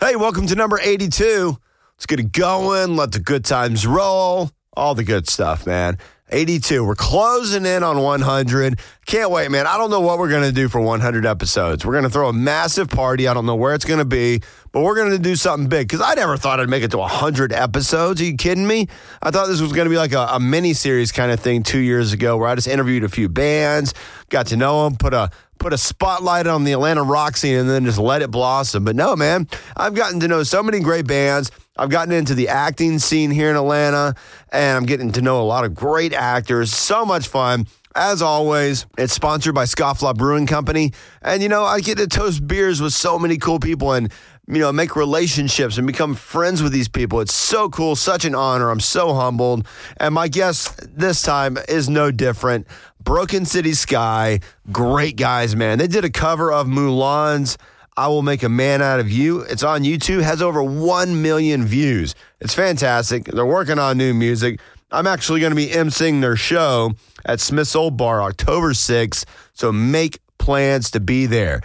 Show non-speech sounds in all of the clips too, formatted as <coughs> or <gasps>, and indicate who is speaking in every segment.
Speaker 1: Hey, welcome to number 82. Let's get it going. Let the good times roll. All the good stuff, man. 82. We're closing in on 100. Can't wait, man. I don't know what we're going to do for 100 episodes. We're going to throw a massive party. I don't know where it's going to be, but we're going to do something big because I never thought I'd make it to 100 episodes. Are you kidding me? I thought this was going to be like a, a mini series kind of thing two years ago where I just interviewed a few bands, got to know them, put a put a spotlight on the Atlanta rock scene and then just let it blossom. But no, man, I've gotten to know so many great bands. I've gotten into the acting scene here in Atlanta, and I'm getting to know a lot of great actors. So much fun. As always, it's sponsored by Scofflaw Brewing Company. And, you know, I get to toast beers with so many cool people and, you know, make relationships and become friends with these people. It's so cool, such an honor. I'm so humbled. And my guest this time is no different. Broken City Sky, great guys, man. They did a cover of Mulan's I Will Make a Man Out of You. It's on YouTube, has over 1 million views. It's fantastic. They're working on new music. I'm actually going to be emceeing their show at Smith's Old Bar October 6th, so make plans to be there.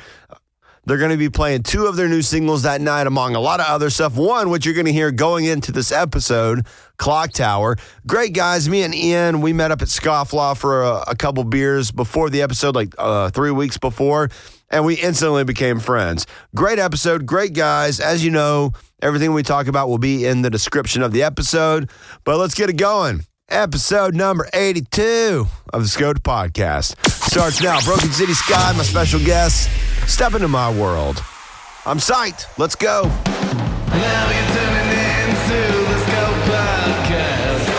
Speaker 1: They're going to be playing two of their new singles that night, among a lot of other stuff. One, which you're going to hear going into this episode, Clock Tower. Great guys. Me and Ian, we met up at Scofflaw for a, a couple beers before the episode, like uh, three weeks before, and we instantly became friends. Great episode. Great guys. As you know, everything we talk about will be in the description of the episode, but let's get it going. Episode number 82 of the Scode Podcast starts now. Broken City Sky, my special guest. Step into my world. I'm psyched. Let's go.
Speaker 2: Now you're tuning into the Scope Podcast.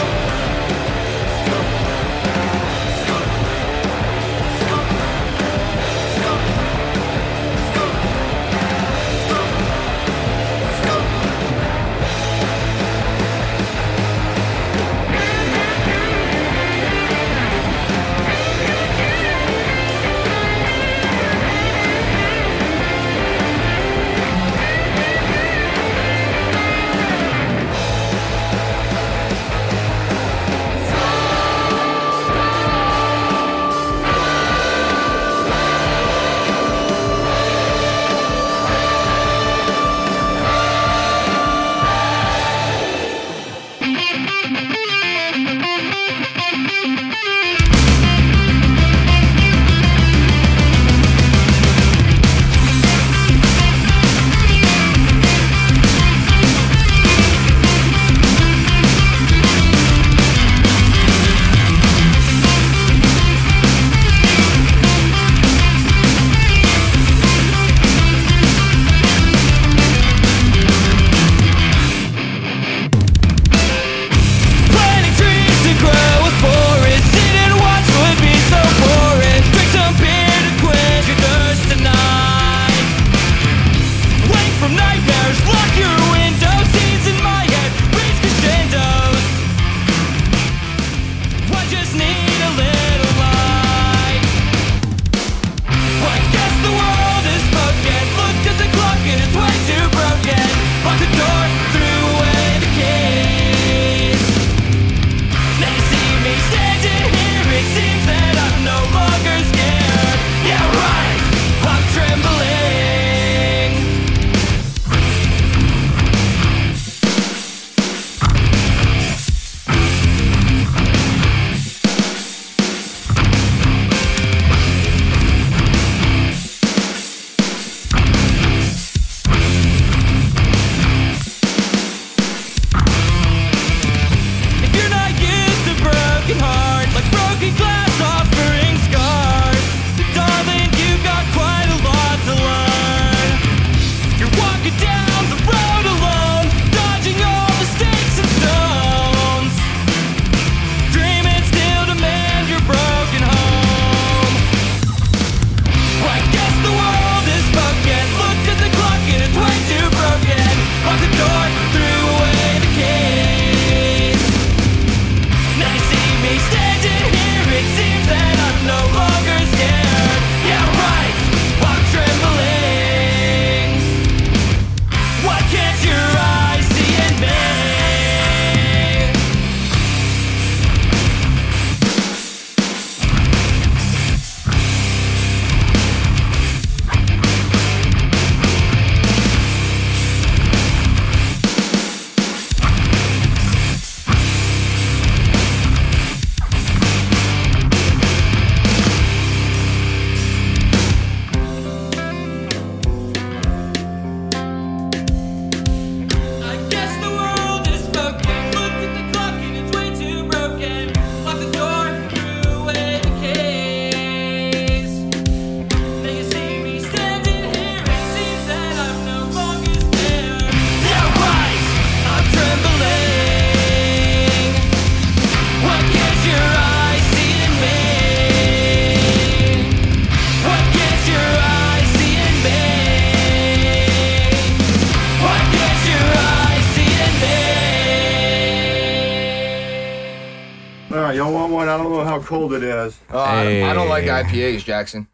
Speaker 1: don't want one. I don't know how cold it is.
Speaker 3: Oh, I, don't, I don't like
Speaker 4: Hey.
Speaker 3: IPAs, Jackson.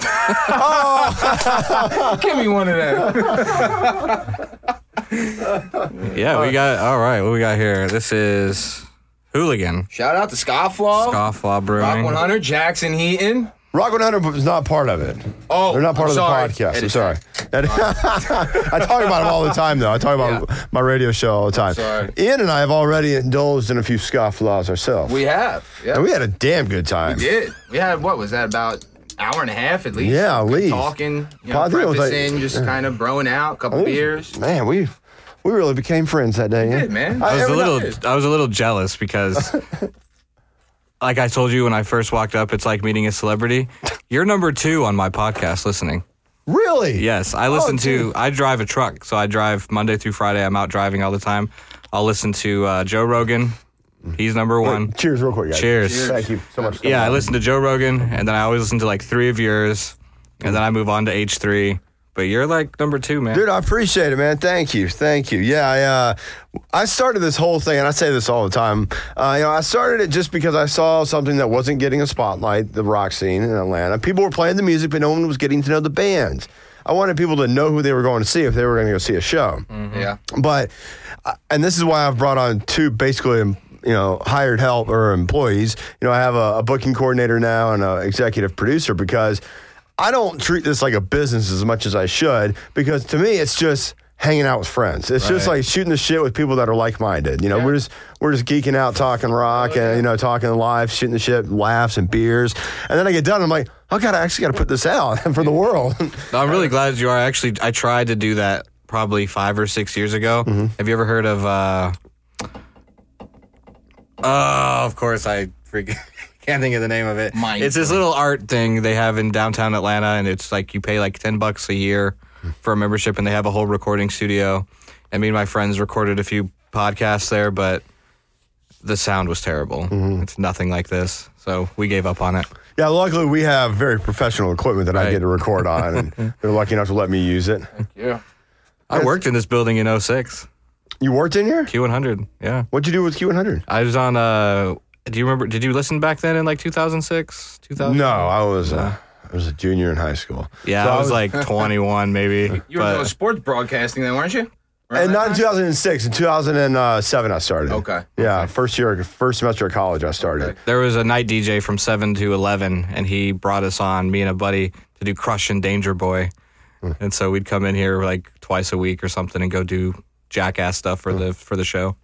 Speaker 3: Oh. Give me one of them.
Speaker 4: Yeah, we got all right. What we got here? This is Hooligan
Speaker 3: Shout out to Scofflaw,
Speaker 4: Scofflaw
Speaker 3: Rock
Speaker 4: Brewing.
Speaker 3: 100, Jackson Heaton.
Speaker 1: Rock 100 is not part of it.
Speaker 3: Oh,
Speaker 1: They're not part of
Speaker 3: I'm sorry.
Speaker 1: the podcast.
Speaker 3: It
Speaker 1: I'm
Speaker 3: is-
Speaker 1: sorry. That- <laughs> I talk about them all the time, though. I talk about my radio show all the time.
Speaker 3: sorry.
Speaker 1: Ian and I have already indulged in a few scofflaws ourselves.
Speaker 3: We have. Yeah,
Speaker 1: and
Speaker 3: we
Speaker 1: we had a damn good time.
Speaker 3: did. We had what was that about hour and a half at least?
Speaker 1: Yeah, at least.
Speaker 3: talking, you
Speaker 1: I
Speaker 3: know,
Speaker 1: think it was like-
Speaker 3: prefacing, just kind of broing out, a couple
Speaker 1: Ooh,
Speaker 3: beers.
Speaker 1: Man, we we really became friends that day. Ian.
Speaker 3: did, man.
Speaker 1: I,
Speaker 3: I
Speaker 4: I was a
Speaker 1: every now-
Speaker 4: little I was a little jealous because like I told you when I first walked up, it's like meeting a celebrity. You're number 2 on my podcast listening.
Speaker 1: really.
Speaker 4: Yes, I listen to
Speaker 1: dude.
Speaker 4: I drive a truck, so I drive Monday through Friday. I'm out driving all the time. I'll listen to uh, Joe Rogan. He's number 1.
Speaker 1: Cheers, real quick, guys.
Speaker 4: Cheers.
Speaker 1: Thank you so much. for coming
Speaker 4: Yeah, I
Speaker 1: on.
Speaker 4: listen to Joe Rogan and then I always listen to like 3 of yours and then I move on to H3. But you're like number 2, man.
Speaker 1: Dude, I appreciate it, man. Thank you, thank you. Yeah, I, uh, I started this whole thing, and I say this all the time. Uh, you know, I started it just because I saw something that wasn't getting a spotlight, the rock scene in Atlanta. People were playing the music, but no one was getting to know the bands. I wanted people to know who they were going to see if they were going to go see a show.
Speaker 4: Mm.
Speaker 3: Yeah,
Speaker 1: But, uh, and this is why I've brought on two basically, um, you know, hired help or employees. You know, I have a, a booking coordinator now and an executive producer because I don't treat this like a business as much as I should because to me it's just hanging out with friends. It's just
Speaker 4: Right.
Speaker 1: like shooting the shit with people that are like minded. You know, we're just we're just geeking out, talking rock, and you know, talking live, shooting the shit, laughs and beers, and then I get done. and I'm like, oh god, I actually got to put this out <laughs> for the world.
Speaker 4: No, I'm really glad you are. Actually, I tried to do that probably five or six years ago. Have you ever heard of? uh Oh, of course, I freaking <laughs> can't think of the name of it.
Speaker 3: Mind
Speaker 4: it's this little art thing they have in downtown Atlanta, and it's like you pay like ten bucks a year for a membership, and they have a whole recording studio. And me and my friends recorded a few podcasts there, but the sound was terrible. It's nothing like this, so we gave up on it.
Speaker 1: Yeah, luckily we have very professional equipment that I
Speaker 4: Right.
Speaker 1: get to record on, and
Speaker 4: <laughs>
Speaker 1: they're lucky enough to let me use it.
Speaker 3: yeah.
Speaker 4: I worked in this building in 06,
Speaker 1: You worked in here?
Speaker 4: Q100. Yeah.
Speaker 1: What'd you do with Q100?
Speaker 4: I was on. Uh, do you remember? Did you listen back then in like 2006, 2000?
Speaker 1: No, I was uh, I was a junior in high school.
Speaker 4: Uh-huh. Yeah,
Speaker 1: So
Speaker 4: I was like 21 maybe.
Speaker 3: You were
Speaker 4: but
Speaker 3: doing sports broadcasting then, weren't you? Around
Speaker 1: and
Speaker 3: that
Speaker 1: not in
Speaker 3: time?
Speaker 1: 2006. In 2007, I started.
Speaker 3: Okay.
Speaker 1: Yeah, first year, first semester of college, I started.
Speaker 3: Okay.
Speaker 4: there was a night DJ from seven to 11, and he brought us on me and a buddy to do Crush and Danger Boy, and so we'd come in here like twice a week or something and go do jackass stuff for the for the show.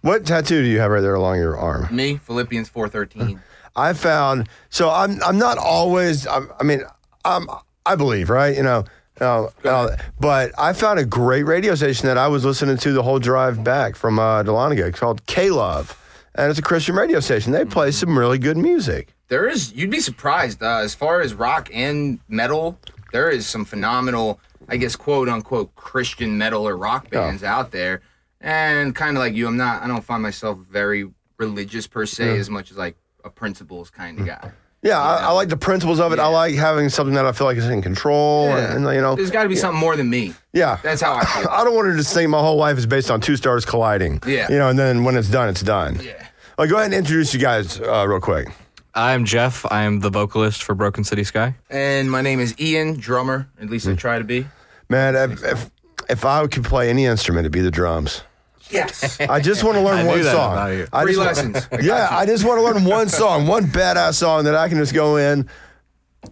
Speaker 1: What tattoo do you have right there along your arm?
Speaker 3: Me, Philippians four thirteen.
Speaker 1: I found so I'm I'm not always I'm, I mean I'm I believe right you know uh, uh, but I found a great radio station that I was listening to the whole drive back from uh, Dahlonega It's called K Love and it's a Christian radio station they play some really good music
Speaker 3: There is. You'd be surprised uh, as far as rock and metal. There is some phenomenal, I guess, quote unquote, Christian metal or rock bands out there. And kind of like you, I'm not. I don't find myself very religious per se, as much as like a principles kind of guy.
Speaker 1: Mm. yeah, I, I like the principles of it I
Speaker 3: Yeah.
Speaker 1: like having something that I feel like is in control
Speaker 3: Yeah.
Speaker 1: and, and, you know
Speaker 3: There's got to be something more than me.
Speaker 1: yeah
Speaker 3: That's how I feel.
Speaker 1: <laughs> I don't want to just think my whole life is based on two stars colliding
Speaker 3: Yeah.
Speaker 1: you know and then when it's done it's done
Speaker 3: yeah.
Speaker 1: Well, go ahead and introduce you guys uh, real quick
Speaker 4: I'm Jeff. I am the vocalist for Broken City Sky.
Speaker 3: And my name is Ian, drummer. At least I
Speaker 1: Mm.
Speaker 3: try to be.
Speaker 1: Man, if, if if I could play any instrument, it'd be the drums.
Speaker 3: Yes.
Speaker 1: I just want to learn
Speaker 4: I knew
Speaker 1: one
Speaker 4: that
Speaker 1: song.
Speaker 4: about you.
Speaker 1: I
Speaker 3: Free
Speaker 1: just wa- <laughs>
Speaker 3: lessons. I got
Speaker 1: yeah, I just want to learn one song, one badass song that I can just go in.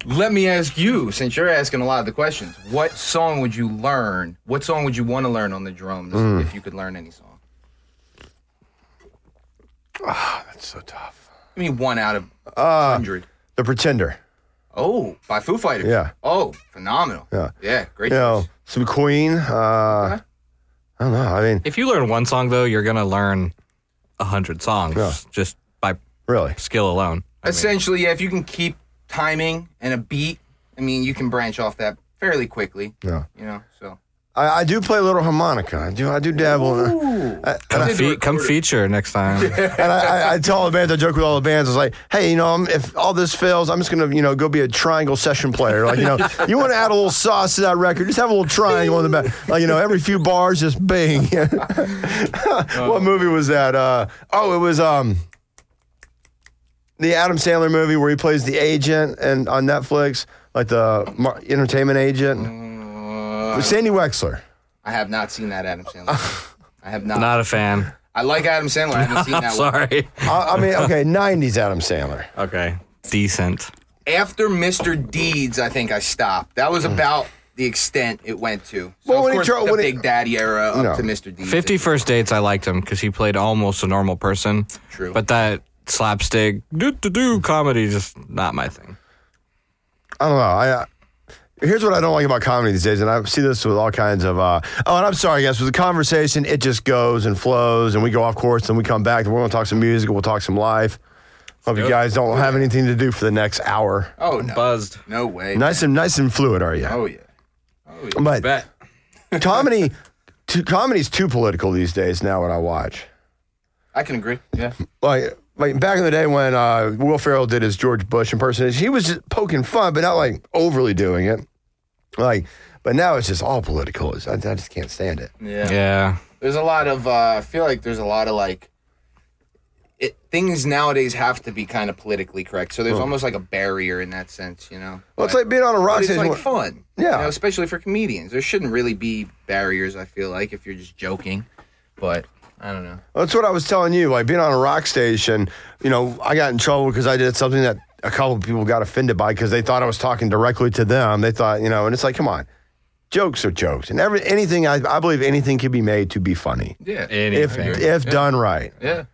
Speaker 3: Let me ask you, since you're asking a lot of the questions, what song would you learn? What song would you want to learn on the drums if you could learn any song?
Speaker 1: That's so tough.
Speaker 3: Give me one out of hundred.
Speaker 1: Uh, The Pretender.
Speaker 3: Oh, by Foo Fighters.
Speaker 1: yeah.
Speaker 3: Oh, phenomenal.
Speaker 1: Yeah.
Speaker 3: Yeah. Great.
Speaker 1: You know,
Speaker 3: choice.
Speaker 1: some Queen. Uh, I don't know. I mean,
Speaker 4: If you learn one song though, you're gonna learn a hundred songs
Speaker 1: Yeah.
Speaker 4: just by
Speaker 1: really.
Speaker 4: skill alone. I mean,
Speaker 3: Essentially, yeah. If you can keep timing and a beat, I mean, you can branch off that fairly quickly.
Speaker 1: Yeah.
Speaker 3: You know. So.
Speaker 1: I, I do play a little harmonica. I do. I do dabble. In
Speaker 3: Ooh.
Speaker 1: I-
Speaker 4: come,
Speaker 3: did
Speaker 4: fe- come
Speaker 3: record it.
Speaker 4: feature next time.
Speaker 1: and I, I, I tell all the bands, I joke with all the bands, it's like, hey, you know, I'm, if all this fails, I'm just gonna, you know, go be a triangle session player. Like, you know, you want to add a little sauce to that record, just have a little triangle in the back. Like, you know, every few bars, just bang. <laughs> what movie was that? Uh, oh, it was um, the Adam Sandler movie where he plays the agent and on Netflix, like the mar- entertainment agent? Sandy Wexler.
Speaker 3: I have not seen that Adam Sandler. I have not.
Speaker 4: Not a fan.
Speaker 3: I like Adam Sandler. I haven't seen
Speaker 4: <laughs> I'm
Speaker 3: that one.
Speaker 4: sorry.
Speaker 1: I, I mean, okay, '90s Adam Sandler.
Speaker 4: Okay. Decent.
Speaker 3: After Mr. Deeds, I think I stopped. That was about the extent it went to. So
Speaker 1: Hmm. Well,
Speaker 3: of
Speaker 1: when he
Speaker 3: course,
Speaker 1: dro-
Speaker 3: the
Speaker 1: when he-
Speaker 3: Big Daddy era up
Speaker 1: No.
Speaker 3: to Mr. Deeds.
Speaker 4: Fifty First Dates, I liked him because he played almost a normal person.
Speaker 3: True.
Speaker 4: But that slapstick, do do do comedy, just not my thing.
Speaker 1: I don't know. I uh, here's what I don't like about comedy these days, and I see this with all kinds of. Uh, oh, and I'm sorry, guys. With the conversation, it just goes and flows, and we go off course, and we come back, and we're going to talk some music, and we'll talk some life. Hope you
Speaker 4: Yep.
Speaker 1: guys don't have anything to do for the next hour.
Speaker 3: Oh no,
Speaker 4: Buzzed.
Speaker 3: no way.
Speaker 1: Nice and nice and fluid, are you?
Speaker 3: Oh yeah. Oh yeah.
Speaker 1: But
Speaker 4: <laughs> Bet.
Speaker 1: comedy, t- comedy's too political these days. Now, when I watch,
Speaker 3: I can agree. Yeah.
Speaker 1: like. Like back in the day when uh, Will Ferrell did his George Bush impersonation, he was just poking fun, but not like overly doing it. Like, but now it's just all political. It's- I, I just can't stand it.
Speaker 3: Yeah.
Speaker 4: Yeah.
Speaker 3: There's a lot of. Uh, I feel like there's a lot of like. It, things nowadays have to be kind of politically correct, so there's almost like a barrier in that sense, you know.
Speaker 1: Hmm. Well, it's
Speaker 3: But-
Speaker 1: like being on a rock
Speaker 3: but it's
Speaker 1: station.
Speaker 3: like fun,
Speaker 1: Yeah.
Speaker 3: You know, especially for comedians, there shouldn't really be barriers. I feel like if you're just joking, but I don't know.
Speaker 1: That's what I was telling you. Like being on a rock station, you know, I got in trouble because I did something that a couple of people got offended by because they thought I was talking directly to them. They thought, you know, and it's like, come on, jokes are jokes, and every anything I, I believe anything can be made to be funny
Speaker 3: Yeah,
Speaker 1: if
Speaker 4: <laughs>
Speaker 1: if done right.
Speaker 3: yeah,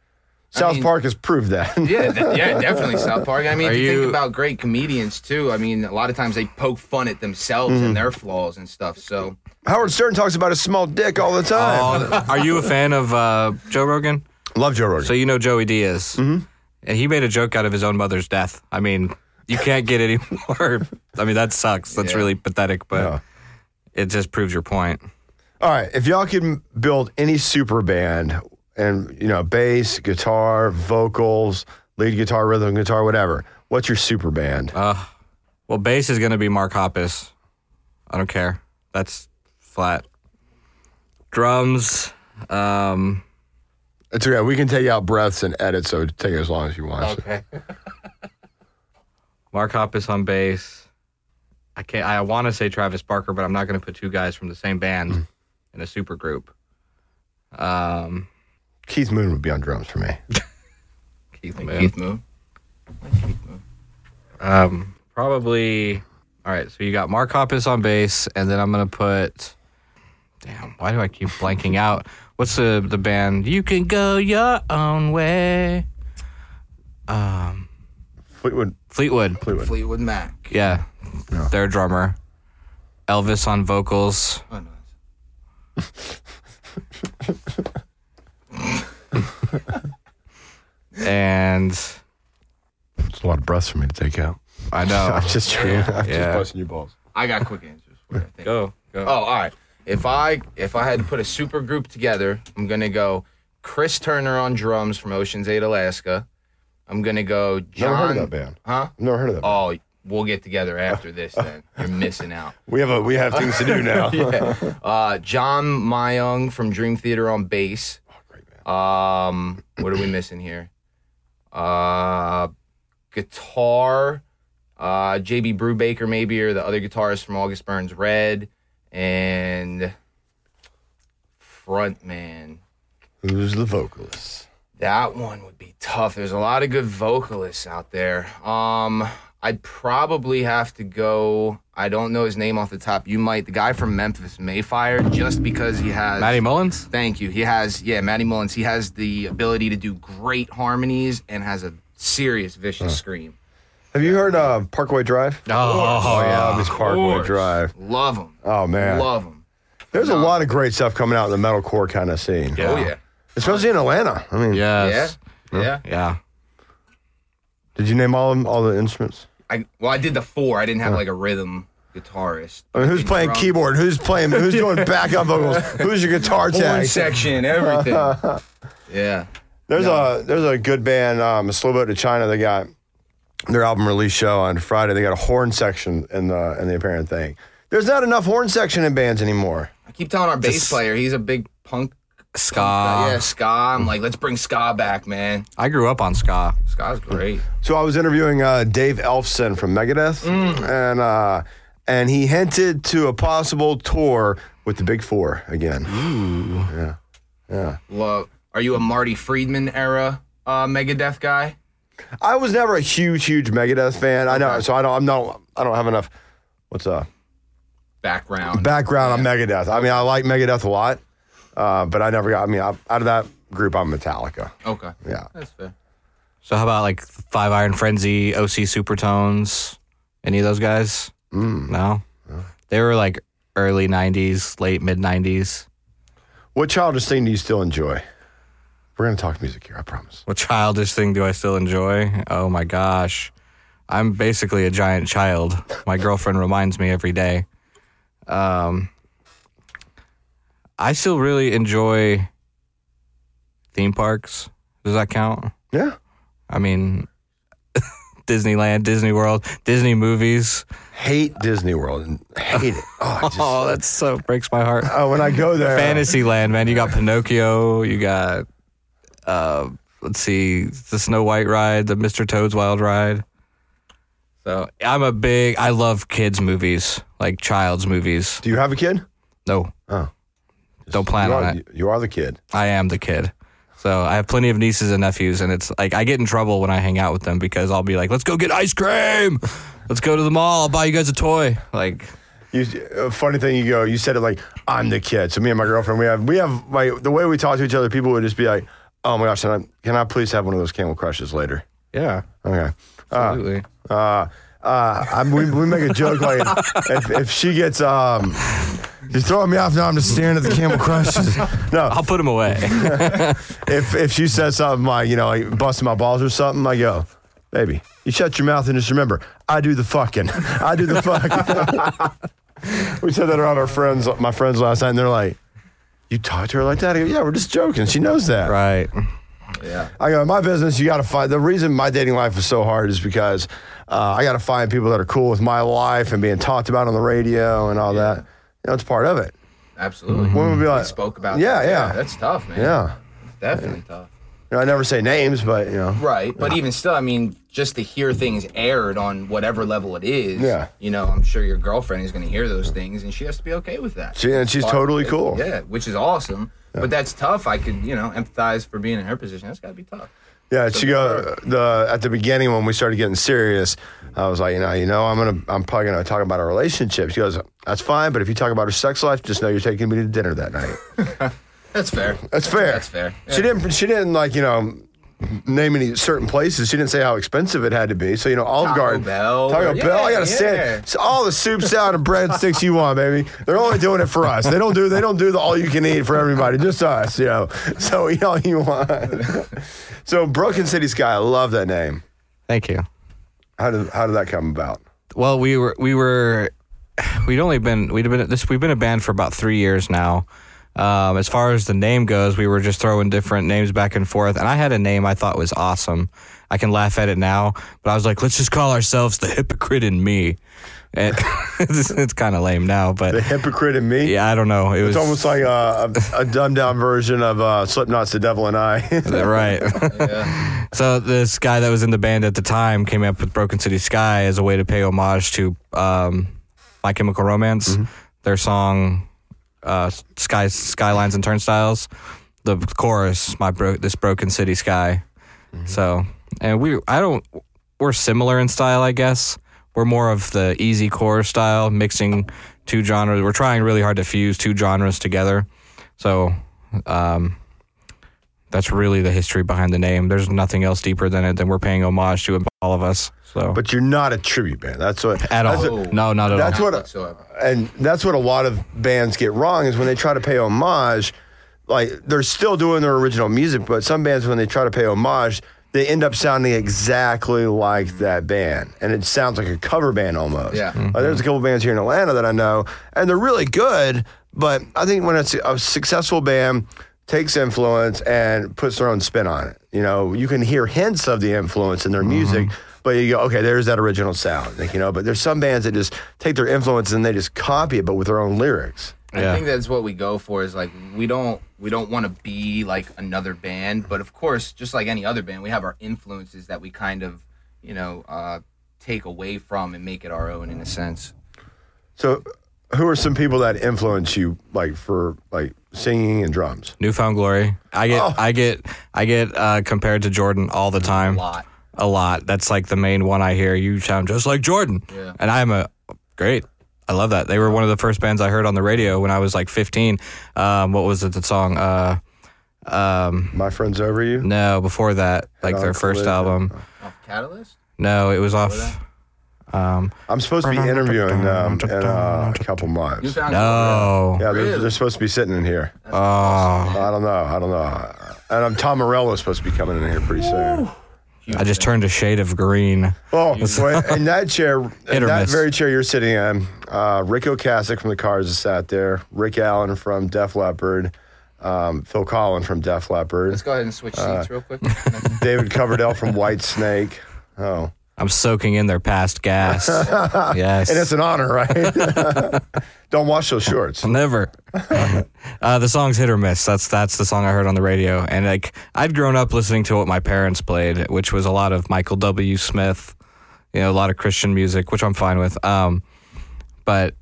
Speaker 1: South
Speaker 3: mean-
Speaker 1: Park has proved that.
Speaker 3: <laughs> yeah, de- yeah. Definitely South Park. I mean,
Speaker 4: Are
Speaker 3: if you,
Speaker 4: you-
Speaker 3: think about great comedians too. I mean, a lot of times they poke fun at themselves
Speaker 1: Mm-hmm.
Speaker 3: and their flaws and stuff. So
Speaker 1: Howard Stern talks about his small dick all the time.
Speaker 4: Oh, are you a fan of uh, Joe Rogan?
Speaker 1: Love Joe Rogan.
Speaker 4: Oh. So you know Joey Diaz, mm-hmm. and he made a joke out of his own mother's death. I mean, you can't get any <laughs> more. I mean, that sucks. That's
Speaker 3: Yeah.
Speaker 4: really pathetic, but
Speaker 1: Yeah.
Speaker 4: it just proves your point.
Speaker 1: All right, if y'all could m- build any super band and you know bass, guitar, vocals, lead guitar, rhythm guitar, whatever, what's your super band?
Speaker 4: Uh. Well, bass is going to be Mark Hoppus. I don't care. That's flat. Drums. Um,
Speaker 1: it's okay. We can take out breaths and edit, so take it as long as you want.
Speaker 4: Mark Hoppus on bass. I can't. I want to say Travis Barker, but I'm not going to put two guys from the same band in a super group. Um,
Speaker 1: Keith Moon would be on drums for me.
Speaker 4: Keith
Speaker 3: like
Speaker 4: Moon.
Speaker 3: Keith Moon.
Speaker 4: Um, probably. All right. So you got Mark Hoppus on bass, and then I'm going to put. Damn. Why do I keep blanking out? What's the the band? You can go your own way.
Speaker 1: Fleetwood.
Speaker 4: Fleetwood.
Speaker 3: Fleetwood Mac.
Speaker 4: Yeah. Their drummer. Elvis on vocals.
Speaker 3: Oh, no.
Speaker 4: And
Speaker 1: It's a lot of breaths for me to take out.
Speaker 4: I know.
Speaker 1: <laughs> I'm just joking. I'm
Speaker 4: Yeah.
Speaker 1: just busting your balls.
Speaker 3: I got quick answers. What do you think?
Speaker 4: go. Go.
Speaker 3: Oh, all right. If I if I had to put a super group together, I'm gonna go Chris Turner on drums from Ocean's Eight, Alaska. I'm gonna go John.
Speaker 1: Never heard of that band.
Speaker 3: Huh?
Speaker 1: I've never heard of that. Band.
Speaker 3: Oh, we'll get together after this. Then you're missing out.
Speaker 1: We have a we have things to do
Speaker 4: <laughs>
Speaker 1: now.
Speaker 3: Uh, John Myung from Dream Theater on bass.
Speaker 1: Great band.
Speaker 3: Um, what are we missing here? Uh, guitar. Uh, JB Brubaker maybe, or the other guitarist from August Burns Red, and frontman.
Speaker 1: Who's the vocalist?
Speaker 3: That one would be tough. There's a lot of good vocalists out there. Um, I'd probably have to go. I don't know his name off the top. You might the guy from Memphis Mayfire, just because he has
Speaker 4: Matty Mullins.
Speaker 3: Thank you. He has, yeah, Matty Mullins. He has the ability to do great harmonies and has a serious vicious scream.
Speaker 1: Have you heard uh, Parkway Drive?
Speaker 4: Oh, yeah.
Speaker 1: Miss Um, Parkway
Speaker 3: course.
Speaker 1: Drive.
Speaker 3: Love him.
Speaker 1: Oh man,
Speaker 3: Love him.
Speaker 1: there's a lot of great stuff coming out in the metalcore kind of scene.
Speaker 4: Yeah.
Speaker 3: Oh yeah.
Speaker 1: Especially in Atlanta. I mean,
Speaker 4: Yes.
Speaker 3: Yeah. Yeah.
Speaker 4: Yeah.
Speaker 1: did you name all of them, all the instruments?
Speaker 3: I well, I did the four. I didn't have like a rhythm guitarist.
Speaker 1: I mean, who's playing
Speaker 3: drums.
Speaker 1: keyboard? Who's playing? Who's
Speaker 4: <laughs>
Speaker 1: doing backup vocals? Who's your guitar
Speaker 3: Horn
Speaker 1: tag?
Speaker 3: section, everything.
Speaker 1: <laughs>
Speaker 3: yeah.
Speaker 1: There's a there's a good band, um, a slow boat to China. They got their album release show on Friday. They got a horn section in the in the apparent thing. There's not enough horn section in bands anymore.
Speaker 3: I keep telling our bass player he's a big punk
Speaker 4: ska.
Speaker 1: Ah.
Speaker 3: yeah, ska. I'm like, let's bring ska back, man.
Speaker 4: I grew up on ska.
Speaker 3: Ska's great.
Speaker 1: So I was interviewing uh, Dave Elfson from Megadeth, and uh, and he hinted to a possible tour with the Big Four again.
Speaker 3: Love. Are you a Marty Friedman era uh, Megadeth guy?
Speaker 1: I was never a huge, huge Megadeth fan. I know, so I don't. I'm not. I don't have enough. What's uh
Speaker 3: Background.
Speaker 1: background on Megadeth? I mean, I like Megadeth a lot, uh, but I never got. I mean, I, out of that group, I'm Metallica.
Speaker 3: okay.
Speaker 1: Yeah.
Speaker 3: That's fair.
Speaker 4: So how about like Five Iron Frenzy, OC Supertones, any of those guys? Mm. No, they were like early '90s, late mid '90s.
Speaker 1: What childish thing do you still enjoy? We're gonna talk music here. I promise.
Speaker 4: What childish thing do I still enjoy? Oh my gosh. I'm basically a giant child. My girlfriend reminds me every day. Um, I still really enjoy theme parks. Does that count?
Speaker 1: Yeah.
Speaker 4: I mean, <laughs> Disneyland, Disney World, Disney movies.
Speaker 1: Hate Disney World and hate it. Oh, I just,
Speaker 4: <laughs> Oh, that's so breaks my heart.
Speaker 1: oh, when I go
Speaker 4: <laughs>
Speaker 1: there,
Speaker 4: Fantasyland, man. You got Pinocchio. You got, uh, let's see, the Snow White ride, the Mr. Toad's Wild Ride. So I'm a big. I love kids movies, like child's movies.
Speaker 1: do you have a kid?
Speaker 4: No,
Speaker 1: Oh.
Speaker 4: don't plan
Speaker 1: you
Speaker 4: on
Speaker 1: are,
Speaker 4: it.
Speaker 1: You are the kid.
Speaker 4: I am the kid. So I have plenty of nieces and nephews, and it's like I get in trouble when I hang out with them because I'll be like, "Let's go get ice cream. Let's go to the mall. I'll buy you guys a toy." Like,
Speaker 1: You, a funny thing, you go. You said it like I'm the kid. So me and my girlfriend, we have we have like the way we talk to each other. People would just be like, "Oh my gosh, can I, can I please have one of those Camel Crushes later?"
Speaker 4: yeah,
Speaker 1: Okay.
Speaker 4: absolutely.
Speaker 1: Uh, uh, I'm, we, we make a joke like if, if she gets um, you're throwing me off now. I'm just staring at the Camel Crushes. <laughs> No,
Speaker 4: I'll put them
Speaker 1: <laughs>
Speaker 4: away.
Speaker 1: if if she says something like you know like busting my balls or something, I go, baby, you shut your mouth and just remember, I do the fucking, I do the fucking. <laughs> we said that around our friends, my friends last night, and they're like, you talk to her like that? I go, yeah, we're just joking. She knows that.
Speaker 4: right.
Speaker 3: Yeah.
Speaker 1: I go, in my business, you got to find. The reason my dating life is so hard is because uh, I got to find people that are cool with my life and being talked about on the radio and all that. You know, it's part of it.
Speaker 3: Absolutely.
Speaker 1: Women would be
Speaker 3: We
Speaker 1: like,
Speaker 3: spoke about
Speaker 1: Yeah,
Speaker 3: that.
Speaker 1: yeah.
Speaker 3: That's tough, man.
Speaker 1: yeah.
Speaker 3: Definitely tough.
Speaker 1: You know, I never say names, but you know.
Speaker 3: Right. But even still, I mean, just to hear things aired on whatever level it is,
Speaker 1: Yeah.
Speaker 3: you know, I'm sure your girlfriend is going to hear those things and she has to be okay with that.
Speaker 1: She, and she's
Speaker 3: But-
Speaker 1: totally cool.
Speaker 3: Yeah, which is awesome. But that's tough. I could, you know, empathize for being in her position. That's got to be tough.
Speaker 1: Yeah, she go the at the beginning when we started getting serious, I was like, you know, you know, I'm gonna I'm probably gonna talk about our relationship. She goes, That's fine, but if you talk about her sex life, just know you're taking me to dinner that night.
Speaker 3: That's fair.
Speaker 1: That's fair.
Speaker 3: That's fair.
Speaker 1: She
Speaker 3: Yeah.
Speaker 1: didn't she didn't like, you know, name any certain places. She didn't say how expensive it had to be. So, you know, Olive
Speaker 3: Taco
Speaker 1: Garden.
Speaker 3: Bell.
Speaker 1: Taco
Speaker 3: Yeah,
Speaker 1: Bell, I gotta
Speaker 3: yeah.
Speaker 1: stand it's all the soup salad and breadsticks you want, baby. They're only doing it for us. They don't do they don't do the all you can eat for everybody, just us, you know. So eat all you want. so Broken City Sky, I love that name.
Speaker 4: Thank you.
Speaker 1: How did how did that come about?
Speaker 4: Well, we were we were <sighs> we'd only been we'd been this we've been a band for about three years now. Um, as far as the name goes, we were just throwing different names back and forth, and I had a name I thought was awesome. I can laugh at it now, but I was like, let's just call ourselves the Hypocrite in Me. And <laughs> it's it's kind of lame now,
Speaker 1: The
Speaker 4: but
Speaker 1: hypocrite in me.
Speaker 4: yeah, I don't know. It was
Speaker 1: It's almost like a, a, a dumbed down version of uh, Slipknot's "The Devil and I." <laughs>
Speaker 4: right. <laughs> So this guy that was in the band at the time came up with Broken City Sky as a way to pay homage to um, My Chemical Romance,
Speaker 1: Mm-hmm.
Speaker 4: their song uh, "Sky Skylines and Turnstiles." The chorus, "My bro- this broken city sky."
Speaker 1: Mm-hmm.
Speaker 4: So, and we, I don't, we're similar in style, I guess. We're more of the easy core style, mixing two genres. We're trying really hard to fuse two genres together. So, um, that's really the history behind the name. There's nothing else deeper than it than we're paying homage to it, all of us. So,
Speaker 1: but you're not a tribute band. That's what.
Speaker 4: at all,
Speaker 1: that's what-
Speaker 4: no, not at all.
Speaker 1: That's what,
Speaker 3: whatsoever.
Speaker 1: and that's what a lot of bands get wrong is when they try to pay homage. Like they're still doing their original music, but some bands when they try to pay homage, they end up sounding exactly like that band, and it sounds like a cover band almost.
Speaker 3: Yeah.
Speaker 1: Like, there's a couple bands here in Atlanta that I know, and they're really good. But I think when it's a successful band takes influence and puts their own spin on it, you know, you can hear hints of the influence in their music. But you go, okay, there's that original sound, like, you know. But there's some bands that just take their influence and they just copy it, but with their own lyrics. Yeah.
Speaker 3: I think that's what we go for is like we don't we don't want to be like another band, but of course, just like any other band, we have our influences that we kind of, you know, uh take away from and make it our own in a sense.
Speaker 1: So, who are some people that influence you, like for like singing and drums?
Speaker 4: Newfound glory. I get
Speaker 1: Oh.
Speaker 4: I get I get uh, compared to Jordan all the time.
Speaker 3: A lot.
Speaker 4: a lot. That's like the main one I hear. You sound just like Jordan.
Speaker 3: Yeah.
Speaker 4: And I'm a great. I love that. They were one of the first bands I heard on the radio when I was like 15. Um, what was it? The song? Uh, um,
Speaker 1: My friends over you.
Speaker 4: no, before that, like
Speaker 1: on
Speaker 4: their first
Speaker 1: Collision.
Speaker 4: album.
Speaker 3: Off Catalyst?
Speaker 4: No, it was off. Um,
Speaker 1: I'm supposed to be interviewing them in uh, a couple months.
Speaker 3: Newfound
Speaker 4: no.
Speaker 1: Yeah, they're,
Speaker 3: Really?
Speaker 1: they're supposed to be sitting in here.
Speaker 4: Oh,
Speaker 1: I don't know. I don't know. And I'm Tom Morello supposed to be coming in here pretty soon.
Speaker 4: I just turned a shade of green.
Speaker 1: Oh, wait, in that chair, in
Speaker 4: or
Speaker 1: that
Speaker 4: miss.
Speaker 1: very chair you're sitting in, uh, Rick Ocasek from the Cars has sat there. Rick Allen from Def Leppard. Um, Phil Collin from Def Leppard.
Speaker 3: Let's go ahead and switch
Speaker 1: Uh.
Speaker 3: seats real quick.
Speaker 1: David Coverdale
Speaker 4: <laughs>
Speaker 1: from White Snake. Oh,
Speaker 4: I'm soaking in their
Speaker 1: <laughs>
Speaker 4: past gas. yes.
Speaker 1: and it's an honor, right? <laughs> don't wash those shorts.
Speaker 4: Never. uh, the song's hit or miss. That's that's the song I heard on the radio, and like I'd grown up listening to what my parents played, which was a lot of Michael W. Smith, you know, a lot of Christian music, which I'm fine with. Um, but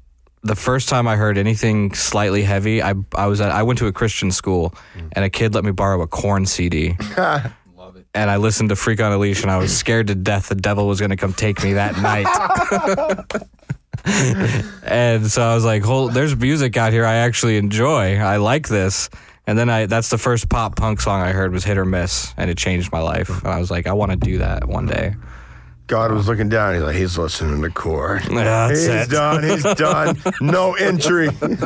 Speaker 4: the first time I heard anything slightly heavy, I I was at I went to a Christian school, and a kid let me borrow a Corn CD.
Speaker 3: Love it.
Speaker 4: And I listened to Freak on a Leash, and I was scared to death the devil was going to come take me that night. and so I was like, "Hold, there's music out here I actually enjoy. I like this." And then I that's the first pop punk song I heard was Hit or Miss, and it changed my life. And I was like, "I want to do that one day."
Speaker 1: God was looking down. He's like, he's listening to Cord.
Speaker 4: Yeah, that's
Speaker 1: he's
Speaker 4: it.
Speaker 1: done. He's
Speaker 4: <laughs>
Speaker 1: done. No entry.
Speaker 3: <laughs> Doom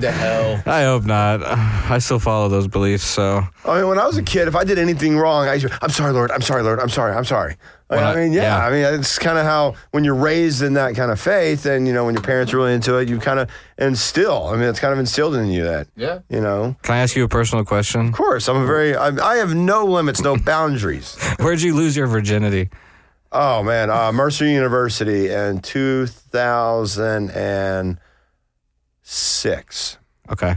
Speaker 3: to hell.
Speaker 4: I hope not. <sighs> I still follow those beliefs. So
Speaker 1: I mean, when I was a kid, if I did anything wrong, I used to, I'm sorry, Lord. I'm sorry, Lord. I'm sorry. I'm sorry. Like,
Speaker 4: Well,
Speaker 1: I mean, yeah,
Speaker 4: yeah.
Speaker 1: I mean, it's kind of how when you're raised in that kind of faith, and you know, when your parents are really into it, you kind of instill. I mean, it's kind of instilled in you that.
Speaker 3: Yeah.
Speaker 1: You know,
Speaker 4: can I ask you a personal
Speaker 1: <laughs>
Speaker 4: question?
Speaker 1: of course, I'm a very. I, I have no limits, no <laughs> boundaries.
Speaker 4: Where'd you lose your virginity?
Speaker 1: Oh man, uh, Mercer University in 2006. <laughs>
Speaker 4: Okay.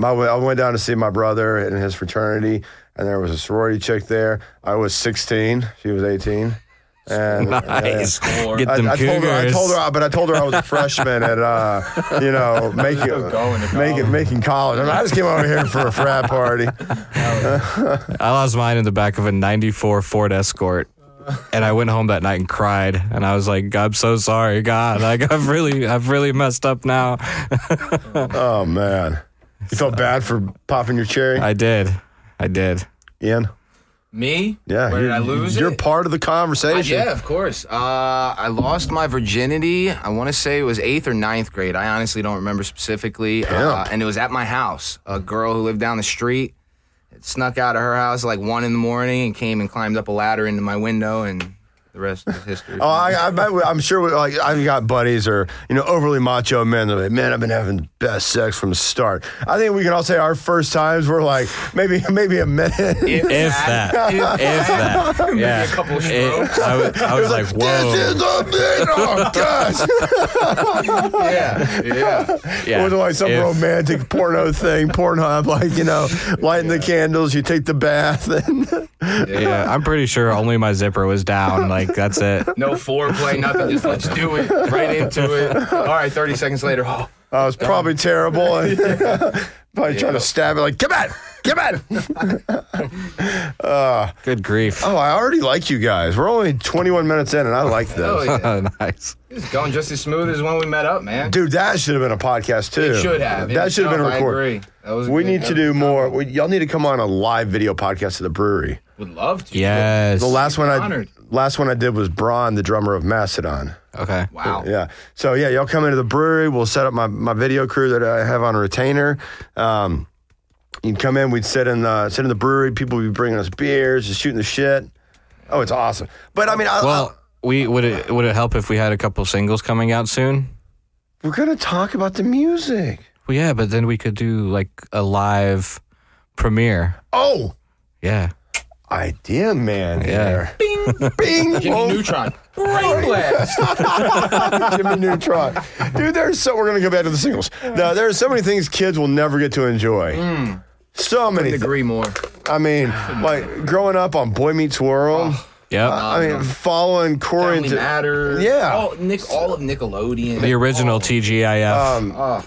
Speaker 1: My, I went down to see my brother and his fraternity, and there was a sorority chick there. I was 16. She was 18. And, uh,
Speaker 4: Nice.
Speaker 3: Or-
Speaker 4: Get
Speaker 1: I,
Speaker 4: them
Speaker 1: I told her. I
Speaker 4: cougars.
Speaker 1: told her, but I told her I was a freshman at, uh, you know, making
Speaker 3: going to
Speaker 1: making making college. I, mean, I just came over here for a frat party.
Speaker 4: I lost mine in the back of a 94 Ford Escort. And I went home that night and cried. And I was like, I'm so sorry, God. Like, I've really, I've really messed up now.
Speaker 1: Oh man, you felt bad for popping your cherry,
Speaker 4: I did. I did.
Speaker 1: Ian.
Speaker 3: Me?
Speaker 1: Yeah,
Speaker 3: Where
Speaker 1: you-
Speaker 3: did I lose
Speaker 1: You're
Speaker 3: it?
Speaker 1: part of the conversation.
Speaker 3: Yeah, of course. Uh, I lost my virginity. I want to say it was eighth or ninth grade. I honestly don't remember specifically. Uh,
Speaker 1: Pimp.
Speaker 3: and it was at my house. A girl who lived down the street it snuck out of her house like one in the morning and came and climbed up a ladder into my window, and the rest is history.
Speaker 1: Oh, I, I bet, I'm sure. we- Like I've got buddies or you know overly macho men. They're like, man, I've been having the best sex from the start. I think we can all say our first times were like maybe <laughs> maybe a minute.
Speaker 4: If that. If that. Yeah.
Speaker 3: a couple
Speaker 4: It- I, was- I was like,
Speaker 1: This
Speaker 4: whoa.
Speaker 1: is a minute.
Speaker 4: <laughs>
Speaker 1: Oh gosh!
Speaker 3: yeah, yeah.
Speaker 4: Yeah.
Speaker 1: It was like some
Speaker 4: If-
Speaker 1: romantic porno thing, Pornhub, like you know, lighting the candles, you take the bath, <laughs> and uh,
Speaker 4: Yeah. I'm pretty sure only my zipper was down. Like, that's it.
Speaker 3: No foreplay, nothing. Just let's do it. Right into it. All right, 30 seconds later. Oh,
Speaker 1: I was probably terrible.
Speaker 4: <laughs>
Speaker 1: And <laughs> probably trying to stab it, like, come on, come on.
Speaker 4: Good grief.
Speaker 1: <laughs> Oh, I already like you guys. We're only 21 minutes in, and I like this.
Speaker 3: oh yeah.
Speaker 4: <laughs> nice.
Speaker 3: It's going just as smooth as when we met up, man.
Speaker 1: Dude, that should have been a podcast too.
Speaker 3: It should have.
Speaker 1: That should have been
Speaker 3: No, I
Speaker 1: recorded.
Speaker 3: agree. That was a
Speaker 1: We
Speaker 3: good-
Speaker 1: need to
Speaker 3: that
Speaker 1: do more. We, y'all need to come on a live video podcast at the brewery.
Speaker 3: Would love to.
Speaker 4: Yes.
Speaker 1: The last one I
Speaker 3: honored.
Speaker 1: last one I did was Braun, the drummer of Macedon.
Speaker 4: Okay.
Speaker 3: Wow.
Speaker 1: Yeah. So yeah, y'all come into the brewery. We'll set up my, my video crew that I have on a retainer. Um, you'd come in. We'd sit in the sit in the brewery. People would be bringing us beers, just shooting the shit. Oh, it's awesome. But I mean, I,
Speaker 4: Well, we would it would it help if we had a couple singles coming out soon?
Speaker 1: I- we're gonna talk about the music.
Speaker 4: Well, yeah, but then we could do like a live premiere.
Speaker 1: Oh,
Speaker 4: Yeah.
Speaker 1: idea man yeah. here. Bing, Oh, bing,
Speaker 3: Jimmy
Speaker 1: boom.
Speaker 3: Neutron. Brain blast.
Speaker 1: Jimmy Neutron. Dude, there's so we're gonna go back to the singles. No, there are so many things kids will never get to enjoy.
Speaker 3: Mm.
Speaker 1: So many.
Speaker 3: Couldn't
Speaker 1: Thi-
Speaker 3: agree more.
Speaker 1: I mean, like growing up on Boy Meets World.
Speaker 4: Yep.
Speaker 1: I mean, following Corey.
Speaker 3: Oh, Family
Speaker 1: to-
Speaker 3: Matters.
Speaker 1: Yeah.
Speaker 3: All, Nick, all of Nickelodeon.
Speaker 4: the original TGIF.
Speaker 3: Oh,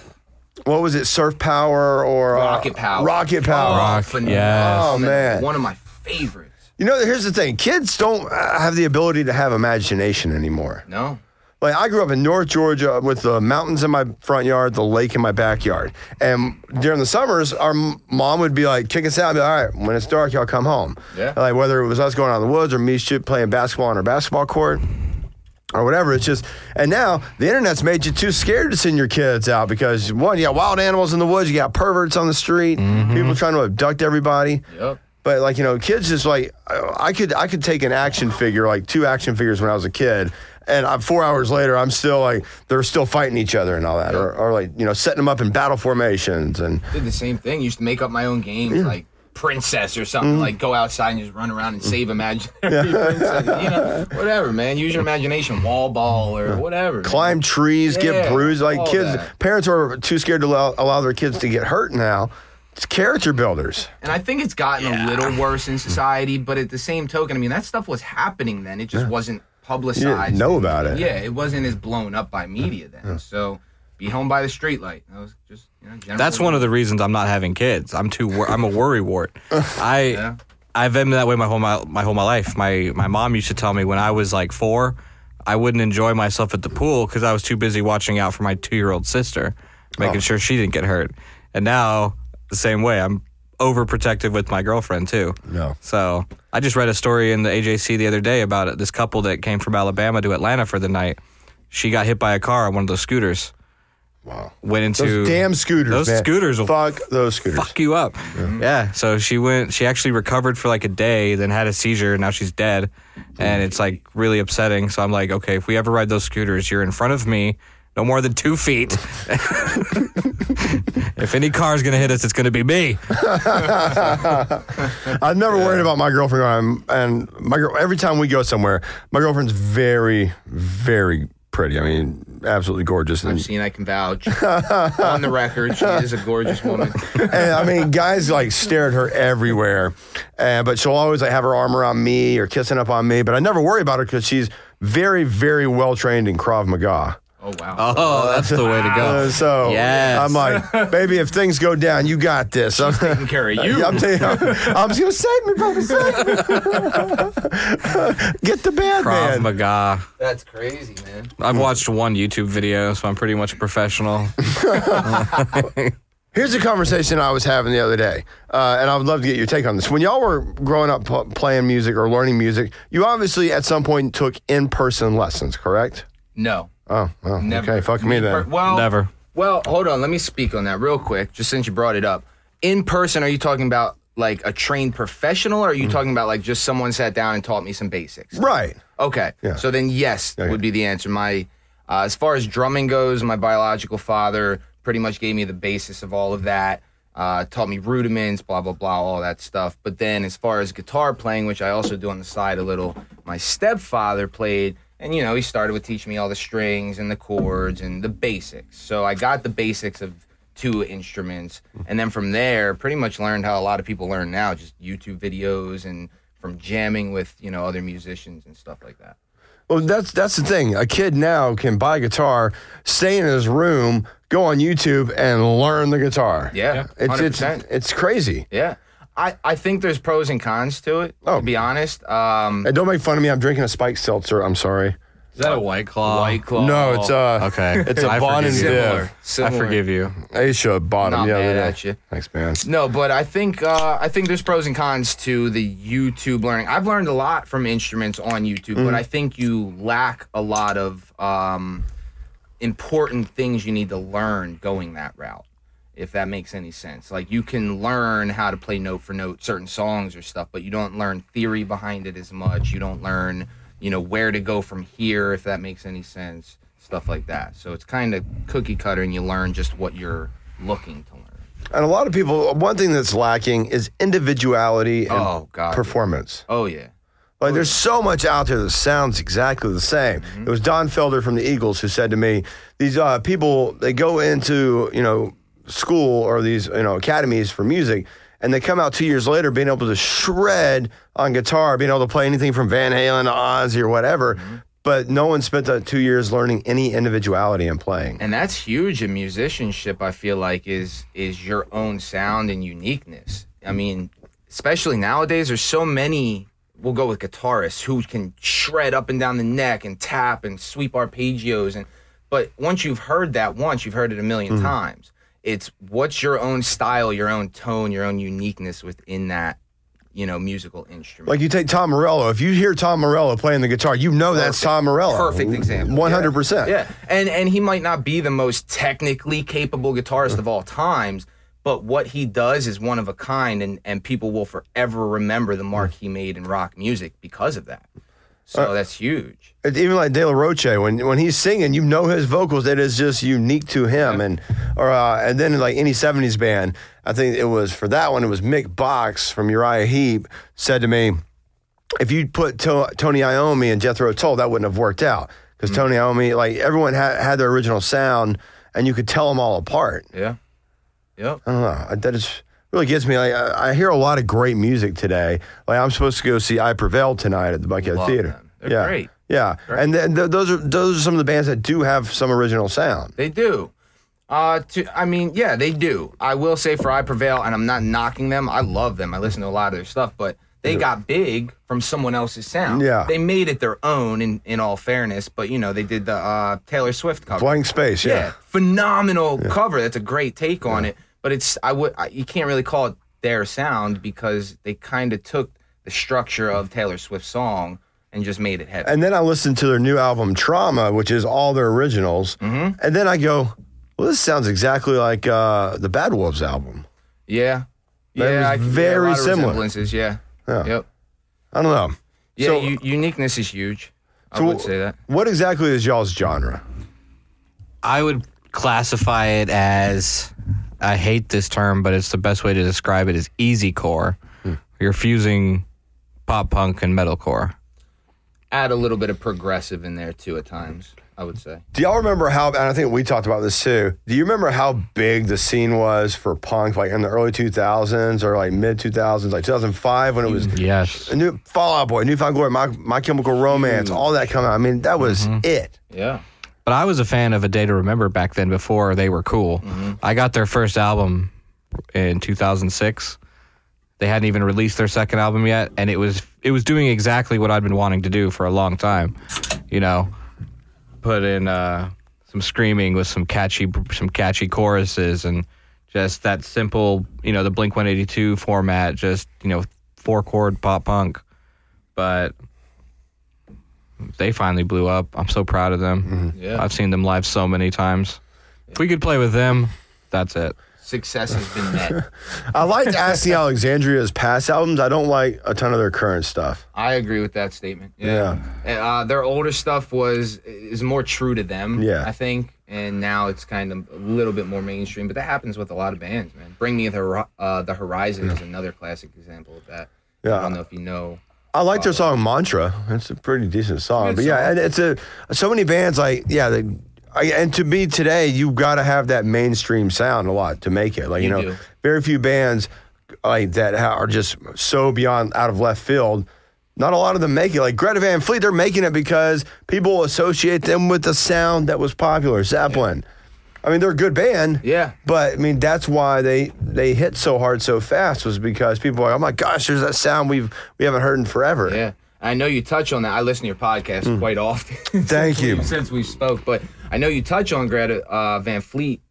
Speaker 1: what was it? Surf Power or uh,
Speaker 3: Rocket Power. Oh,
Speaker 1: Rocket Power.
Speaker 4: Rock,
Speaker 3: phenomenal.
Speaker 4: yes.
Speaker 1: Oh, man.
Speaker 3: One of my favorites.
Speaker 1: You know, here's the thing: kids don't uh, have the ability to have imagination anymore.
Speaker 3: No.
Speaker 1: Like I grew up in North Georgia with the mountains in my front yard, the lake in my backyard, and during the summers, our m- mom would be like, "Kick us out!" I'd be like, all right, when it's dark, y'all come home.
Speaker 3: Yeah.
Speaker 1: Like whether it was us going out in the woods or me shoot playing basketball on our basketball court. Or whatever. It's just, and now the internet's made you too scared to send your kids out because one, you got wild animals in the woods, you got perverts on the street, people trying to abduct everybody.
Speaker 3: Yep.
Speaker 1: But like you know, kids just like I I could I could take an action figure, like two action figures when I was a kid, and I'm four hours later I'm still like they're still fighting each other and all that, or, or like you know setting them up in battle formations and
Speaker 3: Did the same thing. Used to make up my own games like princess or something.
Speaker 1: Mm.
Speaker 3: Like go outside and just run around and save imaginary princess.
Speaker 1: <laughs>
Speaker 3: You know, whatever, man. Use your imagination. Wall ball or whatever.
Speaker 1: climb trees,
Speaker 3: Yeah,
Speaker 1: get bruised. Like
Speaker 3: all
Speaker 1: kids,
Speaker 3: that. parents are too scared to allow, allow their kids to get hurt now. It's character builders. And I think it's gotten a little worse in society, but at the same token, I mean that stuff was happening then. It just wasn't
Speaker 1: You didn't
Speaker 3: publicized.
Speaker 1: know about it.
Speaker 3: Yeah, it wasn't as blown up by media then. So be home by the streetlight. That was just you know. General
Speaker 4: That's one of the reasons I'm not having kids. I'm too. Wor- I'm a
Speaker 1: <laughs>
Speaker 4: worry wart. I I've been that way my whole my, my whole my life. My my mom used to tell me when I was like four, I wouldn't enjoy myself at the pool because I was too busy watching out for my two year old sister, making
Speaker 1: Oh.
Speaker 4: sure she didn't get hurt. And now the same way, I'm overprotective with my girlfriend too.
Speaker 1: No.
Speaker 4: So I just read a story in the AJC the other day about it. This couple that came from Alabama to Atlanta for the night. She got hit by a car on one of those scooters. Wow. Went into
Speaker 1: Those damn scooters.
Speaker 4: Those
Speaker 1: man.
Speaker 4: scooters will
Speaker 1: Fuck those scooters.
Speaker 4: fuck you up. Yeah. So she went. She actually recovered for like a day, then had a seizure. Now she's dead, and it's like really upsetting. So I'm like, okay, if we ever ride those scooters, you're in front of me, no more than two feet. <laughs> if any car's gonna hit us, it's gonna be me.
Speaker 1: I'm never worried about my girlfriend. I'm, and my girl, every time we go somewhere, my girlfriend's very, very pretty. I mean, absolutely gorgeous.
Speaker 3: I've
Speaker 1: And,
Speaker 3: seen. I can vouch on the record. She is a gorgeous woman.
Speaker 1: and, I mean, guys like stare at her everywhere, uh, but she'll always like have her arm around me or kissing up on me. But I never worry about her because she's very, very well trained in Krav Maga.
Speaker 3: Oh wow.
Speaker 4: Oh, that's the way to
Speaker 1: Uh,
Speaker 4: go.
Speaker 1: so
Speaker 4: Yes.
Speaker 1: I'm like, baby, if things go down, you got this. I'm,
Speaker 3: Taking
Speaker 1: <laughs>
Speaker 3: care of you.
Speaker 1: I'm, telling you, I'm, I'm just gonna save me, baby, save me. <laughs> Get the bad man.
Speaker 4: Krav Maga.
Speaker 3: That's crazy, man.
Speaker 4: I've watched one YouTube video, so I'm pretty much a professional.
Speaker 1: Here's a conversation I was having the other day, uh, and I would love to get your take on this. When y'all were growing up pl- playing music or learning music, you obviously at some point took in person lessons, correct?
Speaker 3: No.
Speaker 1: Oh, well,
Speaker 3: Never.
Speaker 1: okay, fuck me
Speaker 3: per-
Speaker 1: then.
Speaker 3: Well,
Speaker 4: Never.
Speaker 3: Well, hold on. Let me speak on that real quick, just since you brought it up. In person, are you talking about like a trained professional, or are you talking about like just someone sat down and taught me some basics?
Speaker 1: Right.
Speaker 3: Okay.
Speaker 1: Yeah.
Speaker 3: So then, yes,
Speaker 1: yeah.
Speaker 3: would be the answer. My, uh, as far as drumming goes, my biological father pretty much gave me the basis of all of that. Uh, taught me rudiments, blah blah blah, all that stuff. But then, as far as guitar playing, which I also do on the side a little, my stepfather played, and you know, he started with teaching me all the strings and the chords and the basics. So I got the basics of two instruments, and then from there, pretty much learned how a lot of people learn now, just YouTube videos and from jamming with you know other musicians and stuff like that.
Speaker 1: Well, that's that's the thing. A kid now can buy a guitar, stay in his room, go on YouTube, and learn the guitar.
Speaker 3: Yeah,
Speaker 1: it's it's
Speaker 3: 100%.
Speaker 1: it's crazy.
Speaker 3: Yeah, I I think there's pros and cons to it.
Speaker 1: Oh.
Speaker 3: to be honest, um,
Speaker 1: And don't make fun of me. I'm drinking a spike seltzer. I'm sorry.
Speaker 4: Is that a white claw?
Speaker 3: White Claw.
Speaker 1: No, it's
Speaker 3: Oh,
Speaker 1: uh,
Speaker 4: Okay.
Speaker 1: It's a
Speaker 4: I
Speaker 1: Bon and
Speaker 4: forgive you.
Speaker 1: Viv.
Speaker 4: I
Speaker 3: Similar.
Speaker 4: forgive you.
Speaker 1: Aisha bought him
Speaker 3: Not
Speaker 1: the other
Speaker 3: mad
Speaker 1: day.
Speaker 3: at you.
Speaker 1: Thanks, man.
Speaker 3: No, but I think uh, I think there's pros and cons to the YouTube learning. I've learned a lot from instruments on YouTube, but I think you lack a lot of um, important things you need to learn going that route. If that makes any sense, like you can learn how to play note for note certain songs or stuff, but you don't learn theory behind it as much. You don't learn, you know, where to go from here. If that makes any sense, stuff like that. So it's kind of cookie cutter, and you learn just what you're looking to learn.
Speaker 1: And a lot of people, one thing that's lacking is individuality and
Speaker 3: Oh, God.
Speaker 1: performance.
Speaker 3: Oh yeah.
Speaker 1: Like, there's so much out there that sounds exactly the same.
Speaker 3: Mm-hmm.
Speaker 1: It was Don Felder from the Eagles who said to me, "These uh, people they go into you know school or these you know academies for music, and they come out two years later being able to shred on guitar, being able to play anything from Van Halen to Ozzy or whatever."
Speaker 3: Mm-hmm.
Speaker 1: But no one spent that two years learning any individuality in playing.
Speaker 3: and that's huge in musicianship i feel like is is your own sound and uniqueness i mean especially nowadays there's so many we'll go with guitarists who can shred up and down the neck and tap and sweep arpeggios and but once you've heard that once you've heard it a 1000000 times it's what's your own style your own tone your own uniqueness within that you know musical instrument
Speaker 1: Like you take Tom Morello. If you hear Tom Morello playing the guitar, you know that's Tom Morello.
Speaker 3: Perfect example.
Speaker 1: One hundred percent.
Speaker 3: Yeah, and and he might not be the most technically capable guitarist of all times, but what he does is one of a kind, and and people will forever remember the mark he made in rock music because of that. So that's huge.
Speaker 1: It- even like De La Roche, when when he's singing, you know his vocals. It is just unique to him, and or uh, and then like any '70s band, I think it was for that one. It was Mick Box from Uriah Heep said to me, "If you put to- Tony Iommi and Jethro Tull, that wouldn't have worked out
Speaker 3: Mm.
Speaker 1: because Tony Iommi, like everyone had had their original sound, and you could tell them all apart.
Speaker 3: Yeah. Yep.
Speaker 1: I don't know. I- Uh, That is really gets me. Like I, I hear a lot of great music today. Like I'm supposed to go see I Prevail tonight at the Buckhead
Speaker 3: Love
Speaker 1: Theater.
Speaker 3: them. They're
Speaker 1: yeah.
Speaker 3: great.
Speaker 1: Yeah, and then th- those are those are some of the bands that do have some original sound.
Speaker 3: They do. Uh, to, I mean, yeah, they do. I will say for I Prevail, and I'm not knocking them. I love them. I listen to a lot of their stuff, but they got big from someone else's sound.
Speaker 1: Yeah.
Speaker 3: They made it their own, in, in all fairness, but, you know, they did the uh, Taylor Swift cover.
Speaker 1: Blank Space, yeah.
Speaker 3: Phenomenal cover. That's a great take on it, but it's, I would, I, you can't really call it their sound because they kind of took the structure of Taylor Swift's song and just made it heavy.
Speaker 1: And then I listened to their new album Trauma, which is all their originals.
Speaker 3: Mm-hmm.
Speaker 1: And then I go, well, this sounds exactly like uh, the Bad Wolves album.
Speaker 3: yeah.
Speaker 1: That was
Speaker 3: yeah. I can- yeah, a
Speaker 1: very
Speaker 3: lot of
Speaker 1: similar.
Speaker 3: Resemblances, yeah.
Speaker 1: Yeah.
Speaker 3: Yep.
Speaker 1: I don't know.
Speaker 3: Yeah,
Speaker 1: So-
Speaker 3: u- uniqueness is huge. I
Speaker 1: So-
Speaker 3: would say that.
Speaker 1: What exactly is y'all's genre?
Speaker 4: I would classify it as I hate this term, but it's the best way to describe it is easy core. You're fusing pop punk and metalcore.
Speaker 3: Add a little bit of progressive in there too at times. I would say.
Speaker 1: Do y'all remember how? And I think we talked about this too. Do you remember how big the scene was for punk, like in the early two thousands or like mid two thousands, like two thousand five, when it was
Speaker 4: Yes.
Speaker 1: a new Fallout Boy, New Found Glory, My, My Chemical Romance, all that coming. out. I mean, that was it.
Speaker 3: Yeah.
Speaker 4: But I was a fan of A Day to Remember back then before they were cool. I got their first album in 2006. They hadn't even released their second album yet and it was it was doing exactly what I'd been wanting to do for a long time. You know, put in uh some screaming with some catchy some catchy choruses and just that simple, you know, the Blink 182 format, just, you know, four chord pop punk. But they finally blew up. I'm so proud of them.
Speaker 3: Yeah.
Speaker 4: I've seen them live so many times. If we could play with them, that's it.
Speaker 3: Success has been met.
Speaker 1: I liked Asking Alexandria's past albums. I don't like a ton of their current stuff.
Speaker 3: I agree with that statement. Yeah. Uh, their older stuff was is more true to them.
Speaker 1: Yeah.
Speaker 3: I think, and now it's kind of a little bit more mainstream. But that happens with a lot of bands, man. Bring Me the Hor- uh, the Horizon is another classic example of that.
Speaker 1: Yeah.
Speaker 3: I don't know if you know.
Speaker 1: I like their song Mantra. It's a pretty decent song.
Speaker 3: Good
Speaker 1: But yeah,
Speaker 3: song.
Speaker 1: and it's a so many bands like yeah, they, I, and to be today, you got to have that mainstream sound a lot to make it. Like you,
Speaker 3: You
Speaker 1: know,
Speaker 3: do.
Speaker 1: very few bands like that ha- are just so beyond out of left field. Not a lot of them make it. Like Greta Van Fleet, they're making it because people associate them with the sound that was popular. Zeppelin. I mean, they're a good band.
Speaker 3: Yeah.
Speaker 1: But I mean, that's why they they hit so hard so fast was because people are like, oh my gosh, there's that sound we've we haven't heard in forever.
Speaker 3: Yeah. I know you touch on that. I listen to your podcast quite often. <laughs> since
Speaker 1: Thank you.
Speaker 3: we- Since we spoke, but I know you touch on Greta uh, Van Fleet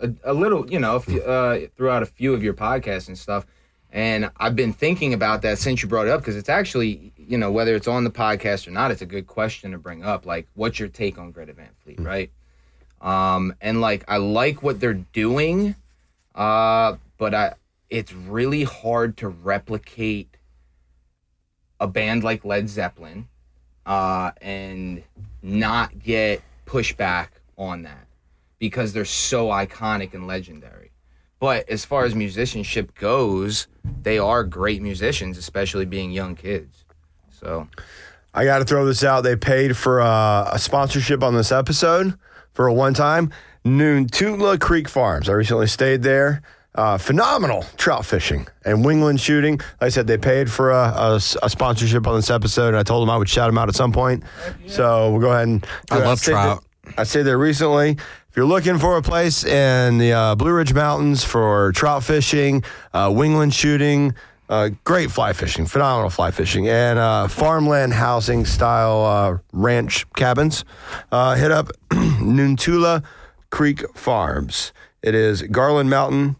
Speaker 3: a, a little, you know, a few- uh, throughout a few of your podcasts and stuff. And I've been thinking about that since you brought it up because it's actually, you know, whether it's on the podcast or not, it's a good question to bring up. Like, what's your take on Greta Van
Speaker 1: Mm.
Speaker 3: Fleet, right? Um, and like, I like what they're doing, uh, but I, it's really hard to replicate a band like Led Zeppelin uh, and not get pushback on that because they're so iconic and legendary. But as far as musicianship goes, they are great musicians, especially being young kids. So
Speaker 1: I got to throw this out. They paid for uh, a sponsorship on this episode for a one time. Noon Tutla Creek Farms. I recently stayed there. Uh, phenomenal trout fishing and wingland shooting. Like I said, they paid for a, a s- a sponsorship on this episode, and I told them I would shout them out at some point. So we'll go ahead and.
Speaker 4: I love
Speaker 1: stayed
Speaker 4: trout.
Speaker 1: there- I stayed there recently. If you're looking for a place in the uh, Blue Ridge Mountains for trout fishing, uh, wingland shooting, uh, great fly fishing, phenomenal fly fishing, and uh, farmland housing style uh, ranch cabins, uh, hit up <clears throat> Nuntula Creek Farms. It is garlandmountain.com.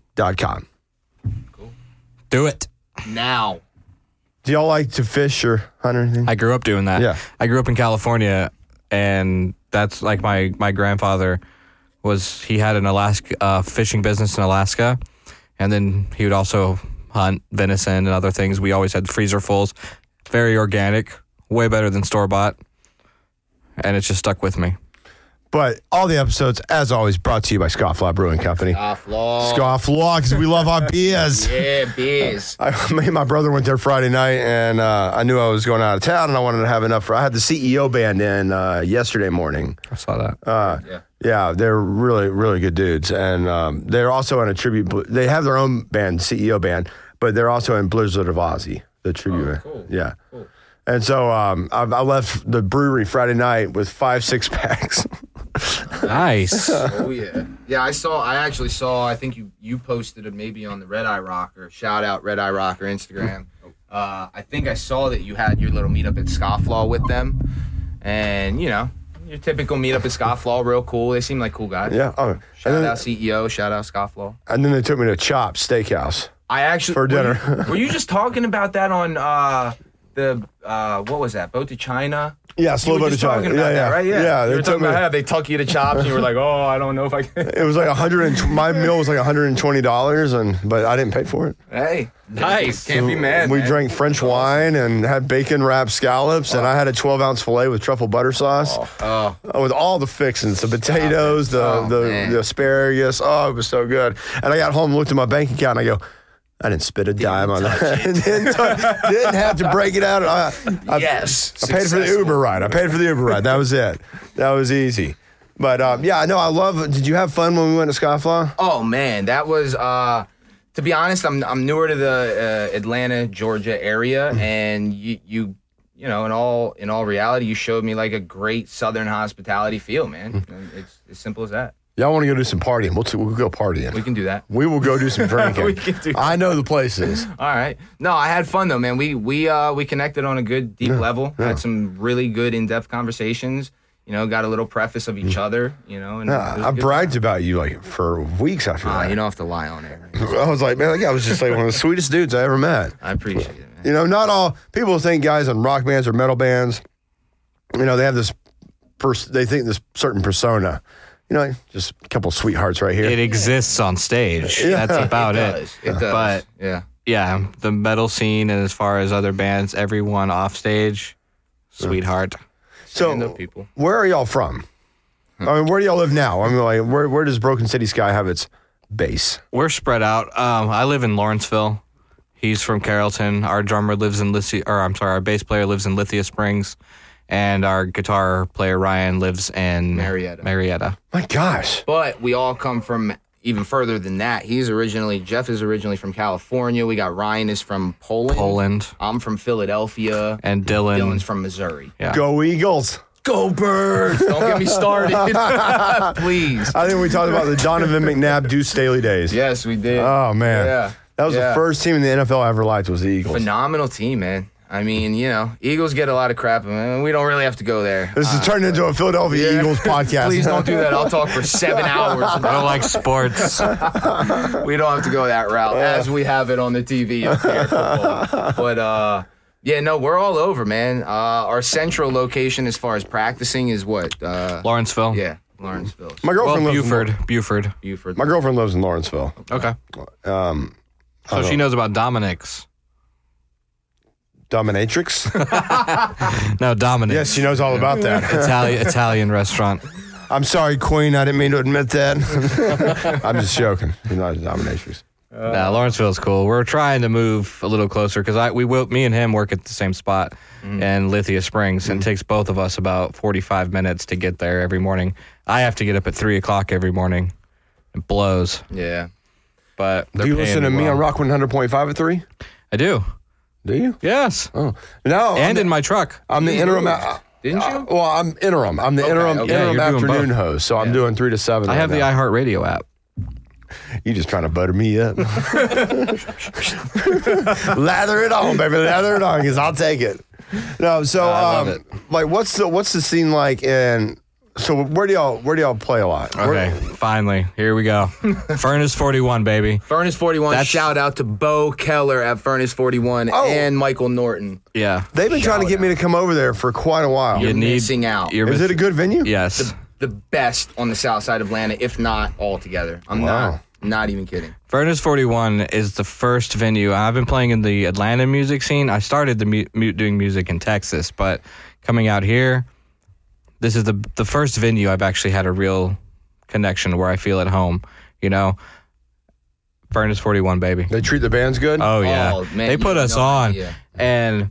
Speaker 4: Do it.
Speaker 3: now,
Speaker 1: Do y'all like to fish or hunt or anything?
Speaker 4: I grew up doing that.
Speaker 1: Yeah.
Speaker 4: I grew up in California, and that's like my my grandfather was. He had an Alaska uh, fishing business in Alaska, and then he would also hunt venison and other things. We always had freezer fulls, very organic, way better than store bought, and it's just stuck with me.
Speaker 1: But all the episodes, as always, brought to you by Scofflaw Brewing Company.
Speaker 3: off law.
Speaker 1: Scofflaw, because we love our beers.
Speaker 3: Yeah, biz.
Speaker 1: I, <laughs> me and my brother went there Friday night, and uh, I knew I was going out of town, and I wanted to have enough. For, I had the CEO band in uh, yesterday morning.
Speaker 4: I saw that.
Speaker 3: Yeah.
Speaker 1: Yeah, they're really, really good dudes, and um, they're also in a tribute. bl- They have their own band, CEO band, but they're also in Blizzard of Ozzy, the tribute. band.
Speaker 3: Oh, cool.
Speaker 1: Yeah. And so um, I, I left the brewery Friday night with five six <laughs> packs.
Speaker 4: nice.
Speaker 3: Oh yeah, yeah. I saw. I actually saw. I think you you posted it maybe on the Red Eye Rocker. Shout out Red Eye
Speaker 1: <laughs>
Speaker 3: Rocker Instagram. Uh, I think I saw that you had your little meetup at Scofflaw with them, and you know your typical meetup at Scofflaw, real cool. They seem like cool guys.
Speaker 1: yeah. Oh,
Speaker 3: Shout
Speaker 1: and then,
Speaker 3: out CEO. Shout out Scofflaw.
Speaker 1: and then they took me to Chop Steakhouse.
Speaker 3: I actually
Speaker 1: For
Speaker 3: were
Speaker 1: dinner.
Speaker 3: you- Were you, just talking about that on uh, the uh, what was that? Boat to China.
Speaker 1: Yeah, slow
Speaker 3: You were
Speaker 1: boat to
Speaker 3: just
Speaker 1: China.
Speaker 3: talking about
Speaker 1: yeah,
Speaker 3: that, right? Yeah.
Speaker 1: they
Speaker 3: you were
Speaker 1: took
Speaker 3: talking
Speaker 1: me.
Speaker 3: about how they tuck you to chops, and you were like, <laughs> "Oh, I don't know if I can."
Speaker 1: It was like a hundred and my meal was like hundred and twenty dollars, and but I didn't pay for it.
Speaker 3: hey, nice. Can't be mad.
Speaker 1: we
Speaker 3: man.
Speaker 1: drank French wine and had bacon wrapped scallops, and I had a twelve ounce fillet with truffle butter sauce,
Speaker 3: Oh.
Speaker 1: uh, with all the fixings, the potatoes, the
Speaker 3: Oh,
Speaker 1: the,
Speaker 3: man.
Speaker 1: the asparagus. Oh, it was so good. And I got home, looked at my bank account, and I go. I didn't spit a dime on that. <laughs> didn't, tou- didn't have to break it out. I, I,
Speaker 3: yes.
Speaker 1: I paid for the Uber ride. I paid for the Uber ride. That was it. That was easy. But um, yeah, I know. I love. Did you have fun when we went to Skyfly?
Speaker 3: Oh man, that was uh to be honest, I'm I'm newer to the uh, Atlanta, Georgia area
Speaker 1: Mm-hmm.
Speaker 3: and you you you know, in all in all reality, you showed me like a great southern hospitality feel, man.
Speaker 1: Mm-hmm.
Speaker 3: And it's as simple as that.
Speaker 1: Y'all want to go do some partying? We'll, t- we'll go partying.
Speaker 3: We can do that.
Speaker 1: We will go do
Speaker 3: <laughs>
Speaker 1: some drinking.
Speaker 3: We can do
Speaker 1: I know the places.
Speaker 3: <laughs> All right. No, I had fun though, man. We we uh we connected on a good deep level. Had some really good in-depth conversations. You know, got a little preface of each other, you know, and it was
Speaker 1: Mm-hmm. I
Speaker 3: a good
Speaker 1: bragged about you like for weeks after
Speaker 3: time.
Speaker 1: that.
Speaker 3: Ah, you don't have to lie on air. man.
Speaker 1: I was like, man, that guy was just like one of the sweetest dudes I ever met.
Speaker 3: I appreciate it, man.
Speaker 1: You know, not all people think guys in rock bands or metal bands, you know, they have this, pers- they think this certain persona. You know, like, just a couple sweethearts right here.
Speaker 4: It exists on stage. That's about it.
Speaker 3: It does.
Speaker 4: But-
Speaker 3: yeah.
Speaker 4: Yeah, the metal scene and as far as other bands, everyone off stage, sweetheart.
Speaker 1: so,
Speaker 3: stand-up people.
Speaker 1: where are y'all from? I mean, where do y'all live now? I mean, like, where, where does Broken City Sky have its base?
Speaker 4: We're spread out. Um, I live in Lawrenceville. He's from Carrollton. Our drummer lives in Lithia, or I'm sorry, our bass player lives in Lithia Springs, and our guitar player Ryan lives in
Speaker 3: Marietta.
Speaker 4: Marietta.
Speaker 1: My gosh.
Speaker 3: But we all come from even further than that. He's originally Jeff is originally from California. We got Ryan is from Poland.
Speaker 4: Poland.
Speaker 3: I'm from Philadelphia.
Speaker 4: And Dylan.
Speaker 3: Dylan's from Missouri.
Speaker 4: Yeah.
Speaker 1: Go Eagles.
Speaker 3: Go birds! Don't get me started, please.
Speaker 1: I think we talked about the Donovan McNabb, Deuce Staley days.
Speaker 3: Yes, we did.
Speaker 1: Oh man,
Speaker 3: Yeah.
Speaker 1: that was the
Speaker 3: Yeah.
Speaker 1: first team in the NFL I ever liked was the Eagles.
Speaker 3: Phenomenal team, man. I mean, you know, Eagles get a lot of crap, and we don't really have to go there.
Speaker 1: This is turned into a Philadelphia
Speaker 3: yeah.
Speaker 1: Eagles podcast.
Speaker 3: Please don't do that. I'll talk for seven hours.
Speaker 4: I
Speaker 3: <laughs>
Speaker 4: don't like sports.
Speaker 3: we don't have to go that route as we have it on the TV up
Speaker 1: <laughs>
Speaker 3: here. football. but uh, yeah, no, we're all over, man. Uh, our central location as far as practicing is what? Uh,
Speaker 4: Lawrenceville.
Speaker 3: yeah, Lawrenceville,
Speaker 1: my girlfriend
Speaker 4: Well,
Speaker 1: lives in-
Speaker 4: Buford. Buford.
Speaker 3: Buford.
Speaker 1: my girlfriend lives in Lawrenceville.
Speaker 4: Okay. so she knows about Dominic's.
Speaker 1: Dominatrix.
Speaker 4: No, Dominic's.
Speaker 1: yes, she knows all about that.
Speaker 4: Italian Italian restaurant.
Speaker 1: <laughs> I'm sorry, Queen. I didn't mean to admit that. <laughs> I'm just joking. You're not a dominatrix.
Speaker 4: nah, Lawrenceville's cool. We're trying to move a little closer because I we will, me and him work at the same spot
Speaker 1: Mm.
Speaker 4: in Lithia Springs, and it takes both of us about forty five minutes to get there every morning. I have to get up at three o'clock every morning. It blows,
Speaker 3: Yeah.
Speaker 4: but
Speaker 1: Do you listen to me on
Speaker 4: well.
Speaker 1: Rock 100.5 at 3?
Speaker 4: I do.
Speaker 1: Do you?
Speaker 4: Yes,
Speaker 1: Oh. No. I'm
Speaker 4: and
Speaker 1: the-
Speaker 4: in my truck.
Speaker 1: I'm the interim. uh,
Speaker 3: Didn't
Speaker 1: uh,
Speaker 3: you?
Speaker 1: well, I'm interim. I'm the interim,
Speaker 3: okay.
Speaker 1: interim
Speaker 4: Yeah, you're doing
Speaker 1: afternoon
Speaker 4: both.
Speaker 1: host. So I'm doing three to seven.
Speaker 4: I have the iHeartRadio app.
Speaker 1: You just trying to butter me up. <laughs> lather it on, baby. Lather it on, because I'll take it. No, so
Speaker 4: I love
Speaker 1: um, like, what's the what's the scene like in? So where do y'all where do y'all play a lot?
Speaker 4: Okay, finally, here we
Speaker 1: <laughs>
Speaker 4: go. Furnace forty one, baby.
Speaker 3: Furnace 41.
Speaker 4: That's-
Speaker 3: shout out to Bo Keller at Furnace 41
Speaker 1: Oh.
Speaker 3: and Michael Norton.
Speaker 4: Yeah,
Speaker 1: They've been trying to get me to come over there for quite a while.
Speaker 4: You
Speaker 3: missing out.
Speaker 4: you're
Speaker 1: Is
Speaker 4: miss-
Speaker 1: it a good venue?
Speaker 4: yes?
Speaker 3: The best on the south side of Atlanta, if not altogether. I'm
Speaker 1: Wow.
Speaker 3: not not even kidding.
Speaker 4: Furnace 41 is the first venue. I've been playing in the Atlanta music scene. I started the mu- mu- doing music in Texas, but coming out here, this is the the first venue I've actually had a real connection where I feel at home. You know, Furnace 41, baby.
Speaker 1: They treat the bands good.
Speaker 4: Oh yeah,
Speaker 3: man,
Speaker 4: they
Speaker 3: you
Speaker 4: put
Speaker 3: have
Speaker 4: us
Speaker 3: no
Speaker 4: on,
Speaker 3: idea.
Speaker 4: and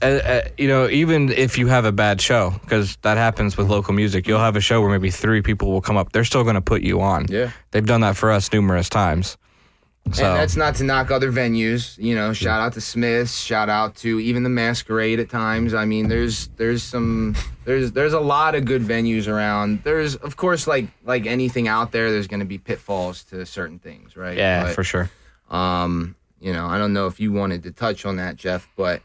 Speaker 4: uh, uh, you know, even if you have a bad show, because that happens with local music, you'll have a show where maybe three people will come up. They're still going to put you on.
Speaker 3: Yeah.
Speaker 4: they've done that for us numerous times. So
Speaker 3: And that's not to knock other venues. You know, shout out to Smiths, shout out to even the Masquerade at times. I mean, there's there's some there's there's a lot of good venues around. There's of course like like anything out there, there's going to be pitfalls to certain things, right?
Speaker 4: yeah,
Speaker 3: But,
Speaker 4: for sure.
Speaker 3: Um, you know, I don't know if you wanted to touch on that, Jeff, but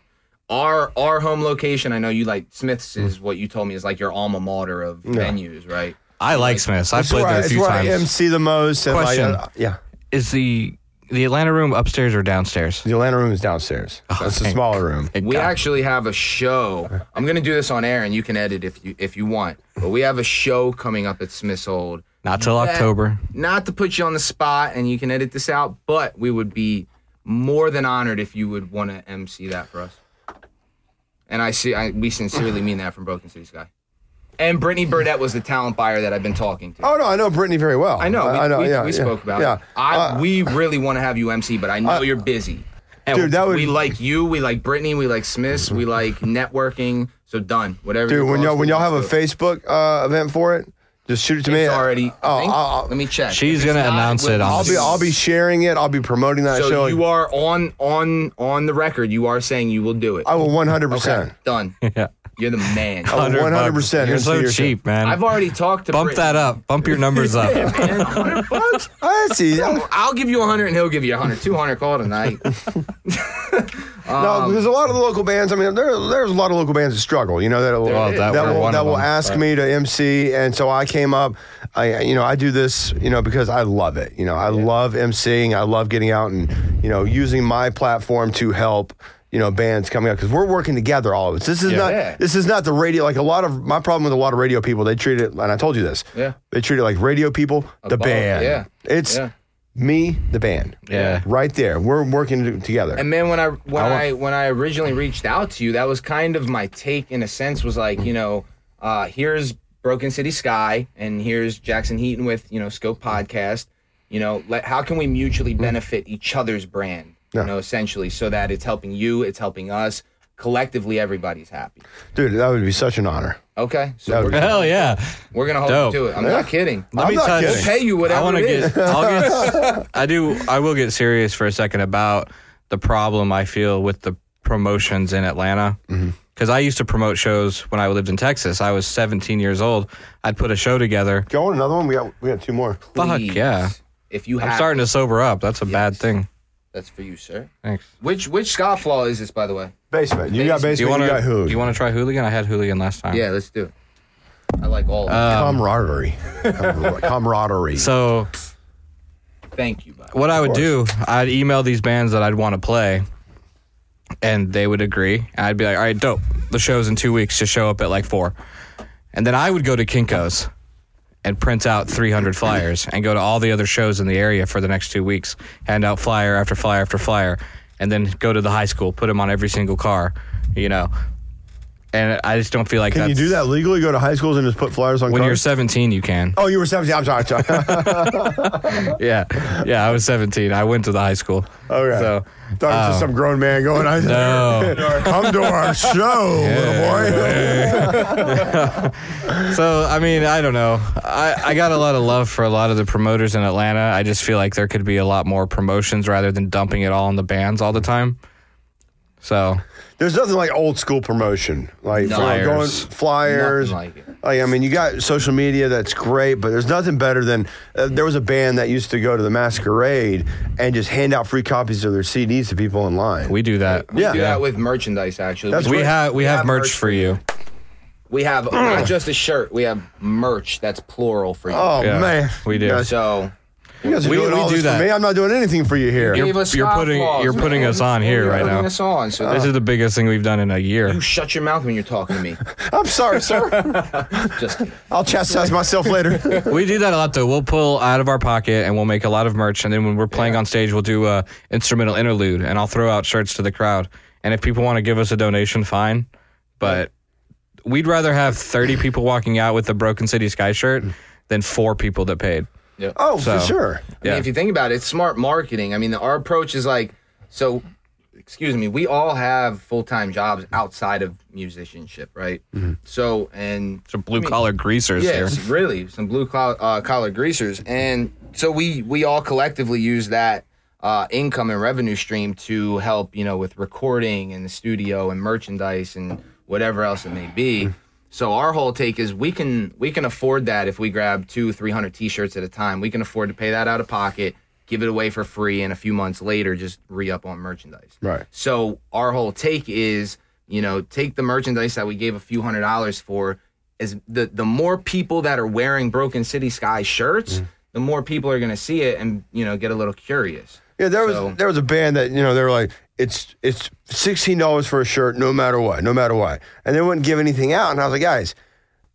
Speaker 3: our our home location, I know you like Smiths
Speaker 4: Mm.
Speaker 3: is what you told me is like your alma mater of venues, right?
Speaker 4: I like Smiths. I've
Speaker 1: It's where
Speaker 4: played
Speaker 1: I-
Speaker 4: there a
Speaker 1: it's
Speaker 4: few
Speaker 1: where
Speaker 4: times.
Speaker 1: I MC the most. And like,
Speaker 4: Question.
Speaker 1: uh, yeah,
Speaker 4: Is the the Atlanta room upstairs or downstairs?
Speaker 1: the Atlanta room is downstairs. That's a
Speaker 4: Oh, thank
Speaker 1: smaller room.
Speaker 4: Thank
Speaker 3: We
Speaker 4: God.
Speaker 3: actually have a show. I'm gonna do this on air, and you can edit if you if you want. But we have a show coming up at Smith's Old.
Speaker 4: not till
Speaker 3: <laughs>
Speaker 4: October.
Speaker 3: Not to put you on the spot, and you can edit this out, but we would be more than honored if you would want to MC that for us. And I see, I, we sincerely mean that from Broken City Sky. And Brittany Burdett was the talent buyer that I've been talking to.
Speaker 1: Oh no, I know Brittany very well.
Speaker 3: I know. We,
Speaker 1: I know.
Speaker 3: we,
Speaker 1: yeah,
Speaker 3: we
Speaker 1: yeah,
Speaker 3: spoke about
Speaker 1: yeah.
Speaker 3: it. I,
Speaker 1: Uh,
Speaker 3: we really want to have you MC, but I know you're busy. And
Speaker 1: Dude, that would-
Speaker 3: we like you. We like Brittany. We like Smiths.
Speaker 1: <laughs>
Speaker 3: We like networking. So done. Whatever.
Speaker 1: Dude,
Speaker 3: your
Speaker 1: when y'all
Speaker 3: calls,
Speaker 1: when y'all have a
Speaker 3: let's do it.
Speaker 1: Facebook uh, event for it, just shoot it to me.
Speaker 3: It's already.
Speaker 1: Oh,
Speaker 3: I think-
Speaker 1: I'll, I'll-
Speaker 3: let me check.
Speaker 4: She's
Speaker 3: If it's
Speaker 4: gonna
Speaker 3: not,
Speaker 4: announce
Speaker 3: we'll-
Speaker 4: it on-
Speaker 1: I'll be I'll be sharing it. I'll be promoting that
Speaker 3: So
Speaker 1: show.
Speaker 3: you are on on on the record. You are saying you will do it.
Speaker 1: I will 100. percent
Speaker 3: Done.
Speaker 4: Yeah.
Speaker 3: You're the man.
Speaker 4: 100 bucks.
Speaker 1: 100%
Speaker 4: You're
Speaker 1: into
Speaker 4: so
Speaker 1: your shit.
Speaker 4: cheap, man.
Speaker 3: I've already talked to.
Speaker 4: Bump that up. Bump your
Speaker 3: <laughs>
Speaker 4: numbers up.
Speaker 1: <laughs>
Speaker 3: Hundred bucks.
Speaker 1: Oh, That's easy.
Speaker 3: <laughs>
Speaker 1: no,
Speaker 3: I'll give you a hundred, and he'll give you a hundred. Two hundred. Call tonight.
Speaker 1: there's a lot of the local bands. I mean, there, there's a lot of local bands that struggle. You know that will
Speaker 4: Well, that-
Speaker 1: that,
Speaker 4: we're
Speaker 1: will
Speaker 4: one
Speaker 1: that
Speaker 4: of
Speaker 1: will
Speaker 4: them.
Speaker 1: ask me to MC, and so I came up. I you know I do this you know because I love it. You know I love MCing. I love getting out and you know using my platform to help. You know, bands coming up because we're working together, all of us. This is not
Speaker 3: Yeah.
Speaker 1: this is not the radio. Like a lot of my problem with a lot of radio people, they treat it, and I told you this.
Speaker 3: Yeah.
Speaker 1: they treat it like radio people, the
Speaker 3: Above,
Speaker 1: band.
Speaker 3: yeah.
Speaker 1: it's
Speaker 3: Yeah.
Speaker 1: me, the band.
Speaker 4: Yeah.
Speaker 1: right there. We're working t- together.
Speaker 3: And man, when I when
Speaker 1: I want-
Speaker 3: I, when I originally reached out to you, that was kind of my take in a sense was like, you know, uh, here's Broken City Sky and here's Jackson Heaton with, you know, Scope Podcast. You know, let, how can we mutually benefit each other's brand?
Speaker 1: Mm-hmm. Yeah.
Speaker 3: You know, essentially, so that it's helping you, it's helping us. Collectively, everybody's happy.
Speaker 1: Dude, that would be such an honor.
Speaker 3: Okay, so
Speaker 1: That
Speaker 3: we're,
Speaker 1: would
Speaker 3: gonna,
Speaker 4: Hell yeah.
Speaker 3: we're gonna hold
Speaker 4: Dope.
Speaker 3: you to it. I'm not kidding.
Speaker 4: Let me
Speaker 1: not
Speaker 4: touch.
Speaker 1: kidding.
Speaker 3: We'll pay you whatever
Speaker 4: I wanna
Speaker 3: it is.
Speaker 4: get. I'll
Speaker 3: <laughs>
Speaker 4: get. I do. I will get serious for a second about the problem I feel with the promotions in Atlanta.
Speaker 3: Mm-hmm.
Speaker 4: Because I used to promote shows when I lived in Texas. I was 17 years old. I'd put a show together.
Speaker 1: Go on another one. We got we got two more.
Speaker 4: Fuck
Speaker 3: Please,
Speaker 4: yeah.
Speaker 3: If you have,
Speaker 4: I'm starting to sober up. That's a bad thing.
Speaker 3: that's for you, sir.
Speaker 4: Thanks.
Speaker 3: Which which scofflaw is this, by the way?
Speaker 1: Basement. You got
Speaker 3: Basement.
Speaker 1: basement. You,
Speaker 4: wanna-
Speaker 1: got who?
Speaker 4: do you want to try hooligan? I had hooligan last time.
Speaker 3: Yeah, let's do it. I like all. Of
Speaker 4: Uh,
Speaker 3: them.
Speaker 4: <laughs>
Speaker 1: camaraderie. Camar- camaraderie.
Speaker 4: So
Speaker 3: Thank you, bud.
Speaker 4: what I would do, I'd email these bands that I'd want to play, and they would agree. And I'd be like, "All right, dope. The show's in two weeks. Just show up at like four. And then I would go to Kinkos and print out 300 flyers and go to all the other shows in the area for the next two weeks, hand out flyer after flyer after flyer, and then go to the high school, put them on every single car, you know. and I just don't feel like
Speaker 1: Can you
Speaker 4: that's,
Speaker 1: do that legally? Go to high schools and just put flyers on
Speaker 4: when you're
Speaker 1: cars?
Speaker 4: 17. You can.
Speaker 1: oh, you were 17. I'm sorry.
Speaker 4: <laughs>
Speaker 1: I'm sorry.
Speaker 4: Yeah, yeah. I was 17. I went to the high school.
Speaker 1: Okay.
Speaker 4: So
Speaker 1: Thought it was just some grown man going, I
Speaker 4: Oh. No.
Speaker 1: <laughs> come to our show, little boy.
Speaker 4: So I mean, I don't know. I, I got a lot of love for a lot of the promoters in Atlanta. I just feel like there could be a lot more promotions rather than dumping it all on the bands all the time. So
Speaker 1: There's nothing like old school promotion, like flyers. going
Speaker 4: Flyers.
Speaker 1: flyers.
Speaker 3: Nothing like it.
Speaker 1: Like, I mean, you got social media that's great, but there's nothing better than uh, there was a band that used to go to the masquerade and just hand out free copies of their CDs to people in line.
Speaker 4: we do that.
Speaker 3: We
Speaker 1: Yeah.
Speaker 3: do that with merchandise actually.
Speaker 1: That's
Speaker 4: We
Speaker 1: great. Mm.
Speaker 4: have we have merch for you.
Speaker 1: Uh-huh.
Speaker 3: We have not just a shirt. We have merch. That's plural for you.
Speaker 1: oh
Speaker 4: Yeah,
Speaker 1: man,
Speaker 4: we do.
Speaker 1: You guys,
Speaker 3: So
Speaker 1: you guys are
Speaker 4: We-
Speaker 1: doing
Speaker 4: we
Speaker 1: all
Speaker 4: do
Speaker 1: this
Speaker 4: that.
Speaker 1: for me. I'm not doing anything for you here.
Speaker 4: You're-
Speaker 3: Gave us
Speaker 4: you're
Speaker 3: scoff
Speaker 4: putting-
Speaker 3: laws,
Speaker 4: you're putting
Speaker 3: man.
Speaker 4: us on here
Speaker 3: You're
Speaker 4: right
Speaker 3: putting
Speaker 4: now.
Speaker 3: us on. So
Speaker 4: This
Speaker 1: Oh.
Speaker 3: this
Speaker 4: is the biggest thing we've done in a year.
Speaker 3: shut your mouth when you're talking
Speaker 1: <laughs>
Speaker 3: to me.
Speaker 1: I'm sorry,
Speaker 4: <laughs>
Speaker 1: sir.
Speaker 3: Just
Speaker 1: I'll chastise myself later.
Speaker 4: We do that a lot though. We'll pull out of our pocket and we'll make a lot of merch, and then when we're playing on stage, we'll do a instrumental interlude, and I'll throw out shirts to the crowd. And if people want to give us a donation, fine. But we'd rather have thirty people walking out with the Broken City Sky shirt than four people that paid.
Speaker 1: oh,
Speaker 4: So-
Speaker 1: for sure.
Speaker 3: I mean,
Speaker 4: Yeah.
Speaker 3: if you think about it, it's smart marketing. I mean, our approach is like so. Excuse me. We all have full time jobs outside of musicianship, right?
Speaker 1: Mm-hmm.
Speaker 3: So and
Speaker 4: Some blue collar greasers
Speaker 3: yeah,
Speaker 4: here.
Speaker 3: some- really, some blue collar, uh, collar greasers, and so we we all collectively use that uh, income and revenue stream to help you know with recording and the studio and merchandise and whatever else it may be.
Speaker 4: Mm.
Speaker 3: So our whole take is we can we can afford that if we grab two three hundred t-shirts at a time. We can afford to pay that out of pocket, give it away for free, and a few months later just re up on merchandise.
Speaker 1: Right.
Speaker 3: So our whole take is, you know, take the merchandise that we gave a few hundred dollars for. Is the the more people that are wearing Broken City Sky shirts, the more people are going to see it and you know get a little curious.
Speaker 1: Yeah, there was
Speaker 3: So-
Speaker 1: there was a band that you know they were like it's it's sixteen dollars for a shirt, no matter what, no matter what, and they wouldn't give anything out. And I was like, guys,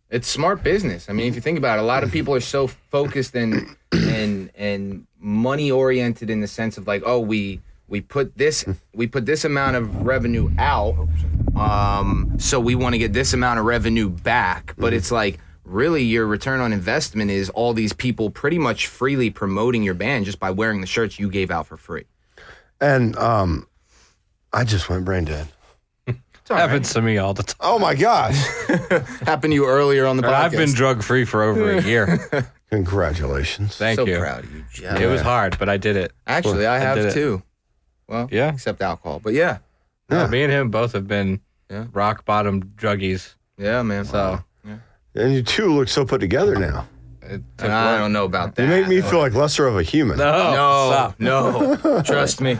Speaker 3: It's smart business. I mean, if you think about it, a lot of people are so focused and and and money oriented in the sense of like, oh, we we put this we put this amount of revenue out, um, so we want to get this amount of revenue back. But it's like really your return on investment is all these people pretty much freely promoting your band just by wearing the shirts you gave out for free.
Speaker 1: and um, I just went brain dead.
Speaker 3: It's all right.
Speaker 4: Happens to me all the time.
Speaker 1: Oh my gosh! <laughs>
Speaker 3: Happened to you earlier on the podcast.
Speaker 4: I've been drug free for over <laughs> a year.
Speaker 1: Congratulations.
Speaker 4: Thank
Speaker 3: so
Speaker 4: you.
Speaker 3: proud of you, Jeff.
Speaker 4: It was hard, but I did it.
Speaker 3: Actually, I have
Speaker 4: did it.
Speaker 3: too. Well,
Speaker 4: Yeah.
Speaker 3: except alcohol, but yeah,
Speaker 4: Yeah, me and him both have been
Speaker 3: Yeah.
Speaker 4: rock bottom druggies.
Speaker 3: yeah, man.
Speaker 4: So
Speaker 1: and you two look so put together now.
Speaker 4: it took
Speaker 3: And I don't know about that.
Speaker 1: You make me feel like lesser of a human.
Speaker 4: Oh,
Speaker 3: No,
Speaker 4: stop.
Speaker 1: <laughs>
Speaker 3: no, trust me. <laughs>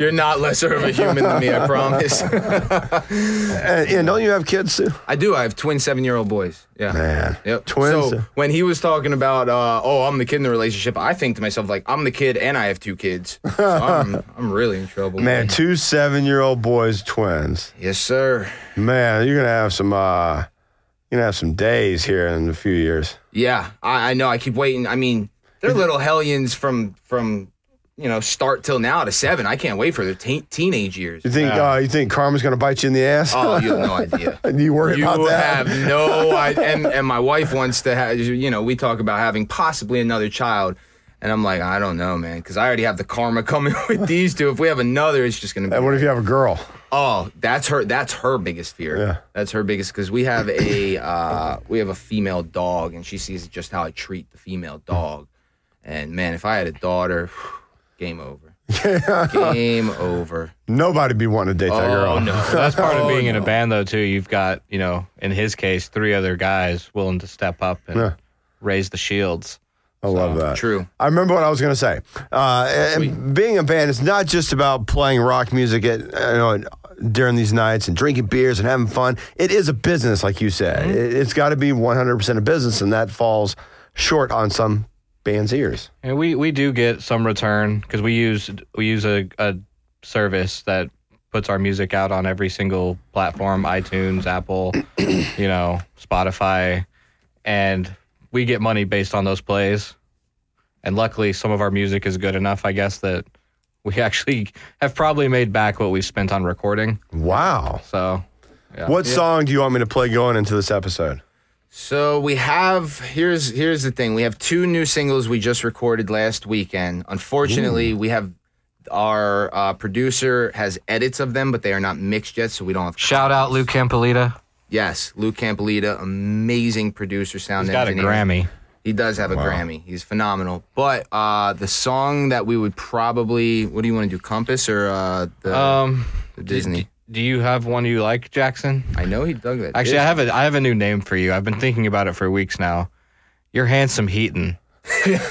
Speaker 3: You're not lesser of a human than me, I promise. <laughs>
Speaker 1: And, and don't you have kids too?
Speaker 3: I do. I have twin seven year old boys. Yeah.
Speaker 1: Man,
Speaker 3: Yep.
Speaker 1: twins.
Speaker 3: So when he was talking about, uh, oh, I'm the kid in the relationship, I think to myself, like, I'm the kid and I have two kids. So
Speaker 1: <laughs>
Speaker 3: I'm, I'm really in trouble.
Speaker 1: Man, two seven-year-old boys, twins.
Speaker 3: Yes, sir.
Speaker 1: Man, you're gonna have some. uh You're gonna have some days here in a few years.
Speaker 3: Yeah, I, I know. I keep waiting. I mean, they're little hellions from from you know start till now to seven. I can't wait for their teen teenage years.
Speaker 1: You think? Uh, you think karma's gonna bite you in the ass?
Speaker 3: Oh, you have no idea.
Speaker 1: you worry <laughs>
Speaker 3: You
Speaker 1: about that?
Speaker 3: have no idea. And, and my wife wants to have, you know, we talk about having possibly another child. And I'm like, I don't know, man, because I already have the karma <laughs> coming with these two. If we have another, it's just going
Speaker 1: <laughs>
Speaker 3: to
Speaker 1: And
Speaker 3: be.
Speaker 1: what if you have a girl?
Speaker 3: Oh, that's her. That's her biggest fear.
Speaker 1: Yeah.
Speaker 3: That's her biggest because we have a uh, we have a female dog, and she sees just how I treat the female dog. And man, if I had a daughter,
Speaker 1: <laughs>
Speaker 3: game over. Game over.
Speaker 1: Nobody be wanting to date that girl.
Speaker 3: Oh <laughs> no.
Speaker 4: That's part of being in a band, though, too. You've got, you know, in his case, three other guys willing to step up and
Speaker 1: Yeah.
Speaker 4: raise the shields.
Speaker 1: I love that.
Speaker 3: True.
Speaker 1: I remember what I was going to say. Uh, and being a band, it's not just about playing rock music at, you know, during these nights and drinking beers and having fun. It is a business, like you
Speaker 3: Mm-hmm.
Speaker 1: said. It, it's got to be 100% a business, and that falls short on some bands' ears.
Speaker 4: And we, we do get some return because we use we use a, a service that puts our music out on every single platform:
Speaker 3: <clears throat>
Speaker 4: iTunes, Apple, you know, Spotify, and we get money based on those plays. And luckily, some of our music is good enough, I guess, that <laughs> we actually have probably made back what we spent on recording.
Speaker 1: Wow.
Speaker 4: So
Speaker 1: What song do you want me to play going into this episode?
Speaker 3: So we have here's here's the thing. We have two new singles we just recorded last weekend. Unfortunately, we have our uh, producer has edits of them, but they are not mixed yet, so we don't have.
Speaker 4: Shout out Luke Campolita.
Speaker 3: Yes, Luke Campolita, amazing producer, sound
Speaker 4: He's got a
Speaker 3: engineer.
Speaker 4: Grammy.
Speaker 3: He does have a Grammy. He's phenomenal. But uh, the song that we would probably what do you want to do? Compass or uh, the,
Speaker 4: Um,
Speaker 3: the Disney?
Speaker 4: do you have one you like, Jackson?
Speaker 3: I know he dug that.
Speaker 4: Actually, I have a I have a new name for you. I've been thinking about it for weeks now. You're handsome Heaton.
Speaker 3: <laughs>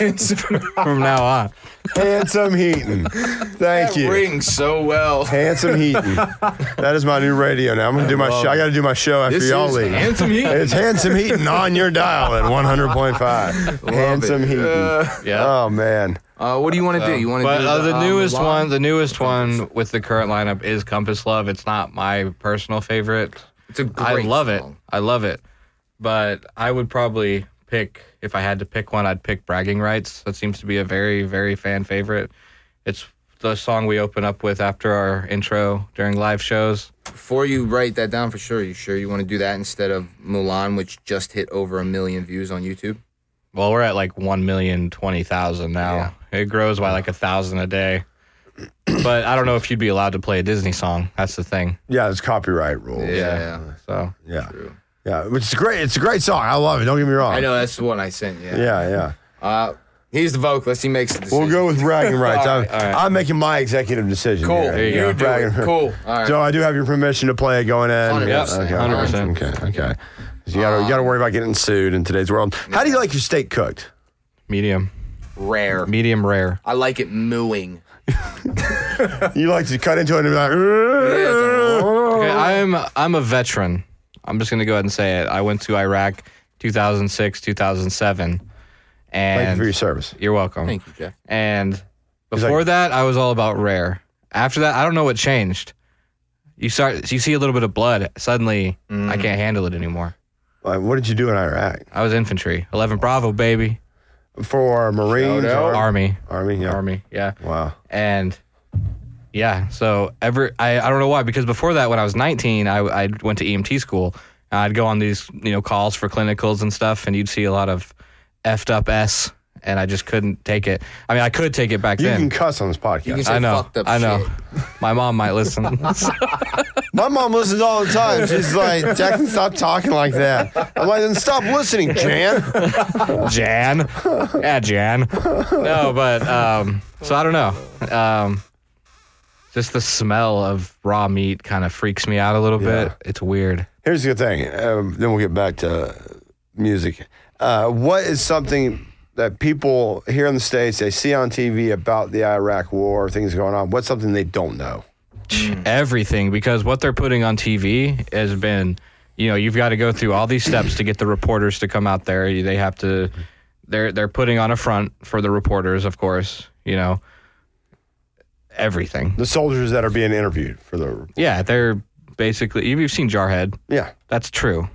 Speaker 4: From now on,
Speaker 1: Handsome Heaton.
Speaker 4: <laughs>
Speaker 1: Thank you.
Speaker 3: rings so well.
Speaker 1: Handsome
Speaker 3: <laughs>
Speaker 1: Heaton. That is my new radio now. I'm gonna do my show. I gotta do my show after
Speaker 3: This
Speaker 1: y'all
Speaker 3: is
Speaker 1: leave.
Speaker 3: handsome Heaton.
Speaker 1: It's handsome Heaton on your
Speaker 3: <laughs>
Speaker 1: dial at 100.5. Handsome Heaton.
Speaker 4: yeah.
Speaker 1: Oh man.
Speaker 3: Uh, what do you want to do? You want to
Speaker 4: But
Speaker 3: do
Speaker 4: uh, the
Speaker 3: um,
Speaker 4: newest
Speaker 3: Mulan?
Speaker 4: one, the newest one with the current lineup is Compass Love. It's not my personal favorite.
Speaker 3: It's a great
Speaker 4: I love it.
Speaker 3: song.
Speaker 4: I love it. But I would probably pick if I had to pick one, I'd pick Bragging Rights. That seems to be a very very fan favorite. It's the song we open up with after our intro during live shows.
Speaker 3: Before you write that down for sure, you sure you want to do that instead of Mulan, which just hit over a million views on YouTube?
Speaker 4: Well, we're at like one million twenty thousand now. It grows by like a thousand a day. but I don't know if you'd be allowed to play a Disney song. That's the thing.
Speaker 1: Yeah, it's copyright rules. Yeah.
Speaker 4: So
Speaker 1: Yeah.
Speaker 3: True.
Speaker 1: Which is great. It's a great song. I love it. Don't get me wrong.
Speaker 3: I know that's the one I sent. Yeah.
Speaker 1: Yeah, yeah.
Speaker 3: Uh, he's the vocalist. He makes the decision.
Speaker 1: We'll go with bragging rights. I'm,
Speaker 4: right.
Speaker 1: I'm making my executive decision.
Speaker 3: Cool.
Speaker 1: here.
Speaker 4: There you
Speaker 1: Yeah,
Speaker 4: go.
Speaker 3: do
Speaker 1: bragging
Speaker 3: it.
Speaker 1: rights.
Speaker 3: Cool. All right.
Speaker 1: So I do have your permission to play it going in.
Speaker 3: 100%.
Speaker 1: Okay.
Speaker 4: 100%.
Speaker 1: Okay. Okay. 'Cause You gotta, you gotta worry about getting sued in today's world. How do you like your steak cooked?
Speaker 4: medium,
Speaker 3: Rare.
Speaker 4: medium rare.
Speaker 3: I like it mooing.
Speaker 1: You like to cut into it and be like,
Speaker 4: Okay, I'm I'm a veteran. I'm just gonna go ahead and say it. I went to Iraq, 2006, 2007, and
Speaker 1: thank you for your service.
Speaker 4: you're welcome.
Speaker 3: Thank you, Jeff.
Speaker 4: And before that, I was all about rare. After that, I don't know what changed. You start, you see a little bit of blood. Suddenly,
Speaker 1: Mm.
Speaker 4: I can't handle it anymore.
Speaker 1: Like, what did you do in Iraq?
Speaker 4: I was infantry, 11 Bravo, baby,
Speaker 1: For Marines, Ar-
Speaker 4: Army,
Speaker 1: Army, yeah.
Speaker 4: Army, yeah.
Speaker 1: Wow.
Speaker 4: and yeah so ever I, I don't know why because before that when i was 19 i, I went to emt school and i'd go on these you know calls for clinicals and stuff and you'd see a lot of effed up s and i just couldn't take it i mean i could take it back
Speaker 1: You
Speaker 4: then
Speaker 1: can cuss on this
Speaker 3: You can
Speaker 1: podcast.
Speaker 3: say
Speaker 4: i know
Speaker 3: fucked up
Speaker 4: i know
Speaker 3: shit. <laughs>
Speaker 4: my mom might listen
Speaker 1: My mom listens all the time. She's like, Jackson, stop talking like that. I'm like, then stop listening, Jan.
Speaker 4: jan yeah jan no but um so i don't know um just the smell of raw meat kind of freaks me out a little
Speaker 1: Yeah.
Speaker 4: bit it's weird
Speaker 1: Here's the thing. Um, then we'll get back to music. Uh, what is something that people here in the States, they see on TV about the Iraq war, things going on? What's something they don't know?
Speaker 4: everything because what they're putting on TV has been, you know, you've got to go through all these steps to get the reporters to come out there. They have to, they're they're putting on a front for the reporters, of course. You know, everything.
Speaker 1: The soldiers that are being interviewed for the.
Speaker 4: Yeah, they're basically. You've seen Jarhead.
Speaker 1: Yeah.
Speaker 4: That's true.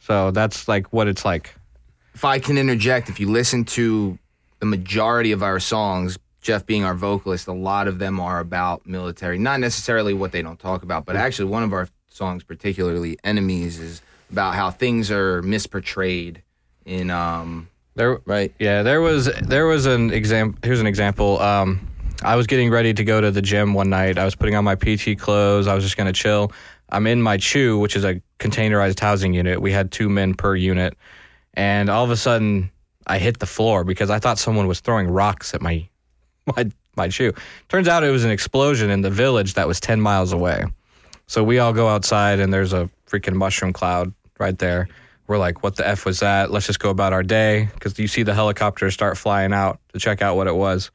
Speaker 4: So that's like what it's like.
Speaker 3: if I can interject, if you listen to the majority of our songs, Jeff being our vocalist, a lot of them are about military. Not necessarily what they don't talk about, but actually one of our songs, particularly "Enemies," is about how things are misportrayed in um
Speaker 4: There,
Speaker 3: right.
Speaker 4: Yeah, there was there was an example. Here's an example. Um, I was getting ready to go to the gym one night. I was putting on my PT clothes. I was just gonna chill. I'm in my chew, which is a containerized housing unit. We had two men per unit, and all of a sudden, I hit the floor because I thought someone was throwing rocks at my <laughs> my my chew. Turns out it was an explosion in the village that was ten miles away. So we all go outside, and there's a freaking mushroom cloud right there. We're like, what the F was that? Let's just go about our day. Because you see the helicopters start flying out to check out what it was.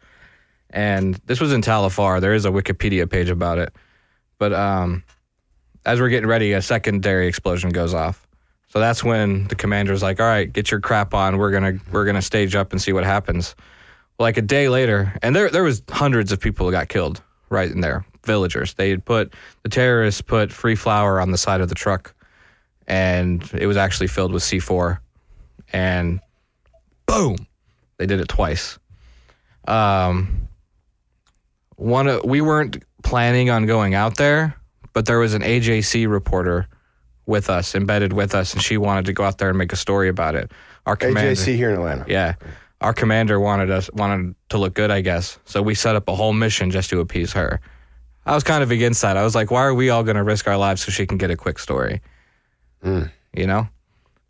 Speaker 4: And this was in Talifar. There is a Wikipedia page about it. But um, as we're getting ready, a secondary explosion goes off. So that's when the commander's like, all right, get your crap on. We're going to we're gonna stage up and see what happens. Like a day later, and there, there was hundreds of people who got killed right in there. Villagers. They had put, the terrorists put free flour on the side of the truck and it was actually filled with C4. And boom, they did it twice. Um, one of, we weren't planning on going out there, but there was an AJC reporter with us, embedded with us, and she wanted to go out there and make a story about it. Our commander,
Speaker 1: AJC here in Atlanta.
Speaker 4: yeah, our commander wanted us wanted to look good, I guess. So we set up a whole mission just to appease her. I was kind of against that. I was like, why are we all going to risk our lives so she can get a quick story?
Speaker 3: Hmm.
Speaker 4: You know,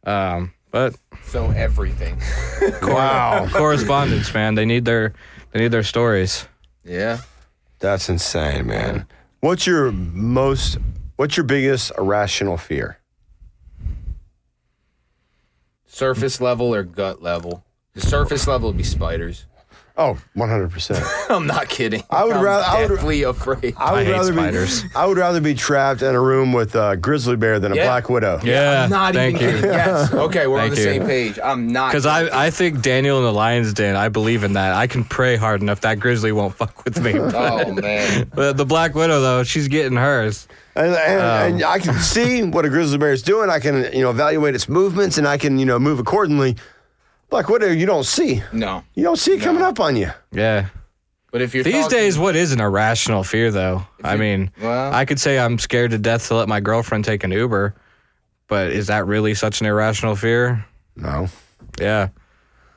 Speaker 4: um,
Speaker 3: <laughs>
Speaker 4: but
Speaker 5: So everything.
Speaker 1: Wow,
Speaker 4: correspondence, man, they need their they need their stories.
Speaker 3: Yeah.
Speaker 1: <laughs> that's insane, man. What's your most? What's your biggest irrational fear?
Speaker 5: Surface level or gut level?
Speaker 3: The surface level would be spiders.
Speaker 1: Oh, 100 percent.
Speaker 3: <laughs> I'm not kidding.
Speaker 1: I would
Speaker 3: I'm
Speaker 1: rather- I would-
Speaker 3: Deathly afraid.
Speaker 1: <laughs> I would
Speaker 4: hate
Speaker 1: rather
Speaker 4: spiders.
Speaker 1: be. I would rather be trapped in a room with a grizzly bear than a
Speaker 3: Yeah.
Speaker 1: black widow.
Speaker 4: Yeah,
Speaker 3: I'm not
Speaker 4: thank
Speaker 3: even
Speaker 4: you.
Speaker 3: kidding. Yes. <laughs> Okay, we're on
Speaker 4: Thank
Speaker 3: the
Speaker 4: you.
Speaker 3: same page. I'm not.
Speaker 4: Because I, I think Daniel in the Lion's Den, I believe in that. I can pray hard enough that grizzly won't <laughs> fuck with me.
Speaker 3: <laughs> Oh man.
Speaker 4: But the Black Widow, though, she's getting hers.
Speaker 1: And, and, and I can see what a grizzly bear is doing. I can you know evaluate its movements and I can you know move accordingly. Black widow, you don't see.
Speaker 3: No.
Speaker 1: You don't see it coming up on you.
Speaker 4: Yeah.
Speaker 3: But if you're
Speaker 4: These
Speaker 3: talking-
Speaker 4: days, what is an irrational fear, though? I mean,
Speaker 3: Well-
Speaker 4: I could say I'm scared to death to let my girlfriend take an Uber, but is that really such an irrational fear?
Speaker 1: No.
Speaker 4: Yeah.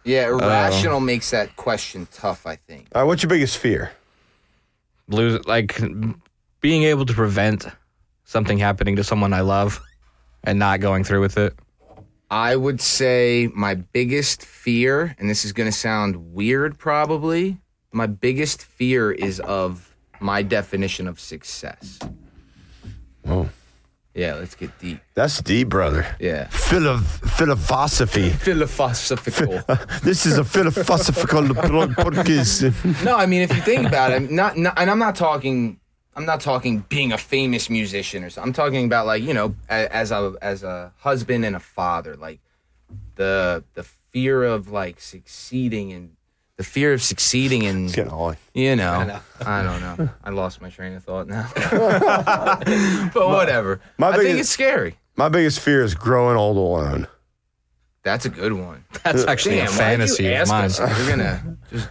Speaker 3: yeah,
Speaker 4: Oh.
Speaker 3: irrational makes that question tough. I think.
Speaker 1: All right, what's your biggest fear?
Speaker 4: Lose, like, being able to prevent something happening to someone I love and not going through with it.
Speaker 3: I would say my biggest fear, and this is going to sound weird probably, my biggest fear is of my definition of success.
Speaker 1: Whoa.
Speaker 3: Yeah, let's get deep.
Speaker 1: That's deep, brother.
Speaker 3: Yeah.
Speaker 1: Philo- philosophy.
Speaker 3: Philosophical.
Speaker 1: <laughs> this is a philosophical podcast.
Speaker 3: no, I mean, if you think about it, I'm not, not, and I'm not talking, I'm not talking being a famous musician or something. I'm talking about like you know, a- as a as a husband and a father, like the the fear of like succeeding and the fear of succeeding and
Speaker 1: Getting all-
Speaker 3: You know, I, don't know. I lost my train of thought <laughs> now. but whatever.
Speaker 1: my
Speaker 3: I think
Speaker 1: biggest-
Speaker 3: it's scary.
Speaker 1: My biggest fear is growing old alone.
Speaker 3: That's a good one.
Speaker 4: That's actually
Speaker 3: Damn,
Speaker 4: a
Speaker 3: why'd
Speaker 4: fantasy
Speaker 3: you ask
Speaker 4: of mine.
Speaker 3: us? You're gonna just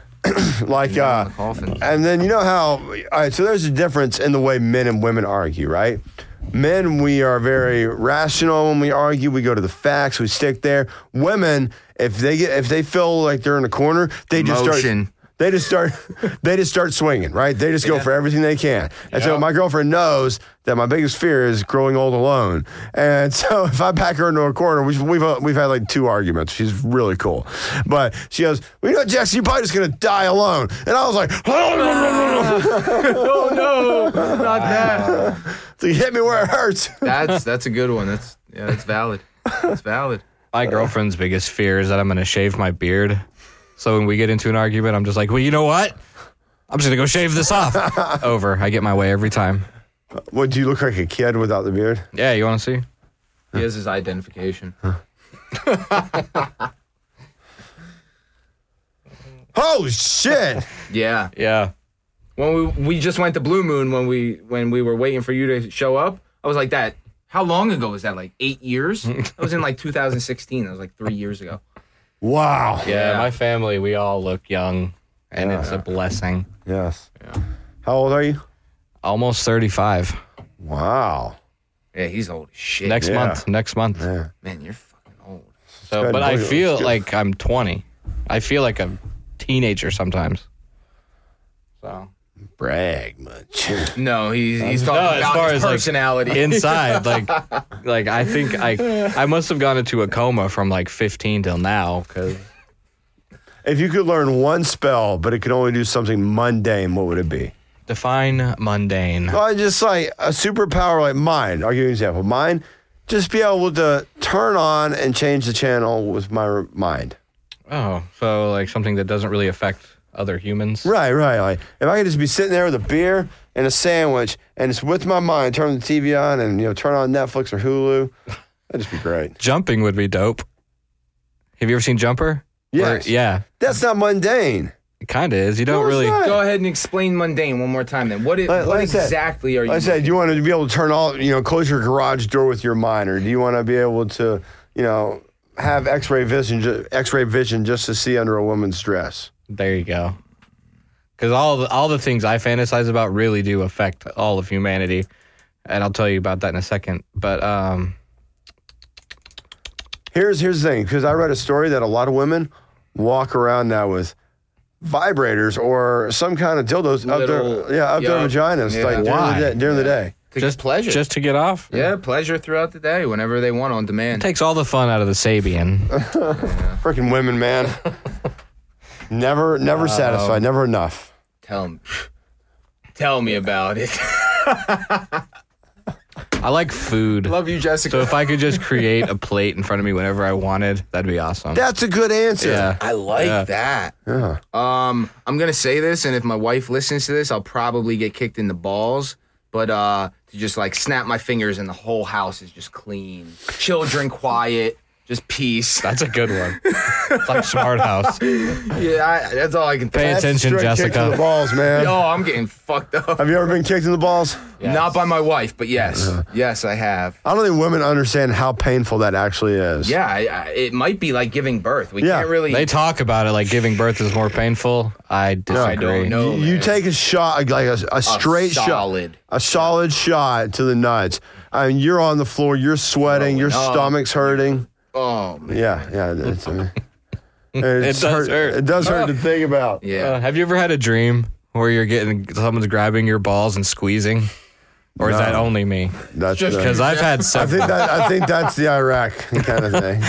Speaker 1: Like,
Speaker 3: yeah.
Speaker 1: uh,
Speaker 3: the coffin.
Speaker 1: And then you know how all right, so there's a difference in the way men and women argue, right? Men, we are very rational when we argue. We go to the facts. We stick there. Women, if they get if they feel like they're in a corner, they just
Speaker 3: Motion.
Speaker 1: start. They just start. <laughs> They just start swinging, right? They just go for everything they can. And so my girlfriend knows that my biggest fear is growing old alone. And <laughs> so if I back her into a corner, we've we've, uh, we've had like two arguments. She's really cool, but she goes, "Well, you know, Jackson, you're probably just gonna die alone." And I was like, <laughs>
Speaker 3: Not that.
Speaker 1: So you hit me where it hurts. <laughs>
Speaker 3: That's that's a good one. That's yeah, that's valid. That's valid.
Speaker 4: My girlfriend's biggest fear is that I'm going to shave my beard. So when we get into an argument, I'm just like, well, you know what? I'm just going to go shave this off. Over. I get my way every time.
Speaker 1: what, do you look like a kid without the beard?
Speaker 4: Yeah, you want to see?
Speaker 3: He has his identification.
Speaker 1: Oh, shit.
Speaker 3: Yeah.
Speaker 4: Yeah.
Speaker 3: When we we just went to Blue Moon when we when we were waiting for you to show up, I was like that. How long ago was that? Like eight years? That was in like 2016. That was like three years ago.
Speaker 1: wow.
Speaker 4: Yeah,
Speaker 3: Yeah.
Speaker 4: my family, we all look young, and it's a blessing.
Speaker 1: <laughs> Yes. How old are you?
Speaker 4: Almost 35.
Speaker 1: Wow.
Speaker 3: Yeah, he's old as shit.
Speaker 4: Next
Speaker 1: Yeah.
Speaker 4: month. Next month.
Speaker 1: Yeah.
Speaker 3: Man, you're fucking old.
Speaker 4: So, but I
Speaker 1: Let's
Speaker 4: feel
Speaker 1: go.
Speaker 4: like I'm 20. I feel like a teenager sometimes. So.
Speaker 1: Brag much. <laughs>
Speaker 3: No, he's he's talking
Speaker 4: No, as
Speaker 3: about
Speaker 4: far
Speaker 3: his
Speaker 4: as, like,
Speaker 3: personality.
Speaker 4: inside like like i think i i must have gone into a coma from like 15 till now because
Speaker 1: if you could learn one spell, but it could only do something mundane, what would it be?
Speaker 4: define mundane
Speaker 1: Well, just like a superpower like mine. I'll give you an example. Mine, just be able to turn on and change the channel with my r- mind.
Speaker 4: oh so like something that doesn't really affect other humans
Speaker 1: Right, right. Like if I could just be sitting there with a beer and a sandwich, and it's with my mind, turn the TV on, and you know, turn on Netflix or Hulu, that'd just be <laughs> great.
Speaker 4: jumping would be dope have you ever seen jumper
Speaker 1: Yes.
Speaker 4: Or- yeah
Speaker 1: That's not mundane.
Speaker 4: it kind of is you don't
Speaker 1: it's
Speaker 4: really
Speaker 1: not.
Speaker 3: Go ahead and explain mundane one more time. Then what? It,
Speaker 1: Like-
Speaker 3: what
Speaker 1: like I said-
Speaker 3: exactly are you?
Speaker 1: Like I said, you want to be able to turn all, you know, close your garage door with your mind, or do you want to be able to, you know, have X-ray vision, ju- X-ray vision just to see under a woman's dress?
Speaker 4: there you go because all the, all the things i fantasize about really do affect all of humanity and I'll tell you about that in a second. But um,
Speaker 1: Here's here's the thing, because I read a story that a lot of women walk around now with vibrators or some kind of dildos up
Speaker 5: Little-
Speaker 1: their yeah up
Speaker 5: yeah.
Speaker 1: their vaginas
Speaker 5: Yeah.
Speaker 1: like during, the
Speaker 4: Why?
Speaker 1: day, during the day.
Speaker 5: To
Speaker 4: just
Speaker 5: get pleasure.
Speaker 4: just to get off.
Speaker 3: Yeah, pleasure throughout the day, whenever they want on demand.
Speaker 4: takes all the fun out of the Sabian.
Speaker 1: Freaking women, man. never never satisfied, never enough.
Speaker 3: Tell me, tell me about it.
Speaker 4: I
Speaker 3: <laughs>
Speaker 4: like food.
Speaker 5: <laughs> Love you, Jessica.
Speaker 4: So if I could just create a plate in front of me whenever I wanted, that'd be awesome.
Speaker 1: That's a good answer.
Speaker 4: yeah.
Speaker 3: I like that.
Speaker 1: Yeah.
Speaker 3: Um, I'm gonna say this, and if my wife listens to this, I'll probably get kicked in the balls. But uh, to just like snap my fingers and the whole house is just clean, children quiet, just peace.
Speaker 4: That's a good one. It's like Smart House. Pay
Speaker 3: yeah, I, that's all I can think.
Speaker 1: That's
Speaker 4: attention,
Speaker 1: straight kick to the
Speaker 4: Jessica.
Speaker 1: balls, man.
Speaker 3: Oh, I'm getting fucked up.
Speaker 1: Have you ever been kicked in the balls?
Speaker 3: Not by my wife, but yes,
Speaker 5: Uh-huh.
Speaker 3: yes, I have.
Speaker 1: I don't think women understand how painful that actually is.
Speaker 3: Yeah, I, I, it might be like giving birth. We
Speaker 1: Yeah,
Speaker 3: can't really.
Speaker 4: They talk about it like giving birth is more painful. I disagree.
Speaker 3: I don't know.
Speaker 4: Oh,
Speaker 1: You, you
Speaker 3: man.
Speaker 1: take a shot, like a, a straight
Speaker 3: solid.
Speaker 1: shot, a solid shot to the nuts, and you're on the floor. You're sweating. your
Speaker 3: Throwing up.
Speaker 1: stomach's hurting.
Speaker 3: oh, man.
Speaker 1: Yeah, yeah. It's, I mean,
Speaker 4: It does hurt.
Speaker 1: It does hurt to think about.
Speaker 3: yeah.
Speaker 4: Uh, have you ever had a dream where you're getting someone's grabbing your balls and squeezing? Or is
Speaker 1: No.
Speaker 4: that only me?
Speaker 1: That's the-
Speaker 4: Because
Speaker 3: <laughs>
Speaker 4: I've had
Speaker 1: I
Speaker 4: several,
Speaker 1: think that I think that's the Iraq kind of thing.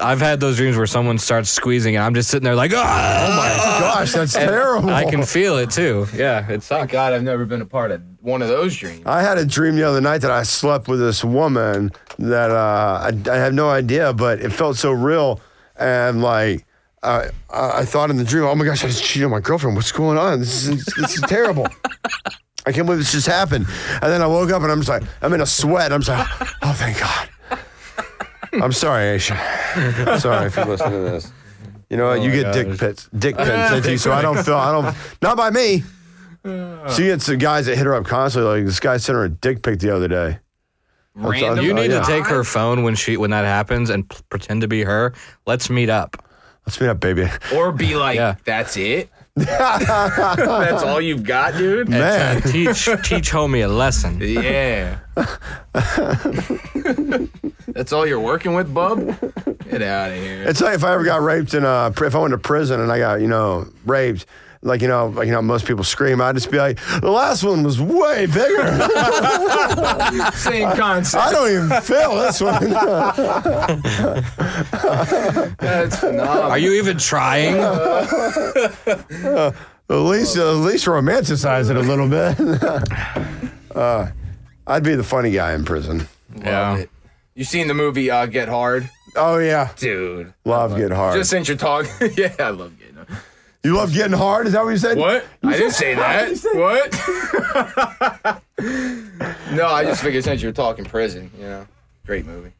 Speaker 4: I've had those dreams where someone starts squeezing and I'm just sitting there like, "Ah!"
Speaker 1: Gosh, that's terrible.
Speaker 4: I can feel it too. Yeah, it's
Speaker 3: Thank God I've never been a part of one of those dreams.
Speaker 1: I had a dream the other night that I slept with this woman that uh, I, I have no idea, but it felt so real. And like, I I I thought in the dream, oh my gosh, I just cheated on my girlfriend. What's going on? This is, this is terrible. I can't believe this just happened. And then I woke up and I'm just like, I'm in a sweat. I'm just like, oh, thank God. I'm sorry, Aisha. sorry if you listen to this. You know what? you get dick pits, dick pits sent to you, so I don't feel, I don't, not by me. She gets the guys that hit her up constantly. Like this guy sent her a dick pic the other day.
Speaker 3: Random.
Speaker 4: You
Speaker 1: Oh,
Speaker 4: need
Speaker 1: yeah.
Speaker 4: to take her phone when she when that happens and p- pretend to be her. Let's
Speaker 1: <laughs>
Speaker 4: meet up.
Speaker 1: Let's meet up, baby.
Speaker 3: or be like,
Speaker 4: Yeah.
Speaker 3: that's it. <laughs> that's all you've got, dude.
Speaker 1: Man,
Speaker 4: Teach teach homie a lesson.
Speaker 3: Yeah. <laughs> that's all you're working with, bub. Get out of here.
Speaker 1: it's like if I ever got raped in a, if I went to prison and I got you know raped, like you know, like you know, most people scream. I'd just be like, the last one was way bigger.
Speaker 3: Same concept.
Speaker 1: I don't even feel this one.
Speaker 3: That's phenomenal.
Speaker 4: Are you even trying?
Speaker 1: <laughs> At least, at least romanticize it a little bit. uh, <laughs> I'd be the funny guy in prison.
Speaker 4: Yeah.
Speaker 3: You seen the movie uh, Get Hard,
Speaker 1: Oh yeah,
Speaker 3: dude?
Speaker 1: love get hard.
Speaker 3: Just since you're talking, <laughs> yeah, I love getting. Hard.
Speaker 1: you love getting hard? Is that what you said?
Speaker 3: What? I didn't say that. What? no, I just figured since you're talking prison, you know, great movie.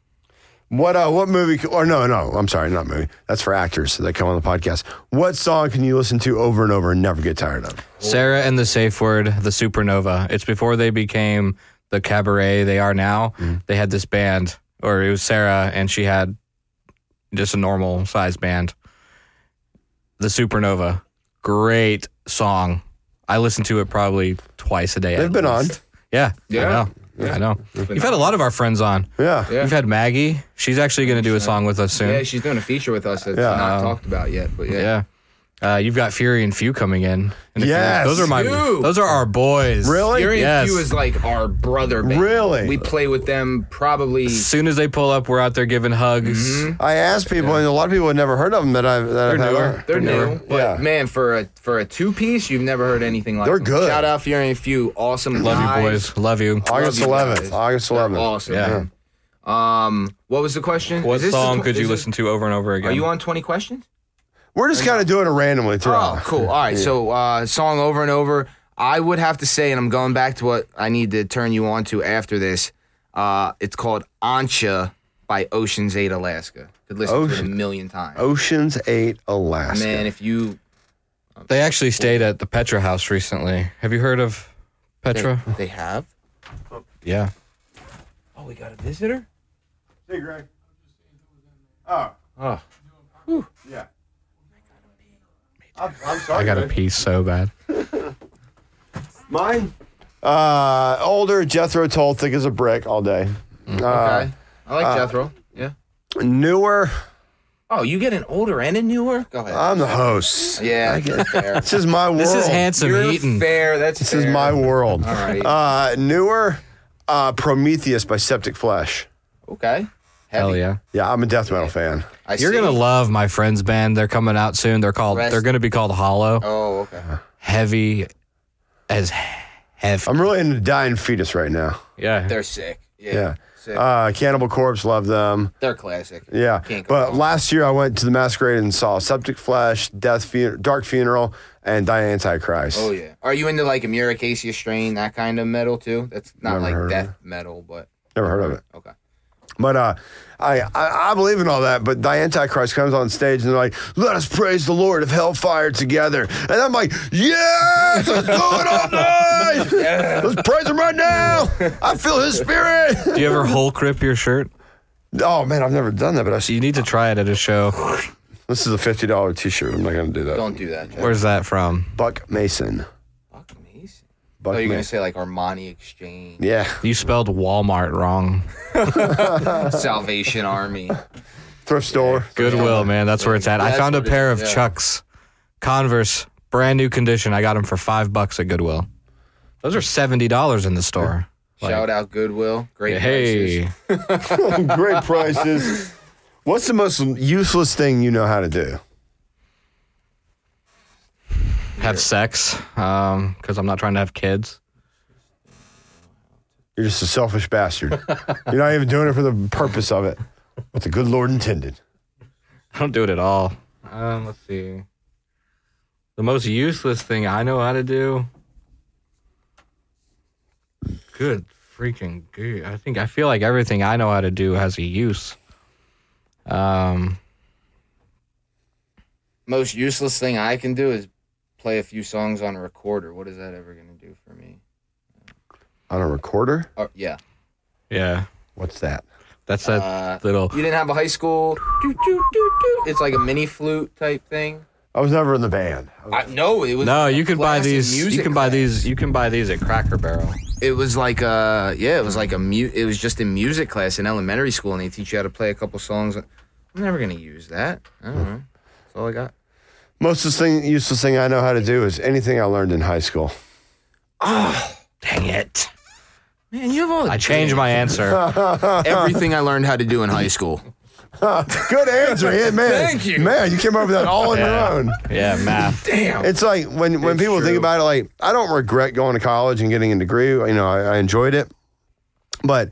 Speaker 1: What uh, what movie? c- Or no, no, I'm sorry, not movie. That's for actors that come on the podcast. What song can you listen to over and over and never get tired of?
Speaker 4: Sarah and the safe word, the supernova. It's before they became the cabaret they are now.
Speaker 1: Mm.
Speaker 4: They had this band, or it was Sarah, and she had just a normal size band. The supernova, great song. I listen to it probably twice a day.
Speaker 1: They've
Speaker 4: at
Speaker 1: been on.
Speaker 4: least. Yeah,
Speaker 3: Yeah.
Speaker 4: I know. I know. You've had a lot of our friends on.
Speaker 1: Yeah,
Speaker 3: Yeah.
Speaker 4: We've had Maggie. She's actually going to do a song with us soon.
Speaker 3: Yeah, she's doing a feature with us that's
Speaker 1: Yeah.
Speaker 3: not talked about yet, but yeah.
Speaker 4: Yeah. Uh, you've got Fury and Few coming in. in a few
Speaker 1: Yes.
Speaker 4: weeks. Those are my
Speaker 3: Few.
Speaker 4: those are our boys.
Speaker 1: really?
Speaker 3: Fury
Speaker 4: Yes.
Speaker 3: and Few is like our brother band.
Speaker 1: Really?
Speaker 3: We play with them probably
Speaker 4: As soon as they pull up, we're out there giving hugs.
Speaker 3: Mm-hmm.
Speaker 1: I asked people, and a lot of people had never heard of them. That I've that I've had
Speaker 4: newer.
Speaker 1: on.
Speaker 3: they're new, but
Speaker 1: Yeah.
Speaker 3: man, for a for a two piece, you've never heard anything like
Speaker 1: They're
Speaker 3: them.
Speaker 1: good.
Speaker 3: Shout out Fury and Few, awesome
Speaker 4: Love
Speaker 3: guys.
Speaker 4: you boys. Love you.
Speaker 1: August
Speaker 3: Love you
Speaker 1: 11th.
Speaker 3: guys.
Speaker 1: August 11th.
Speaker 3: Awesome.
Speaker 4: Yeah.
Speaker 3: Um, what was the question?
Speaker 4: What
Speaker 3: Is this the
Speaker 4: song
Speaker 3: tw-
Speaker 4: could
Speaker 3: is
Speaker 4: you
Speaker 3: this-
Speaker 4: listen to over and over again?
Speaker 3: Are you on twenty questions?
Speaker 1: We're just kind of doing it randomly throughout.
Speaker 3: Oh,
Speaker 1: <laughs>
Speaker 3: cool. All right. So, uh, song over and over. I would have to say, and I'm going back to what I need to turn you on to after this. Uh, it's called Ancha by Ocean's Eight Alaska. Could listen to it a
Speaker 1: Ocean-
Speaker 3: million times.
Speaker 1: Ocean's Eight, Alaska.
Speaker 3: Man, if you
Speaker 4: They actually stayed at the Petra House recently. Have you heard of
Speaker 3: they,
Speaker 4: Petra?
Speaker 3: they have.
Speaker 4: yeah.
Speaker 3: Oh, we got a visitor.
Speaker 1: Hey, Greg. Oh.
Speaker 5: Oh.
Speaker 1: Yeah. I'm, I'm sorry.
Speaker 4: I got to pee so bad.
Speaker 1: Mine? Uh, older Jethro Tull, thick as a brick all day. Uh,
Speaker 5: Okay. I like Jethro. Yeah.
Speaker 1: newer,
Speaker 5: Oh, you get an older and a newer? Go ahead.
Speaker 1: I'm the host.
Speaker 3: Yeah, that's
Speaker 1: <laughs>
Speaker 3: fair.
Speaker 1: This is my world.
Speaker 4: This is handsome
Speaker 3: You're
Speaker 4: Heaton.
Speaker 3: fair. That's
Speaker 1: This is my world.
Speaker 3: All
Speaker 1: <laughs>
Speaker 3: right.
Speaker 1: Uh, newer, uh, Prometheus by Septic Flesh.
Speaker 5: Okay.
Speaker 4: Hell yeah.
Speaker 1: Yeah, I'm a death metal fan.
Speaker 3: I
Speaker 4: You're
Speaker 3: see.
Speaker 4: gonna love my friend's band. They're coming out soon. They're called.
Speaker 3: Rest-
Speaker 4: They're gonna be called Hollow.
Speaker 3: Oh, okay.
Speaker 4: Heavy as heavy.
Speaker 1: I'm really into Dying Fetus right now.
Speaker 4: Yeah.
Speaker 3: Um, They're sick. Yeah.
Speaker 1: Yeah.
Speaker 3: Sick.
Speaker 1: Uh, Cannibal Corpse, love them.
Speaker 3: They're classic.
Speaker 1: Yeah.
Speaker 3: Can't go
Speaker 1: But
Speaker 3: wrong.
Speaker 1: last year I went to the Masquerade and saw Septic Flesh, Death Fu- Dark Funeral, and Die Antichrist.
Speaker 3: Oh yeah. Are you into like a Muracacia strain, that kind of metal too? That's not
Speaker 1: Never heard
Speaker 3: like
Speaker 1: of
Speaker 3: death metal, but
Speaker 1: Never heard of it.
Speaker 3: okay.
Speaker 1: But uh, I, I I believe in all that. But the Antichrist comes on stage and they're like, "Let us praise the Lord of Hellfire together." And I'm like, "Yes, let's do it
Speaker 3: <laughs>
Speaker 1: all night. Let's praise Him right now. I feel His
Speaker 3: <laughs>
Speaker 1: Spirit."
Speaker 4: Do you ever hole crip your shirt?
Speaker 1: oh man, I've never done that, but I see.
Speaker 4: You need to try it at a show.
Speaker 1: This is a fifty dollar T-shirt. I'm not gonna do that.
Speaker 3: Don't do that. Jeff.
Speaker 4: Where's that from?
Speaker 1: Buck Mason.
Speaker 3: Fuck me.
Speaker 1: Buck
Speaker 3: Oh, you're gonna
Speaker 1: Mason.
Speaker 3: say like Armani Exchange,
Speaker 1: Yeah,
Speaker 4: You spelled Walmart wrong.
Speaker 3: Salvation
Speaker 4: <laughs>
Speaker 3: Army.
Speaker 1: thrift store.
Speaker 4: Goodwill, man. That's where it's at. I
Speaker 3: That's
Speaker 4: found a
Speaker 3: what it
Speaker 4: pair of
Speaker 3: is, yeah.
Speaker 4: Chucks Converse, brand new condition. I got them for five bucks at Goodwill. Those are seventy dollars in the store.
Speaker 3: Shout out Goodwill. Great.
Speaker 4: Hey,
Speaker 3: prices.
Speaker 1: <laughs> Great prices. What's the most useless thing you know how to do?
Speaker 4: have sex? Um, because I'm not trying to have kids.
Speaker 1: You're just a selfish bastard. You're not even doing it for the purpose of it. What the good Lord intended.
Speaker 4: I don't do it at all. Um, let's see. The most useless thing I know how to do. Good freaking goo. I think I feel like everything I know how to do has a use. Um,
Speaker 3: Most useless thing I can do is play a few songs on a recorder. What is that ever gonna do for me?
Speaker 1: On a recorder?
Speaker 3: Oh yeah.
Speaker 4: yeah,
Speaker 1: What's that?
Speaker 4: that's that
Speaker 3: Uh,
Speaker 4: little.
Speaker 3: you didn't have a high school. doo, doo, doo, doo. It's like a mini flute type thing.
Speaker 1: I was never in the band.
Speaker 3: I, no, it was.
Speaker 4: No,
Speaker 3: a
Speaker 4: you could buy
Speaker 3: class in
Speaker 4: these. You
Speaker 3: music
Speaker 4: can buy
Speaker 3: class.
Speaker 4: these. You can buy these at Cracker Barrel.
Speaker 3: It was like a yeah. It was like a mute. It was just in music class in elementary school, and they teach you how to play a couple songs. I'm never gonna use that. I don't know. That's all I got.
Speaker 1: Most of the thing, useless thing I know how to do is anything I learned in high school.
Speaker 4: Dang it!
Speaker 3: Man, you have all.
Speaker 4: I changed my answer.
Speaker 3: <laughs> everything I learned how to do in high school.
Speaker 1: Good answer, yeah, man.
Speaker 3: Thank you.
Speaker 1: Man, you came up with that all on
Speaker 4: Yeah.
Speaker 1: your own.
Speaker 4: Yeah, math.
Speaker 3: Damn.
Speaker 1: It's like when, when people think about it, like, I don't regret going to college and getting a degree. You know, I, I enjoyed it. But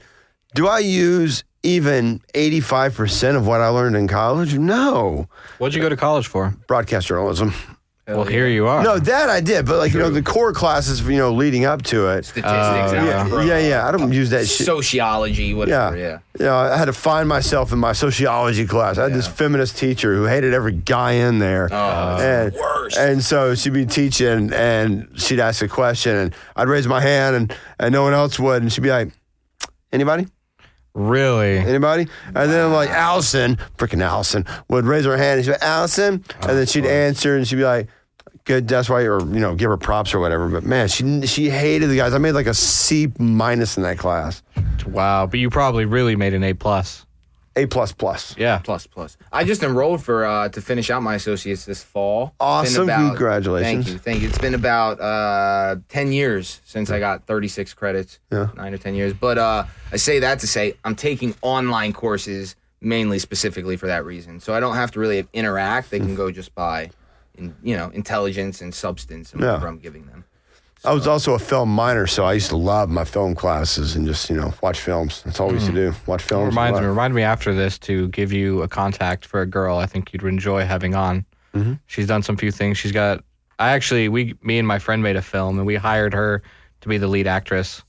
Speaker 1: do I use even 85% of what I learned in college? No.
Speaker 4: What'd you go to college for?
Speaker 1: Broadcast journalism.
Speaker 4: well, here you are.
Speaker 1: No, that I did, but like you know, the core classes, you know, leading up to it.
Speaker 3: Statistics,
Speaker 1: Uh, Yeah,
Speaker 3: algebra,
Speaker 1: yeah, yeah. I don't use that shit.
Speaker 3: sociology, whatever. Yeah.
Speaker 1: yeah, yeah. I had to find myself in my sociology class. I had this feminist teacher who hated every guy in there, and and so she'd be teaching, and she'd ask a question, and I'd raise my hand, and and no one else would, and she'd be like, anybody.
Speaker 4: Really?
Speaker 1: Anybody? And then like Allison, freaking Allison, would raise her hand and she'd be Allison, and then she'd answer and she'd be like, "Good, that's why," or you know, give her props or whatever. But man, she she hated the guys. I made like a C minus in that class,
Speaker 4: Wow. But you probably really made an A plus.
Speaker 1: A plus plus.
Speaker 4: Yeah.
Speaker 3: Plus plus. I just enrolled for uh, to finish out my associates this fall. It's been
Speaker 1: Awesome. Congratulations.
Speaker 3: Thank you, thank you. It's been about uh, ten years since I got thirty six credits.
Speaker 1: Yeah.
Speaker 3: nine or ten years. But uh, I say that to say I'm taking online courses mainly specifically for that reason. So I don't have to really interact. They can
Speaker 1: Mm.
Speaker 3: go just by, in, you know, intelligence and substance and whatever
Speaker 1: Yeah.
Speaker 3: I'm giving them.
Speaker 1: I was also a film minor, so I used to love my film classes and just you know watch films. That's all we used to do. Watch films.
Speaker 4: Hmm. Reminds me,
Speaker 1: Love-
Speaker 4: remind me after this to give you a contact for a girl I think you'd enjoy having on.
Speaker 1: Mm-hmm.
Speaker 4: She's done some few things. She's got. I actually, we, me and my friend made a film, and we hired her to be the lead actress.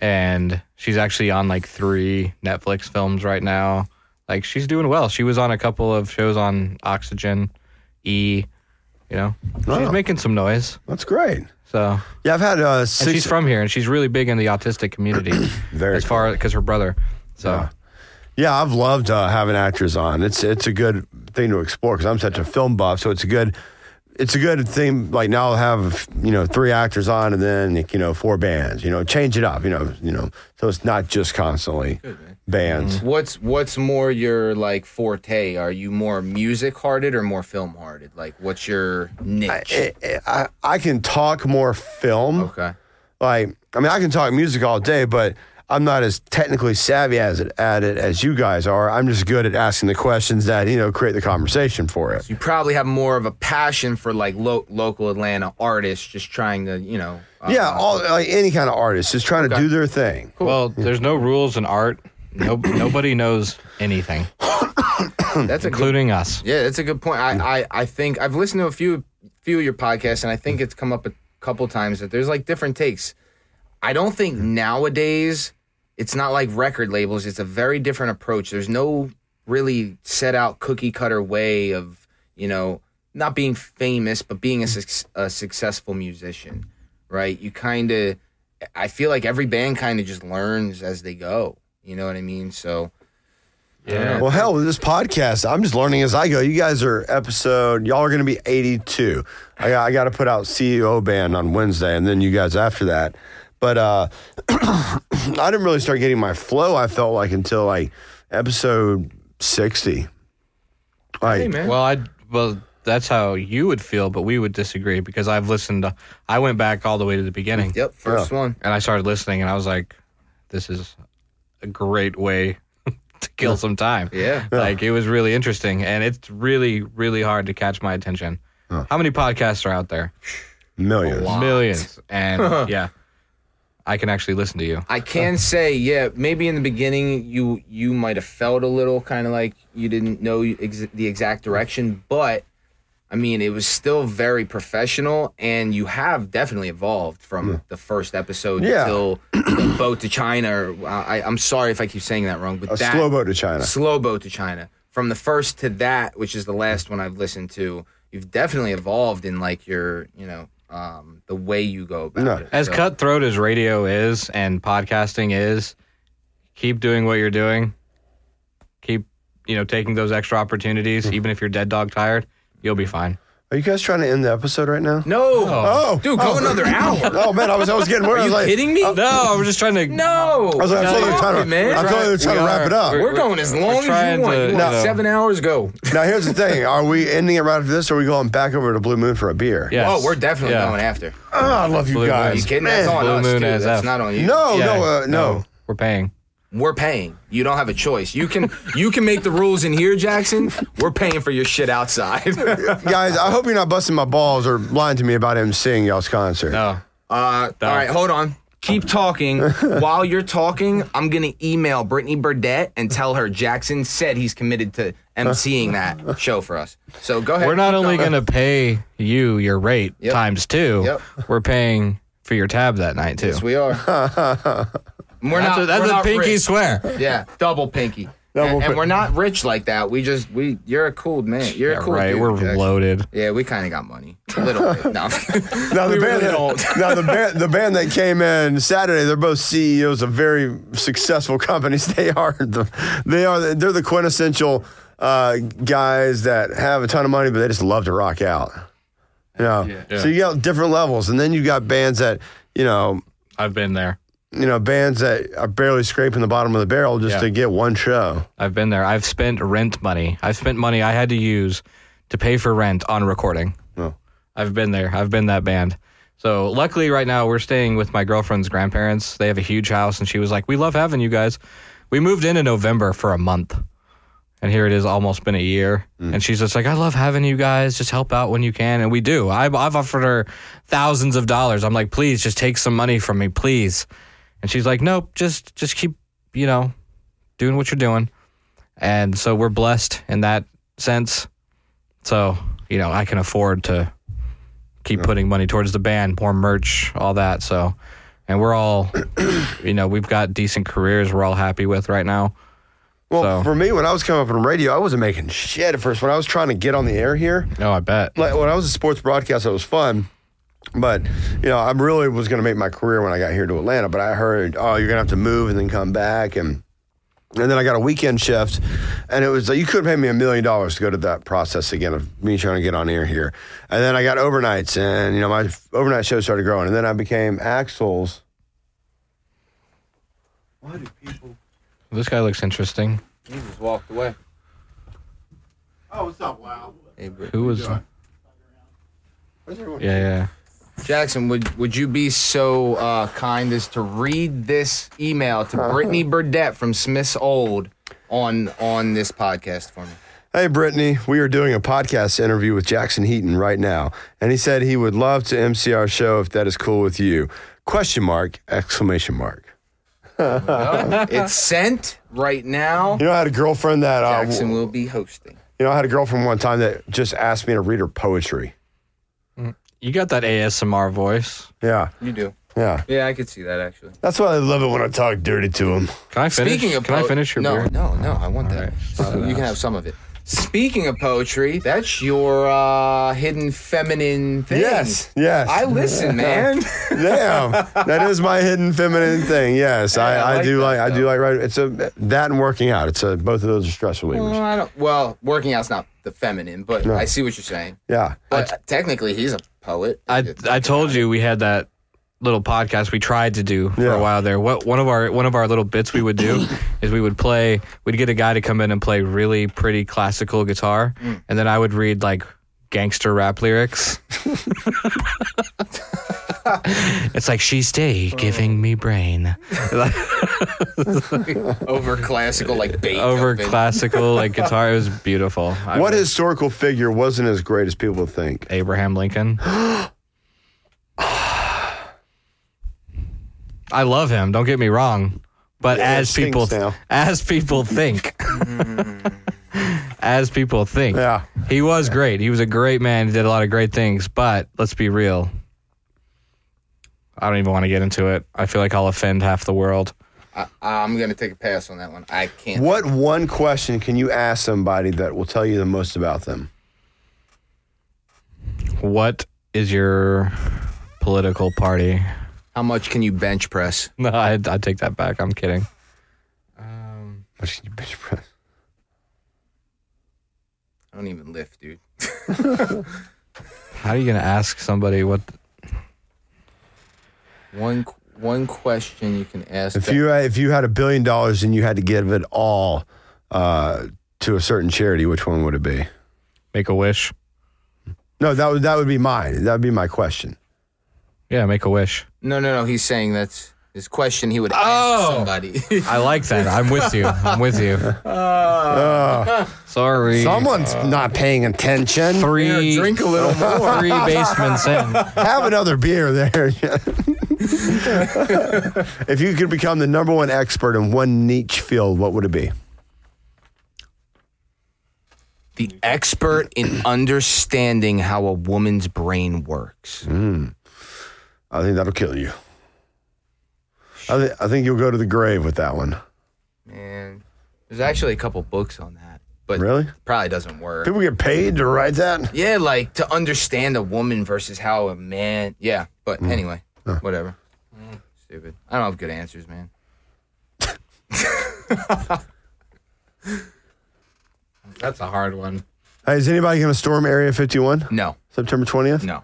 Speaker 4: And she's actually on like three Netflix films right now. Like she's doing well. She was on a couple of shows on Oxygen, E. You know, she's making some noise.
Speaker 1: That's great.
Speaker 4: So
Speaker 1: Yeah, I've had uh,
Speaker 4: and
Speaker 1: six.
Speaker 4: she's from here, and she's really big in the autistic community.
Speaker 1: <clears throat> Very
Speaker 4: as far because her brother. So
Speaker 1: Yeah, I've loved uh, having actors on. It's it's a good thing to explore because I'm such a film buff, so it's a good it's a good thing. Like now, I'll have you know three actors on, and then like, you know four bands. You know, change it up. You know, you know, so it's not just constantly bands.
Speaker 4: Mm-hmm.
Speaker 3: What's what's more your like forte? Are you more music hearted or more film hearted? Like what's your niche?
Speaker 1: I, I, I can talk more film.
Speaker 3: okay.
Speaker 1: Like, I mean, I can talk music all day, but I'm not as technically savvy as it, at it as you guys are. I'm just good at asking the questions that you know create the conversation for it.
Speaker 3: You probably have more of a passion for like lo- local Atlanta artists just trying to, you know. uh,
Speaker 1: Yeah, all like any kind of artist is trying to do their thing.
Speaker 4: Well, there's no rules in art. No, nobody knows anything,
Speaker 3: that's a good
Speaker 4: including us.
Speaker 3: Yeah, that's a good point. I, I, I think I've listened to a few few of your podcasts, and I think it's come up a couple times that there's like different takes. I don't think nowadays it's not like record labels. It's a very different approach. There's no really set out cookie cutter way of you know not being famous, but being a, suc a successful musician, right? You kind of, I feel like every band kind of just learns as they go. You know what I mean? So yeah,
Speaker 1: Well, hell, with this podcast, I'm just learning as I go. You guys are episode, y'all are going to be 82. I got, I got to put out CEO band on Wednesday, and then you guys after that. But uh, <clears throat> I didn't really start getting my flow. I felt like until like episode 60. Like,
Speaker 3: man.
Speaker 4: Well, I well that's how you would feel, but we would disagree because I've listened. To, I went back all the way to the beginning.
Speaker 3: yep, first one.
Speaker 4: and I started listening, and I was like, "This is a great way <laughs> to kill some time."
Speaker 3: Yeah.
Speaker 4: like it was really interesting, and it's really, really hard to catch my attention. How many podcasts are out there?
Speaker 1: millions.
Speaker 4: Millions,
Speaker 3: <laughs>
Speaker 4: and yeah, I can actually listen to you.
Speaker 3: I can say, yeah, maybe in the beginning you you might have felt a little kind of like you didn't know ex- the exact direction, but I mean, it was still very professional, and you have definitely evolved from the first episode
Speaker 1: Yeah. <clears throat>
Speaker 3: till the boat to China. Or, I, I'm sorry if I keep saying that wrong, but
Speaker 1: A
Speaker 3: that
Speaker 1: slow boat to China.
Speaker 3: slow boat to China. From the first to that, which is the last one I've listened to, you've definitely evolved in like your, you know, um, the way you go about
Speaker 1: No.
Speaker 3: it.
Speaker 4: As
Speaker 3: So-
Speaker 4: cutthroat as radio is and podcasting is, keep doing what you're doing. Keep you know taking those extra opportunities,
Speaker 1: Hmm.
Speaker 4: even if you're dead dog tired, you'll be fine.
Speaker 1: Are you guys trying to end the episode right now?
Speaker 3: No,
Speaker 1: Oh.
Speaker 3: dude, go
Speaker 1: Oh.
Speaker 3: another hour.
Speaker 1: <laughs> Oh, man, I was, I was getting worried. I was like,
Speaker 3: Kidding me?
Speaker 4: Oh. No, we're just trying to
Speaker 3: No,
Speaker 1: I was like, I feel like they're trying to,
Speaker 3: man.
Speaker 1: I feel like they're trying to
Speaker 4: We
Speaker 1: wrap
Speaker 4: are.
Speaker 1: it up.
Speaker 3: We're, going as long as
Speaker 4: trying
Speaker 3: you want.
Speaker 4: to,
Speaker 3: You
Speaker 4: you
Speaker 3: want
Speaker 4: know.
Speaker 3: Seven hours, go.
Speaker 1: Now, here's the thing. Are we ending it right after this, or are we going back over to Blue Moon for a beer?
Speaker 4: Yes.
Speaker 3: Oh, we're definitely
Speaker 4: Yeah.
Speaker 3: going after.
Speaker 1: Oh, I love you
Speaker 4: Blue
Speaker 1: guys.
Speaker 3: Are you kidding?
Speaker 1: Man.
Speaker 3: That's on
Speaker 4: Blue
Speaker 3: us,
Speaker 4: Moon
Speaker 3: dude.
Speaker 4: as
Speaker 3: That's
Speaker 4: F.
Speaker 3: not on you.
Speaker 1: No,
Speaker 4: Yeah.
Speaker 1: no, uh, no.
Speaker 4: We're paying.
Speaker 3: we're paying. You don't have a choice. You can you can make the rules in here, Jackson. We're paying for your shit outside. <laughs> Uh,
Speaker 1: Guys, I hope you're not busting my balls or lying to me about him seeing y'all's concert.
Speaker 4: No.
Speaker 3: Uh, all right, hold on. Keep
Speaker 1: <laughs>
Speaker 3: talking. While you're talking, I'm gonna email Brittany Burdett and tell her Jackson said he's
Speaker 1: <laughs>
Speaker 3: committed to emceeing that show for us. So go ahead.
Speaker 4: We're not
Speaker 3: keep
Speaker 4: only
Speaker 3: going.
Speaker 4: going to pay you your rate
Speaker 3: Yep.
Speaker 4: times two,
Speaker 3: Yep.
Speaker 4: we're paying for your tab that night too.
Speaker 3: Yes, we are. <laughs> we're
Speaker 4: that's
Speaker 3: not.
Speaker 4: a, that's
Speaker 3: we're
Speaker 4: a
Speaker 3: not
Speaker 4: pinky
Speaker 3: rich.
Speaker 4: swear.
Speaker 3: Yeah, double pinky.
Speaker 1: Double
Speaker 3: and,
Speaker 1: pin-
Speaker 3: and we're not rich like that. We just we. You're a cool man. You're
Speaker 4: Yeah,
Speaker 3: a cool.
Speaker 4: right,
Speaker 3: dude,
Speaker 4: we're
Speaker 3: Jackson.
Speaker 4: loaded.
Speaker 3: Yeah, we kind of got money. A little
Speaker 1: <laughs>
Speaker 3: bit. No.
Speaker 1: Now the
Speaker 3: We
Speaker 1: band,
Speaker 3: really
Speaker 1: that,
Speaker 3: don't.
Speaker 1: <laughs> now the band, the band that came in Saturday, they're both CEOs of very successful <laughs> companies. They are, the, they are, they're the quintessential uh, guys that have a ton of money, but they just love to rock out. You know, so you got different levels, and then you got bands that you know,
Speaker 4: I've been there.
Speaker 1: you know, bands that are barely scraping the bottom of the barrel just
Speaker 4: Yeah.
Speaker 1: to get one show.
Speaker 4: I've been there. I've spent rent money. I've spent money I had to use to pay for rent on recording.
Speaker 1: Oh.
Speaker 4: I've been there. I've been that band. So luckily, right now we're staying with my girlfriend's grandparents. They have a huge house, and she was like, "We love having you guys." We moved in in November for a month, and here it is, almost been a year. And she's just like, "I love having you guys. Just help out when you can." And we do. I've, I've offered her thousands of dollars. I'm like, "Please, just take some money from me, please." And she's like, "Nope, just just keep, you know, doing what you're doing." And so we're blessed in that sense. So you know, I can afford to keep putting money towards the band, more merch, all that. So, and we're <coughs> all, you know, we've got decent careers we're all happy with right now.
Speaker 1: Well,
Speaker 4: So-
Speaker 1: for me, when I was coming up on radio, I wasn't making shit at first. When I was trying to get on the air here,
Speaker 4: Oh, I bet.
Speaker 1: like when I was a sports broadcast, it was fun. But you know, I really was going to make my career when I got here to Atlanta. But I heard, oh, you're going to have to move and then come back, and and then I got a weekend shift, and it was like you could pay me a million dollars to go to that process again of me trying to get on air here, and then I got overnights, and you know my overnight show started growing, and then I became Axel's.
Speaker 6: Why do people?
Speaker 4: This guy looks interesting.
Speaker 3: He just walked away.
Speaker 7: Oh, what's up, wow?
Speaker 3: Hey, Bri-
Speaker 4: Who was? Yeah, yeah.
Speaker 3: Jackson, would would you be so uh, kind as to read this email
Speaker 1: <laughs>
Speaker 3: to Brittany Burdett from Smith's Old on on this podcast for <laughs> me?
Speaker 1: Hey Brittany, we are doing a podcast interview with Jackson Heaton right now, and he said he would love to MC our show if that is cool with you. Question mark! Exclamation mark!
Speaker 3: it's sent right now.
Speaker 1: You know I had a girlfriend that uh,
Speaker 3: Jackson will be hosting.
Speaker 1: you know I had a girlfriend one time that just asked me to read her poetry.
Speaker 4: You got that ASMR voice.
Speaker 1: Yeah,
Speaker 3: You do.
Speaker 1: yeah.
Speaker 3: Yeah, I could see that actually.
Speaker 1: That's why I love it when I talk dirty to him.
Speaker 4: Can I finish?
Speaker 3: Speaking of
Speaker 4: can I
Speaker 3: po-
Speaker 4: finish your
Speaker 3: no,
Speaker 4: beer?
Speaker 3: No, no, I want that.
Speaker 4: right,
Speaker 3: Uh, you can have some of it. Speaking of poetry, that's your uh, hidden feminine thing.
Speaker 1: Yes, yes. <laughs>
Speaker 3: I listen,
Speaker 4: <laughs>
Speaker 3: man. <laughs>
Speaker 1: Damn, that is my hidden feminine thing. Yes, I,
Speaker 3: Yeah, I
Speaker 1: I,
Speaker 3: like
Speaker 1: do
Speaker 3: that,
Speaker 1: like I do
Speaker 3: though.
Speaker 1: like right. It's a that and working out. It's a both of those are stress relievers.
Speaker 3: well, I don't, well, working out's not the feminine, but I see what you're saying.
Speaker 1: Yeah,
Speaker 3: But technically, he's a poet.
Speaker 4: I <laughs> I told you we had that little podcast we tried to do for
Speaker 1: Yeah.
Speaker 4: a while there. What one of our one of our little bits we would do is we would play. We'd get a guy to come in and play really pretty classical guitar, and then I would read like gangster rap lyrics. it's like she stay giving me brain
Speaker 3: over classical, like Beethoven.
Speaker 4: over classical like guitar. It was beautiful. I
Speaker 1: what
Speaker 4: was
Speaker 1: historical figure wasn't as great as people think? <gasps>
Speaker 4: Abraham Lincoln? I love him. Don't get me wrong, but
Speaker 1: Yeah,
Speaker 4: as
Speaker 1: it stinks
Speaker 4: people
Speaker 1: now.
Speaker 4: as
Speaker 1: <laughs>
Speaker 4: people think, <laughs> as people think,
Speaker 1: Yeah,
Speaker 4: he was great. He was a great man. He did a lot of great things. But let's be real. I don't even want to get into it. I feel like I'll offend half the world.
Speaker 3: I, I'm gonna take a pass on that one. I can't.
Speaker 1: What one question can you ask somebody that will tell you the most about them?
Speaker 4: What is your political party? <laughs>
Speaker 3: How much can you bench press?
Speaker 4: No, I, I take that back. I'm kidding.
Speaker 1: What can you bench press?
Speaker 3: I don't even lift, dude.
Speaker 4: How are you going to ask somebody what
Speaker 3: One qu- one question you can ask.
Speaker 1: If
Speaker 3: that-
Speaker 1: you uh, if you had a billion dollars and you had to give it all uh, to a certain charity, which one would it be?
Speaker 4: Make a wish.
Speaker 1: No, that would that would be mine. That would be my question.
Speaker 4: Yeah, make a wish.
Speaker 3: no, no, no. He's saying that's his question. He would ask
Speaker 4: Oh! <laughs>
Speaker 3: somebody.
Speaker 4: I like that. I'm with you. I'm with you. <laughs> Sorry.
Speaker 1: Someone's not paying attention.
Speaker 4: three.
Speaker 3: drink a little
Speaker 4: more. Three basements <laughs> in.
Speaker 1: Have another beer there. <laughs> if you could become the number one expert in one niche field, what would it be?
Speaker 3: the expert in understanding how a woman's brain works.
Speaker 1: I think that'll kill you. I, th- I think you'll go to the grave with that one.
Speaker 3: Man, there's actually a couple books on that, but
Speaker 1: Really?
Speaker 3: probably doesn't work.
Speaker 1: People get paid to write that?
Speaker 3: Yeah, like to understand a woman versus how a man. Yeah, but anyway, whatever. Stupid. I don't have good answers, man. <laughs>
Speaker 4: That's a hard one.
Speaker 1: Hey, is anybody going to storm Area 51
Speaker 3: No,
Speaker 1: September 20th?
Speaker 3: no.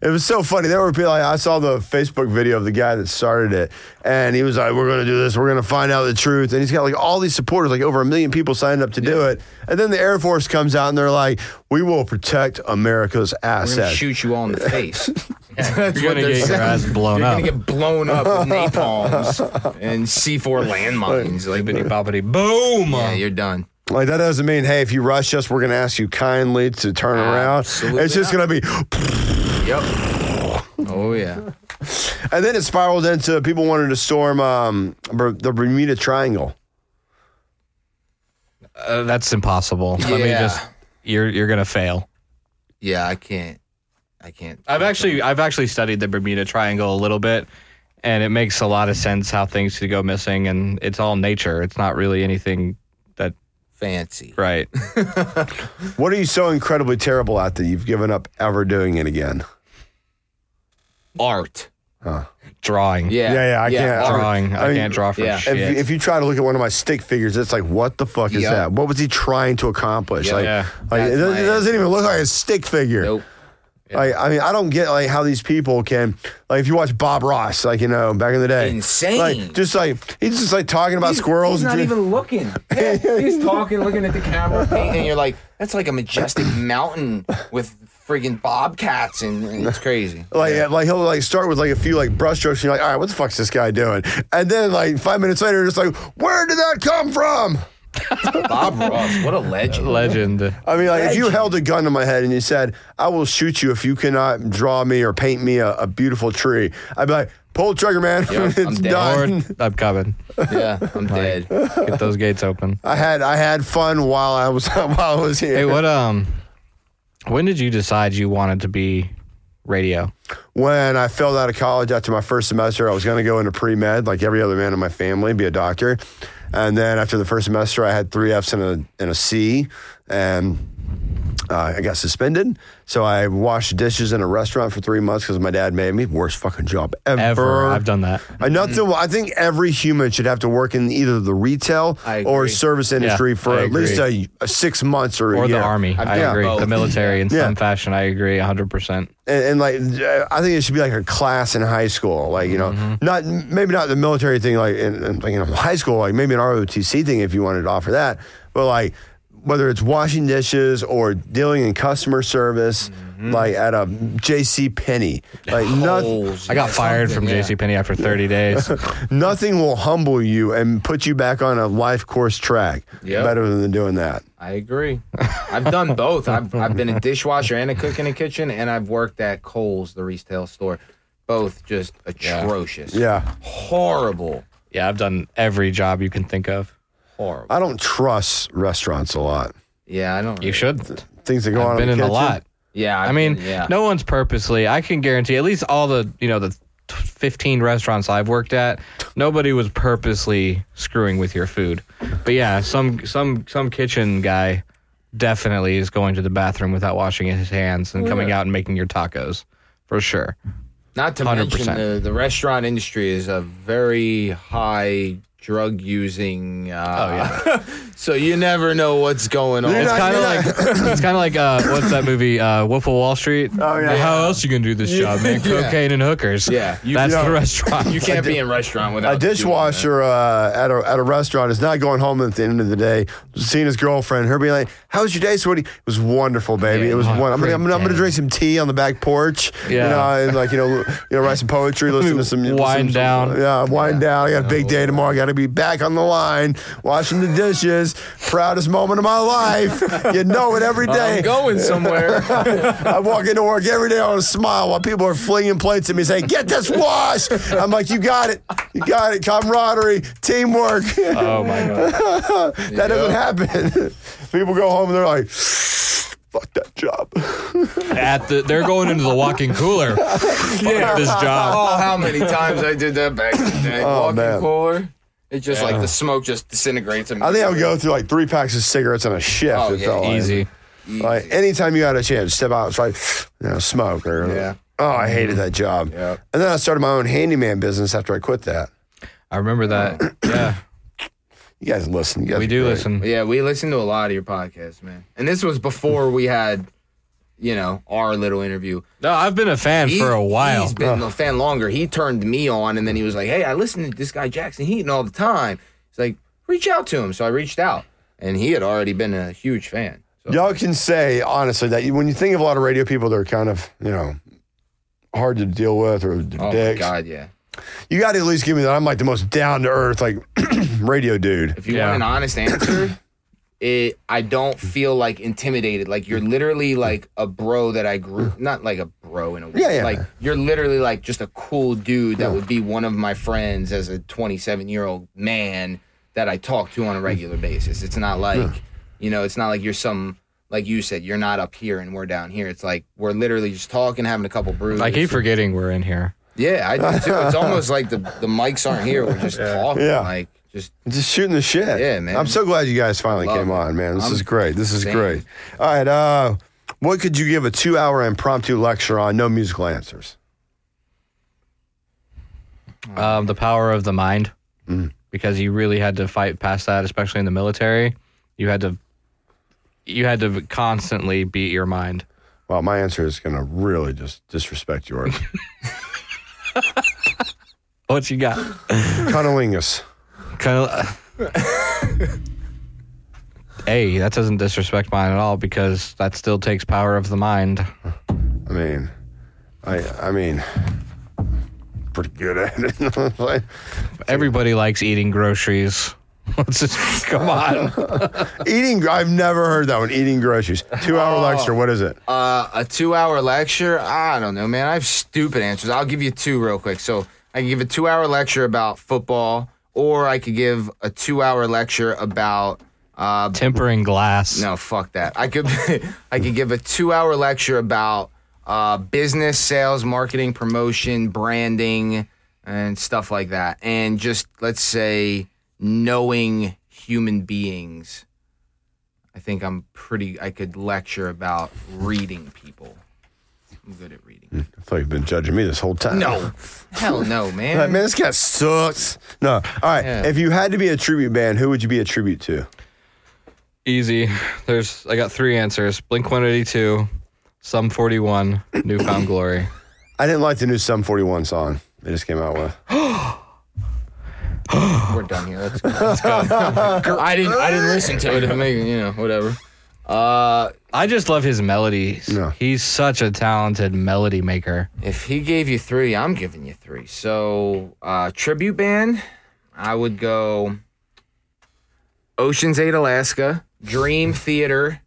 Speaker 1: It was so funny. There were people. Like, I saw the Facebook video of the guy that started it, and he was like, "We're going to do this. We're going to find out the truth." And he's got like all these supporters, like over a million people signed up to do it. And then the Air Force comes out, and they're like, "We will protect America's
Speaker 3: We're gonna
Speaker 1: assets."
Speaker 3: shoot you all
Speaker 1: <laughs>
Speaker 3: in the face. That's
Speaker 4: <laughs> You're
Speaker 3: what
Speaker 4: going to
Speaker 3: they're
Speaker 4: get your
Speaker 3: saying.
Speaker 4: ass blown
Speaker 3: You're
Speaker 4: up.
Speaker 3: gonna get blown up
Speaker 1: <laughs>
Speaker 3: with napalms and C4 landmines. Like,
Speaker 4: Bibbidi bobbidi boom.
Speaker 3: yeah, you're done.
Speaker 1: Like that doesn't mean, hey, if you rush us, we're going to ask you kindly to turn around.
Speaker 3: Absolutely
Speaker 1: it's just
Speaker 3: not.
Speaker 1: going to be,
Speaker 3: Yep. Oh yeah.
Speaker 1: and then it spiraled into people wanted to storm um, Ber- the Bermuda Triangle.
Speaker 4: Uh, that's impossible. Let me
Speaker 3: Yeah.
Speaker 4: just. You're you're gonna fail.
Speaker 3: Yeah, I can't. I can't.
Speaker 4: I've actually I've actually studied the Bermuda Triangle a little bit, and it makes a lot of sense how things could go missing, and it's all nature. It's not really anything that
Speaker 3: fancy.
Speaker 4: right.
Speaker 1: What are you so incredibly terrible at that you've given up ever doing it again?
Speaker 3: Art.
Speaker 4: Drawing.
Speaker 3: Yeah.
Speaker 1: Yeah, yeah, I
Speaker 3: yeah.
Speaker 1: can't-
Speaker 3: art.
Speaker 4: Drawing. I,
Speaker 1: I mean,
Speaker 4: can't draw for
Speaker 3: yeah. If
Speaker 1: If,
Speaker 4: shit.
Speaker 1: if you try to look at one of my stick figures, it's like, what the fuck is
Speaker 3: Yep.
Speaker 1: that? What was he trying to accomplish?
Speaker 3: Yep.
Speaker 1: Like,
Speaker 4: Yeah.
Speaker 1: like, it,
Speaker 3: That's
Speaker 1: doesn't,
Speaker 3: my
Speaker 1: it doesn't even look like a stick figure.
Speaker 3: Nope.
Speaker 1: Like, I mean, I don't get like how these people can like if you watch Bob Ross, like you know, back in the day,
Speaker 3: Insane.
Speaker 1: Like, just like he's just like talking about squirrels.
Speaker 3: He's not
Speaker 1: and <laughs> shit.
Speaker 3: even looking. Yeah, he's talking, looking at the camera, painting, <laughs> and you're like, that's like a majestic mountain with friggin' bobcats, and and it's crazy.
Speaker 1: <laughs> Like, like he'll like start with like a few like brushstrokes, and you're like, all right, what the fuck's this guy doing? And then like five minutes later, it's like, where did that come from?
Speaker 3: Bob Ross, what a legend.
Speaker 4: <laughs> Legend.
Speaker 1: I mean, like if you held a gun to my head and you said, I will shoot you if you cannot draw me or paint me a, a beautiful tree, I'd be like, pull the trigger, <laughs> man.
Speaker 3: Yeah,
Speaker 1: it's
Speaker 3: I'm dead.
Speaker 1: done.
Speaker 4: Or I'm coming.
Speaker 3: Yeah, I'm dead.
Speaker 4: Get those gates open.
Speaker 1: I had I had fun while I was <laughs> while I was here.
Speaker 4: Hey, what um when did you decide you wanted to be radio?
Speaker 1: when I failed out of college after my first semester, I was going to go into pre med, like every other man in my family, be a doctor. And then after the first semester, I had three Fs and a, and a C, and uh, I got suspended. So I washed dishes in a restaurant for three months because my dad made me. Worst fucking job ever.
Speaker 4: Ever. I've done that.
Speaker 1: I,
Speaker 4: Mm.
Speaker 1: nothing, I think every human should have to work in either the retail
Speaker 3: I agree.
Speaker 1: or service industry
Speaker 4: Yeah,
Speaker 1: for
Speaker 4: I
Speaker 1: at least a, a six months or, a
Speaker 4: Or
Speaker 1: year.
Speaker 4: the army. i
Speaker 3: done
Speaker 4: agree.
Speaker 3: both.
Speaker 4: The military in
Speaker 1: Yeah.
Speaker 4: some fashion. I agree 100%.
Speaker 1: and, and like I think it should be like a class in high school, like you know,
Speaker 4: Mm-hmm.
Speaker 1: not maybe not the military thing, like in, in like, you know, high school, like maybe an ROTC thing if you wanted to offer that, but like whether it's washing dishes or dealing in customer service,
Speaker 4: Mm-hmm.
Speaker 1: like at a J.C. Penney, like nothing.
Speaker 3: Holes.
Speaker 4: I got fired from
Speaker 3: yeah.
Speaker 4: JCPenney after
Speaker 1: <laughs>
Speaker 4: 30 days.
Speaker 1: Nothing will humble you and put you back on a life course track
Speaker 3: Yep.
Speaker 1: better than doing that.
Speaker 3: I agree. I've done both. I've, I've been a dishwasher and a cook in a kitchen, and I've worked at Kohl's, the retail store. Both just atrocious.
Speaker 1: Yeah.
Speaker 3: Horrible.
Speaker 4: yeah, I've done every job you can think of.
Speaker 3: Horrible.
Speaker 1: I don't trust restaurants a lot.
Speaker 3: Yeah, I don't.
Speaker 4: You should.
Speaker 1: Things that go on
Speaker 4: I've been
Speaker 1: in
Speaker 4: in
Speaker 1: the
Speaker 4: a
Speaker 1: kitchen.
Speaker 4: lot.
Speaker 3: Yeah,
Speaker 4: I mean,
Speaker 3: yeah.
Speaker 4: no one's purposely. I can guarantee at least all the you know the t- fifteen restaurants I've worked at, nobody was purposely screwing with your food. But yeah, some some some kitchen guy definitely is going to the bathroom without washing his hands and coming out and making your tacos for sure.
Speaker 3: Not to
Speaker 4: 100%.
Speaker 3: mention the, the restaurant industry is a very high drug using. Uh, oh yeah. <laughs> so you never know what's going on.
Speaker 4: It's
Speaker 1: not-
Speaker 4: kind of
Speaker 1: you're
Speaker 4: like it's kind of like uh, what's that movie? Uh, Wolf of Wall Street. Oh
Speaker 1: yeah.
Speaker 4: How else you gonna do this job, man? Cocaine and hookers.
Speaker 3: Yeah. You-
Speaker 4: that's
Speaker 1: Yeah.
Speaker 4: the restaurant.
Speaker 3: you
Speaker 4: <laughs>
Speaker 3: can't be in restaurant without
Speaker 1: a dishwasher uh, at a at a restaurant is not going home at the end of the day. Seeing his girlfriend, her being like, "How was your day, sweetie?" It was wonderful, baby. it was
Speaker 4: oh,
Speaker 1: one. I'm gonna, I'm, gonna, I'm gonna
Speaker 4: great
Speaker 1: drink some tea on the back porch.
Speaker 4: Yeah.
Speaker 1: you know, and like you know, you know, write some poetry, listen to some
Speaker 4: Wind
Speaker 1: some-
Speaker 4: down. Oh,
Speaker 1: Yeah, wind down. I got a big day tomorrow. I got to be back on the line, washing the dishes. Proudest moment of my life. you know it
Speaker 4: <laughs>
Speaker 1: every day.
Speaker 3: I'm
Speaker 4: oh
Speaker 3: going somewhere.
Speaker 1: I walk into work every day on a smile while people are flinging plates at me saying, Get this washed. I'm like, You got it. You got it. Camaraderie,
Speaker 3: <laughs>
Speaker 1: teamwork.
Speaker 4: Oh my god.
Speaker 1: that doesn't happen. people go home and they're like, Fuck that job.
Speaker 4: At the they're going into the walking cooler. <laughs> yeah, this job.
Speaker 3: oh, how many times I did that back in the
Speaker 1: <laughs>
Speaker 3: day? Walking
Speaker 1: Oh, man.
Speaker 3: cooler. It's just like the smoke just disintegrates.
Speaker 1: I think I would go through like three packs of cigarettes on a shift.
Speaker 3: Oh,
Speaker 1: it
Speaker 3: yeah,
Speaker 1: felt like.
Speaker 4: Easy.
Speaker 1: Like anytime you had a chance, step out, it's like, you know, smoke or,
Speaker 3: Yeah. Mm-hmm.
Speaker 1: oh, I hated that job.
Speaker 3: Yeah.
Speaker 1: And then I started my own handyman business after I quit that.
Speaker 4: I remember that. <coughs> yeah,
Speaker 1: You guys listen. You guys
Speaker 4: we
Speaker 1: are
Speaker 4: do
Speaker 1: great.
Speaker 4: listen.
Speaker 3: Yeah, we listened to a lot of your podcasts, man. And this was before we had, you know, our little interview.
Speaker 4: No, I've been a fan
Speaker 3: He-
Speaker 4: for a while.
Speaker 3: He's been a fan longer. He turned me on, and then he was like, "Hey, I listen to this guy Jackson Heaton all the time." He's like, "Reach out to him." So I reached out, and he had already been a huge fan. So
Speaker 1: Y'all can say honestly that you- when you think of a lot of radio people, they're kind of you know hard to deal with or
Speaker 3: oh
Speaker 1: dicks.
Speaker 3: my god, yeah.
Speaker 1: You got to at least give me that. I'm like the most down to earth like <clears throat> radio dude.
Speaker 3: If you
Speaker 4: Yeah.
Speaker 3: want an
Speaker 1: <clears throat>
Speaker 3: honest answer, it I don't feel like intimidated. Like you're literally like a bro that
Speaker 1: <clears throat>
Speaker 3: I grew not like a bro in a way.
Speaker 1: Yeah, yeah.
Speaker 3: Like you're literally like just a cool dude that would be one of my friends as a 27 year old man that I talk to on a regular
Speaker 1: Mm.
Speaker 3: basis. It's not like you know, it's not like you're some like you said, you're not up here and we're down here. It's like we're literally just talking, having a couple brews.
Speaker 4: I keep forgetting we're in here.
Speaker 3: yeah, I do too.
Speaker 1: <laughs>
Speaker 3: It's almost like the the mics aren't here. We're just talking,
Speaker 1: Yeah.
Speaker 3: like just
Speaker 1: Just shooting the shit.
Speaker 3: Yeah, man.
Speaker 1: I'm so glad you guys finally
Speaker 3: Love
Speaker 1: came
Speaker 3: it.
Speaker 1: on, man. This
Speaker 3: I'm
Speaker 1: is great. This is
Speaker 3: saying.
Speaker 1: great. All right. Uh, what could you give a two hour impromptu lecture on? No musical answers.
Speaker 4: um, The Power of the Mind, Mm. because you really had to fight past that, especially in the military. You had to, you had to constantly beat your mind.
Speaker 1: Well, my answer is going to really just disrespect
Speaker 3: <laughs>
Speaker 1: yours.
Speaker 4: What you got?
Speaker 1: Cunnilingus.
Speaker 4: Kind of. <laughs> hey, that doesn't disrespect mine at all because that still takes power of the mind.
Speaker 1: I mean, I I mean, pretty good at it. <laughs> You know what I'm saying?
Speaker 4: Everybody likes eating groceries. <laughs> Let's just
Speaker 3: <laughs>
Speaker 4: come on.
Speaker 1: Eating, I've never heard that one. Eating groceries. Two hour lecture. What is it?
Speaker 3: Oh. Uh, a two-hour lecture? I don't know, man. I have stupid answers. I'll give you two real quick. So I can give a two-hour lecture about football, or I could give a two-hour lecture about uh,
Speaker 4: Tempering glass.
Speaker 3: No, fuck that. I could <laughs> I could give a two hour lecture about uh, business, sales, marketing, promotion, branding, and stuff like that, and just let's say knowing human beings. I think I'm pretty. I could lecture about reading people. I'm good at reading.
Speaker 1: I thought you've been judging me this whole time.
Speaker 3: No, hell no, <laughs>
Speaker 1: I mean,
Speaker 3: man.
Speaker 1: this guy sucks. No. All right.
Speaker 3: Yeah.
Speaker 1: If you had to be a tribute band, who would you be a tribute to?
Speaker 4: Easy. There's I got three answers. Blink 182, Sum 41,
Speaker 3: <laughs>
Speaker 4: Newfound Glory.
Speaker 1: I didn't like the new Sum 41 song they just came out with.
Speaker 3: We're done here. Let's go. I didn't. I didn't listen to it. I mean, you know, whatever. Uh,
Speaker 4: I just love his melodies.
Speaker 1: Yeah.
Speaker 4: He's such a talented melody maker.
Speaker 3: If he gave you three, I'm giving you three. So, uh, tribute band, I would go Ocean's Eight, Alaska, Dream Theater,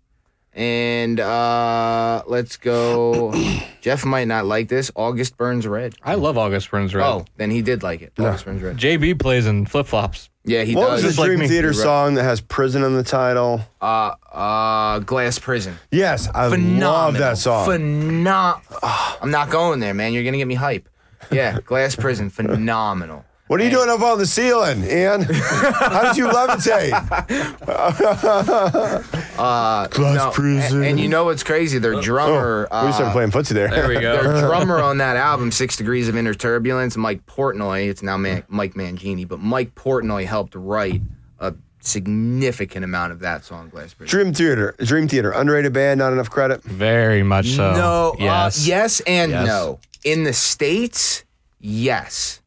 Speaker 3: and uh,
Speaker 1: <coughs>
Speaker 3: let's go. Jeff might not like this. August Burns Red.
Speaker 4: I love August Burns Red.
Speaker 3: Oh, then he did like it. August Burns Red.
Speaker 4: JB plays in flip flops.
Speaker 3: Yeah, he
Speaker 1: What
Speaker 3: does.
Speaker 1: was
Speaker 4: just
Speaker 1: the
Speaker 4: like
Speaker 1: Dream
Speaker 4: me.
Speaker 1: Theater
Speaker 3: You're right.
Speaker 1: song that has prison in the title?
Speaker 3: uh, uh, Glass Prison.
Speaker 1: Yes, I
Speaker 3: Phenomenal.
Speaker 1: love that song. Ah.
Speaker 3: Phenom- I'm not going there, man. You're gonna get me hype. Yeah, Glass
Speaker 1: <laughs>
Speaker 3: Prison, phenomenal.
Speaker 1: what are you doing up on the ceiling,
Speaker 3: <laughs>
Speaker 1: Ian? How did you levitate? Glass
Speaker 3: Uh, No, a-
Speaker 1: prison.
Speaker 3: And, you know what's crazy? Their
Speaker 4: Oh,
Speaker 3: drummer,
Speaker 1: we just started
Speaker 3: uh,
Speaker 1: playing footsie there.
Speaker 4: There we go.
Speaker 3: their drummer on that album, Six Degrees of Inner Turbulence, Mike Portnoy. It's now
Speaker 4: Mm.
Speaker 3: Man- Mike Mangini, but Mike Portnoy helped write a significant amount of that song, Glass Bridge.
Speaker 1: Dream Theater, Dream Theater, underrated band, not enough credit.
Speaker 4: Very much so.
Speaker 3: no, uh,
Speaker 4: Yes.
Speaker 3: yes, and
Speaker 4: Yes.
Speaker 3: no. In the states, yes.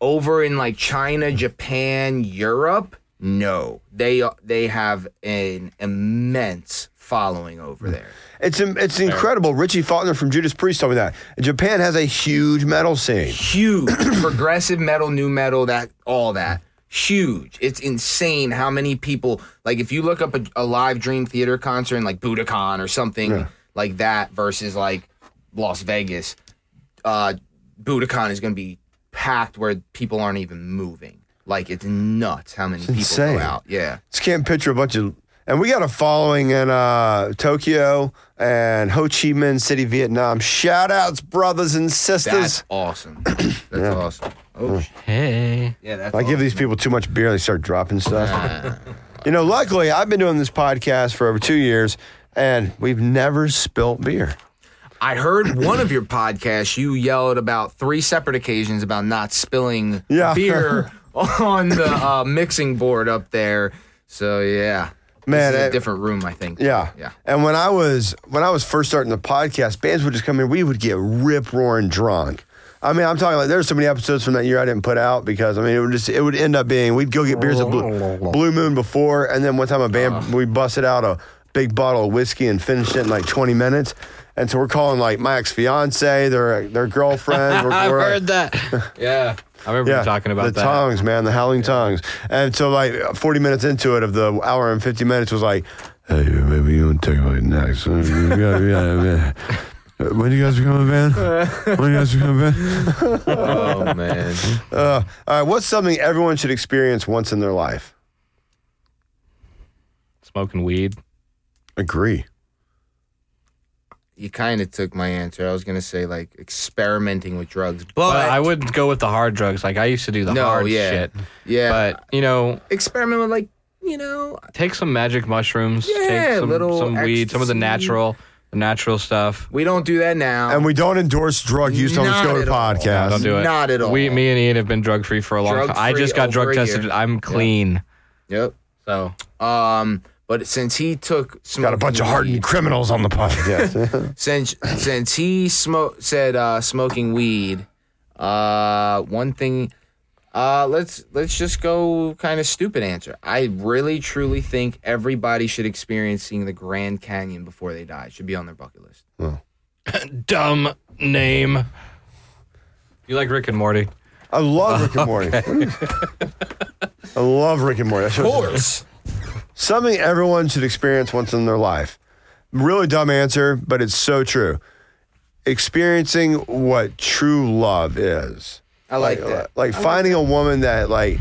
Speaker 3: Over in like China, Japan, Europe, no. They they have an immense following
Speaker 4: Mm.
Speaker 3: over there.
Speaker 1: It's it's incredible. Richie Faulkner from Judas Priest told me that Japan has a huge metal scene. <clears throat>
Speaker 3: huge progressive metal new metal that all that huge it's insane how many people like if you look up a, a live dream theater concert in like budokan or something like that versus like las vegas uh budokan is going to be packed where people aren't even moving like it's nuts how many people
Speaker 1: insane.
Speaker 3: go out yeah
Speaker 1: Just can't picture a bunch of. And we got a following in uh, Tokyo and Ho Chi Minh City, Vietnam. Shout outs, brothers and
Speaker 3: that's
Speaker 1: sisters. <clears throat>
Speaker 3: awesome that's awesome oh sh-
Speaker 4: Hey.
Speaker 3: yeah that's
Speaker 1: I give these people too much beer, they start dropping stuff. you know, luckily, I've been doing this podcast for over two years, and we've never spilt beer.
Speaker 3: I heard one of your podcasts. You yelled about three separate occasions about not spilling
Speaker 1: Yeah. <laughs>
Speaker 3: beer on the uh, mixing board up there. So yeah,
Speaker 1: Man,
Speaker 3: this is a
Speaker 1: it-
Speaker 3: different room, I think.
Speaker 1: Yeah.
Speaker 3: yeah.
Speaker 1: And when I was when I was first starting the podcast, bands would just come in, we would get rip roaring drunk. I mean, I'm talking like there's so many episodes from that year I didn't put out because I mean it would just it would end up being we'd go get beers at Blue, Blue Moon before, and then one time a band we busted out a big bottle of whiskey and finished it in like 20 minutes, and so we're calling like my ex fiance, their their girlfriend. We're,
Speaker 4: I've
Speaker 1: we're, like,
Speaker 4: heard
Speaker 3: <laughs>
Speaker 4: that. yeah. I
Speaker 1: <laughs>
Speaker 4: remember you talking about
Speaker 1: the
Speaker 4: that.
Speaker 1: tongues, man, the howling tongues. And so, like, 40 minutes into it, of the hour and 50 minutes, was like, hey, maybe you want to take like next. <laughs> Uh, you gotta be out of there. Uh, When do you guys become a band? When do you guys become a
Speaker 4: <laughs>
Speaker 1: band?
Speaker 3: Oh man,
Speaker 1: Uh, all right, what's something everyone should experience once in their life?
Speaker 4: Smoking weed.
Speaker 1: Agree.
Speaker 3: you kind of took my answer. I was gonna say like experimenting with drugs, but
Speaker 4: But I wouldn't go with the hard drugs. Like I used to do the
Speaker 3: No,
Speaker 4: hard
Speaker 3: yeah.
Speaker 4: shit.
Speaker 3: yeah,
Speaker 4: But you know,
Speaker 3: experiment with like you know
Speaker 4: take some magic mushrooms.
Speaker 3: Yeah,
Speaker 4: take some,
Speaker 3: little
Speaker 4: some weed, some of the
Speaker 3: ecstasy.
Speaker 4: natural, the natural stuff.
Speaker 3: We don't do that now.
Speaker 1: And we don't endorse drug use on the
Speaker 3: Not
Speaker 1: Skoda
Speaker 3: at all.
Speaker 1: podcast.
Speaker 4: Don't do it.
Speaker 3: Not at all.
Speaker 4: We, me, and Ian have been drug free for a long time. I just got
Speaker 3: Drug-free
Speaker 4: drug
Speaker 3: over a
Speaker 4: tested.
Speaker 3: year.
Speaker 4: I'm clean.
Speaker 3: yep.
Speaker 4: So
Speaker 3: Um, but since he took
Speaker 1: Got a bunch of hardened criminals on the
Speaker 4: <laughs>
Speaker 1: podcast.
Speaker 3: since since he smoke said uh, smoking weed, uh, one thing, uh, let's let's just go kind of stupid answer. I really truly think everybody should experience seeing the Grand Canyon before they die. It should be on their bucket list.
Speaker 4: dumb name. You like Rick and Morty?
Speaker 1: I love Rick and Morty. I love Rick and Morty. Of Something everyone should experience once in their life. Really dumb answer, but it's so true. Experiencing what true love is.
Speaker 3: I like uh, that.
Speaker 1: Like finding a woman that like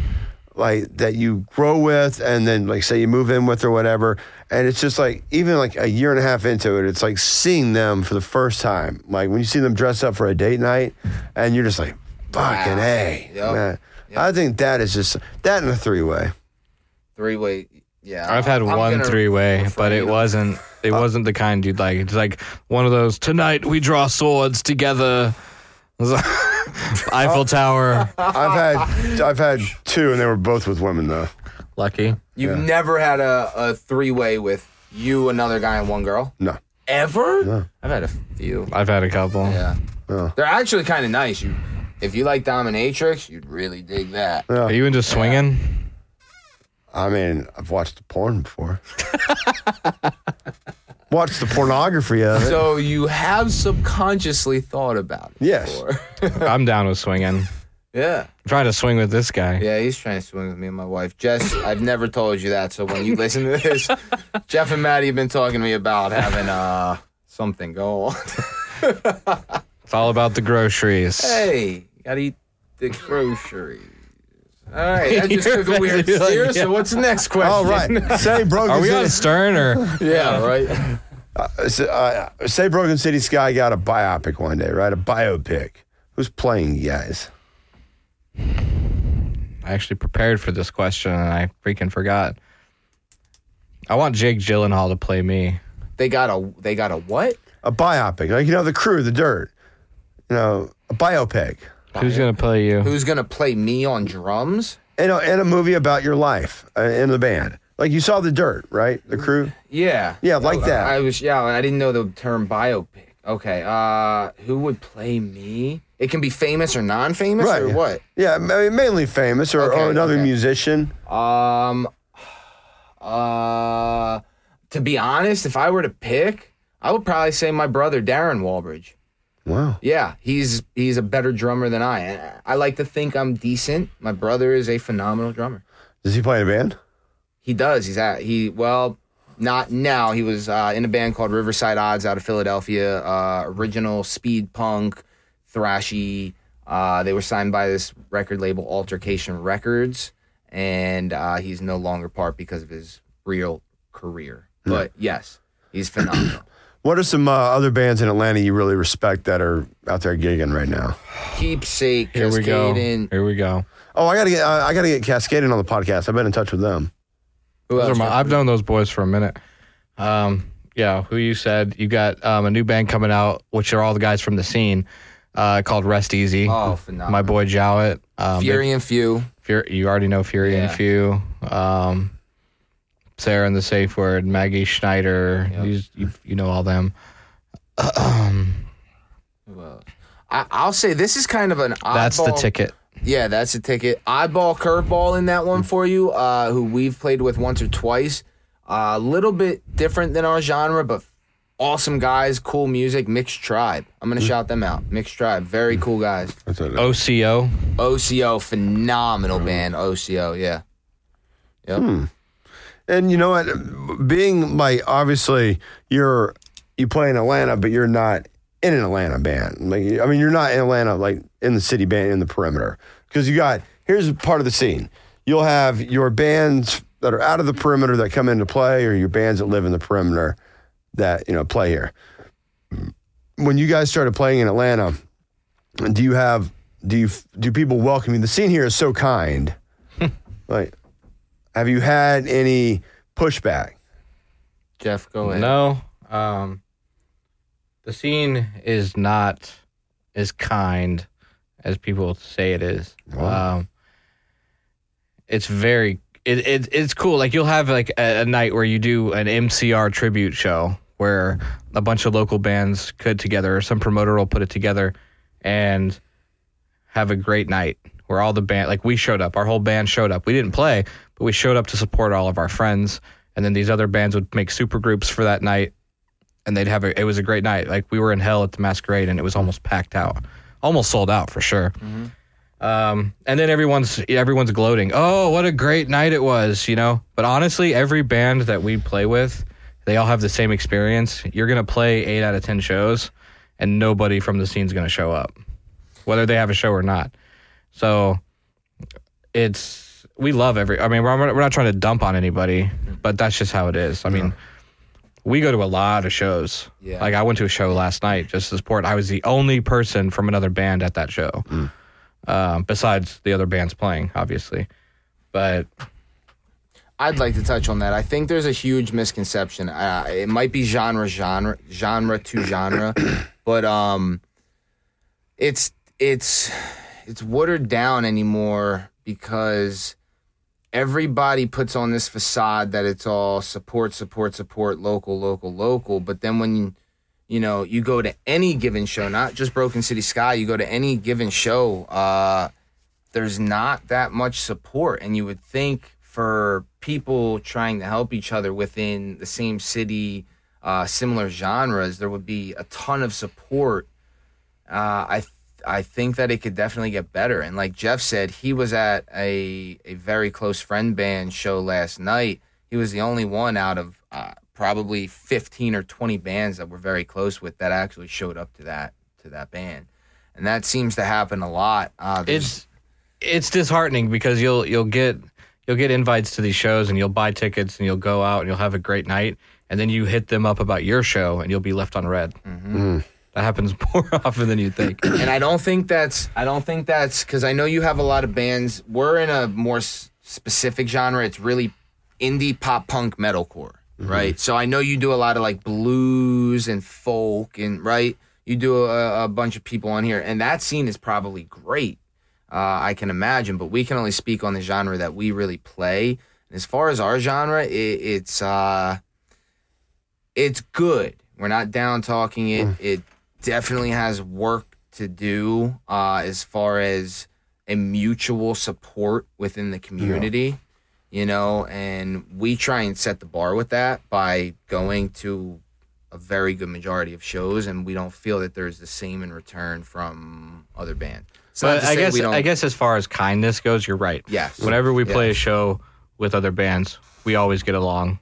Speaker 1: like that you grow with and then like say you move in with or whatever. And it's just like even like a year and a half into it, it's like seeing them for the first time. Like when you see them dressed up for a date night and you're just like, fucking hey.
Speaker 3: Yep.
Speaker 1: Man. I think that is just that in a three way.
Speaker 3: Three way. Yeah,
Speaker 4: I've had
Speaker 3: I'm
Speaker 4: one
Speaker 3: gonna Uh.
Speaker 4: three way,
Speaker 3: refer
Speaker 4: but
Speaker 3: you
Speaker 4: it
Speaker 3: to-
Speaker 4: wasn't it wasn't the kind you'd like. It's like one of those tonight we draw swords together. <laughs> It was like, Eiffel Tower.
Speaker 1: I've had I've had two and they were both with women though.
Speaker 4: Lucky.
Speaker 3: You've never had a, a three way with you, another guy, and one girl
Speaker 1: No.
Speaker 3: ever. I've had a few.
Speaker 4: I've had a couple.
Speaker 3: Yeah. They're actually kind of nice. You, if you like Dominatrix, you'd really dig that.
Speaker 4: Are you into swinging?
Speaker 1: I mean, I've watched porn before. watched the pornography of it.
Speaker 3: So you have subconsciously thought about it.
Speaker 1: Yes.
Speaker 3: before.
Speaker 4: I'm down with swinging. I'm
Speaker 3: yeah.
Speaker 4: trying to swing with this guy.
Speaker 3: Yeah, he's trying to swing with me and my wife. Jess, I've never told you that. So when you listen to <laughs> this, Jeff and Maddie have been talking to me about having uh something go <laughs> on.
Speaker 4: It's all about the groceries.
Speaker 3: hey, you gotta eat the groceries. All right, <laughs> that just took a weird
Speaker 4: You're like,
Speaker 3: steer.
Speaker 4: yeah.
Speaker 3: So what's the next question?
Speaker 1: All Oh, right. Say broken.
Speaker 4: Are we on
Speaker 1: City,
Speaker 3: <laughs>
Speaker 4: Stern or
Speaker 3: Oh, Yeah, right.
Speaker 1: uh, say broken city sky got a biopic one day, right? A biopic. Who's playing you guys?
Speaker 4: I actually prepared for this question and I freaking forgot. I want Jake Gyllenhaal to play me.
Speaker 3: They got a they got a what?
Speaker 1: A biopic, like you know, the crew, the dirt. You know, a biopic.
Speaker 4: Who's gonna play you?
Speaker 3: Who's gonna play me on drums?
Speaker 1: In a, in a movie about your life uh, in the band, like you saw the dirt, right? The crew.
Speaker 3: Yeah.
Speaker 1: Yeah, like
Speaker 3: Oh,
Speaker 1: that.
Speaker 3: I was yeah, I didn't know the term biopic. Okay. Uh who would play me? It can be famous or non-famous
Speaker 1: Right,
Speaker 3: or
Speaker 1: yeah.
Speaker 3: what?
Speaker 1: Yeah, ma- mainly famous or,
Speaker 3: Okay,
Speaker 1: or another
Speaker 3: okay.
Speaker 1: musician.
Speaker 3: Um uh to be honest, if I were to pick, I would probably say my brother Darren Walbridge.
Speaker 1: Wow.
Speaker 3: Yeah, he's he's a better drummer than I. And I like to think I'm decent. My brother is a phenomenal drummer.
Speaker 1: Does he play in a band?
Speaker 3: He does. He's at he well, not now. He was uh, in a band called Riverside Odds out of Philadelphia. Uh, original speed punk, thrashy. Uh, they were signed by this record label, Altercation Records, and uh, he's no longer part because of his real career.
Speaker 4: Hmm.
Speaker 3: But yes, he's
Speaker 4: <coughs>
Speaker 3: phenomenal.
Speaker 1: What are some uh, other bands in Atlanta you really respect that are out there gigging right now?
Speaker 3: Keepsake,
Speaker 4: Here we go.
Speaker 3: Cascading.
Speaker 4: Here we go.
Speaker 1: Oh, I gotta get I I gotta get Cascading on the podcast. I've been in touch with them.
Speaker 3: Who
Speaker 4: Those
Speaker 3: else?
Speaker 4: are my, I've known those boys for a minute. Um, yeah, who you said you got um, a new band coming out, which are all the guys from the scene, uh, called Rest Easy.
Speaker 3: oh, phenomenal.
Speaker 4: My boy Jowett. Um,
Speaker 3: Fury and Few.
Speaker 4: Fury, you already know Fury and
Speaker 3: Yeah.
Speaker 4: Few. Um, Sarah and the Safe Word, Maggie Schneider. You, you, you know all them.
Speaker 3: Well, I, I'll say this is kind of an oddball.
Speaker 4: That's the ticket.
Speaker 3: Yeah, that's the ticket. Oddball curveball in that one for you, uh, who we've played with once or twice. Uh, A little bit different than our genre, but awesome guys, cool music. Mixed Tribe. I'm going to shout them out. Mixed Tribe. Very cool guys.
Speaker 4: OCO.
Speaker 3: OCO, phenomenal band. OCO, yeah.
Speaker 1: And you know what? Being like obviously you're you play in Atlanta, but you're not in an Atlanta band. Like I mean, you're not in Atlanta like in the city band in the perimeter because you got here's part of the scene. You'll have your bands that are out of the perimeter that come into play, or your bands that live in the perimeter that you know play here. When you guys started playing in Atlanta, do you have do you do people welcome you? The scene here is so kind. like have you had any pushback?
Speaker 3: Jeff, go ahead.
Speaker 4: No. Um, the scene is not as kind as people say it is. Um, it's very it, it it's cool. Like you'll have like a, a night where you do an MCR tribute show where a bunch of local bands could together or some promoter will put it together and have a great night where all the band like we showed up our whole band showed up we didn't play but we showed up to support all of our friends and then these other bands would make super groups for that night and they'd have a it was a great night like we were in hell at the masquerade and it was almost packed out almost sold out for sure um, and then everyone's everyone's gloating oh what a great night it was you know but honestly every band that we play with they all have the same experience you're gonna play eight out of ten shows and nobody from the scene's gonna show up whether they have a show or not so it's we love every. I mean, we're, we're not trying to dump on anybody, but that's just how it is. I mean, we go to a lot of shows.
Speaker 3: Yeah.
Speaker 4: Like I went to a show last night just to support. I was the only person from another band at that show, um, besides the other bands playing, obviously. But
Speaker 3: I'd like to touch on that. I think there's a huge misconception. Uh, it might be genre, genre, genre to genre, but um, it's it's it's watered down anymore because everybody puts on this facade that it's all support, support, support, local, local, local. But then when you, you know you go to any given show, not just Broken City Sky, you go to any given show. Uh, there's not that much support and you would think for people trying to help each other within the same city uh, similar genres there would be a ton of support uh, i I think that it could definitely get better and like jeff said he was at a, a very close friend band show last night he was the only one out of uh, probably 15 or 20 bands that were very close with that actually showed up to that to that band and that seems to happen a lot uh, there's-
Speaker 4: it's it's disheartening because you'll you'll get you'll get invites to these shows and you'll buy tickets and you'll go out and you'll have a great night and then you hit them up about your show and you'll be left on red.
Speaker 3: Mm-hmm.
Speaker 4: That happens <laughs> more often than you think.
Speaker 3: <clears throat> and I don't think that's I don't think that's because I know you have a lot of bands. We're in a more s- specific genre. It's really indie pop punk metalcore, right? So I know you do a lot of like blues and folk and right. You do a, a bunch of people on here, and that scene is probably great. Uh, I can imagine, but we can only speak on the genre that we really play. As far as our genre, it, it's uh, it's good. We're not down talking it.
Speaker 4: Mm.
Speaker 3: It definitely has work to do uh, as far as a mutual support within the community, you know, and we try and set the bar with that by going to a very good majority of shows, and we don't feel that there's the same in return from other bands. It's not
Speaker 4: But
Speaker 3: to
Speaker 4: I
Speaker 3: say
Speaker 4: guess
Speaker 3: we don't-
Speaker 4: I guess as far as kindness goes, you're right.
Speaker 3: Yes.
Speaker 4: Whenever we
Speaker 3: Yes.
Speaker 4: play a show with other bands, we always get along.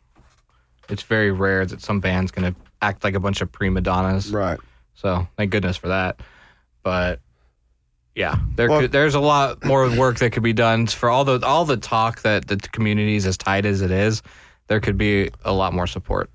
Speaker 4: It's very rare that some band's gonna act like a bunch of prima donnas.
Speaker 1: Right.
Speaker 4: So thank goodness for that. But yeah, there
Speaker 1: Well-
Speaker 4: could, there's a lot more work that could be done for all the all the talk that the community is as tight as it is. There could be a lot more support.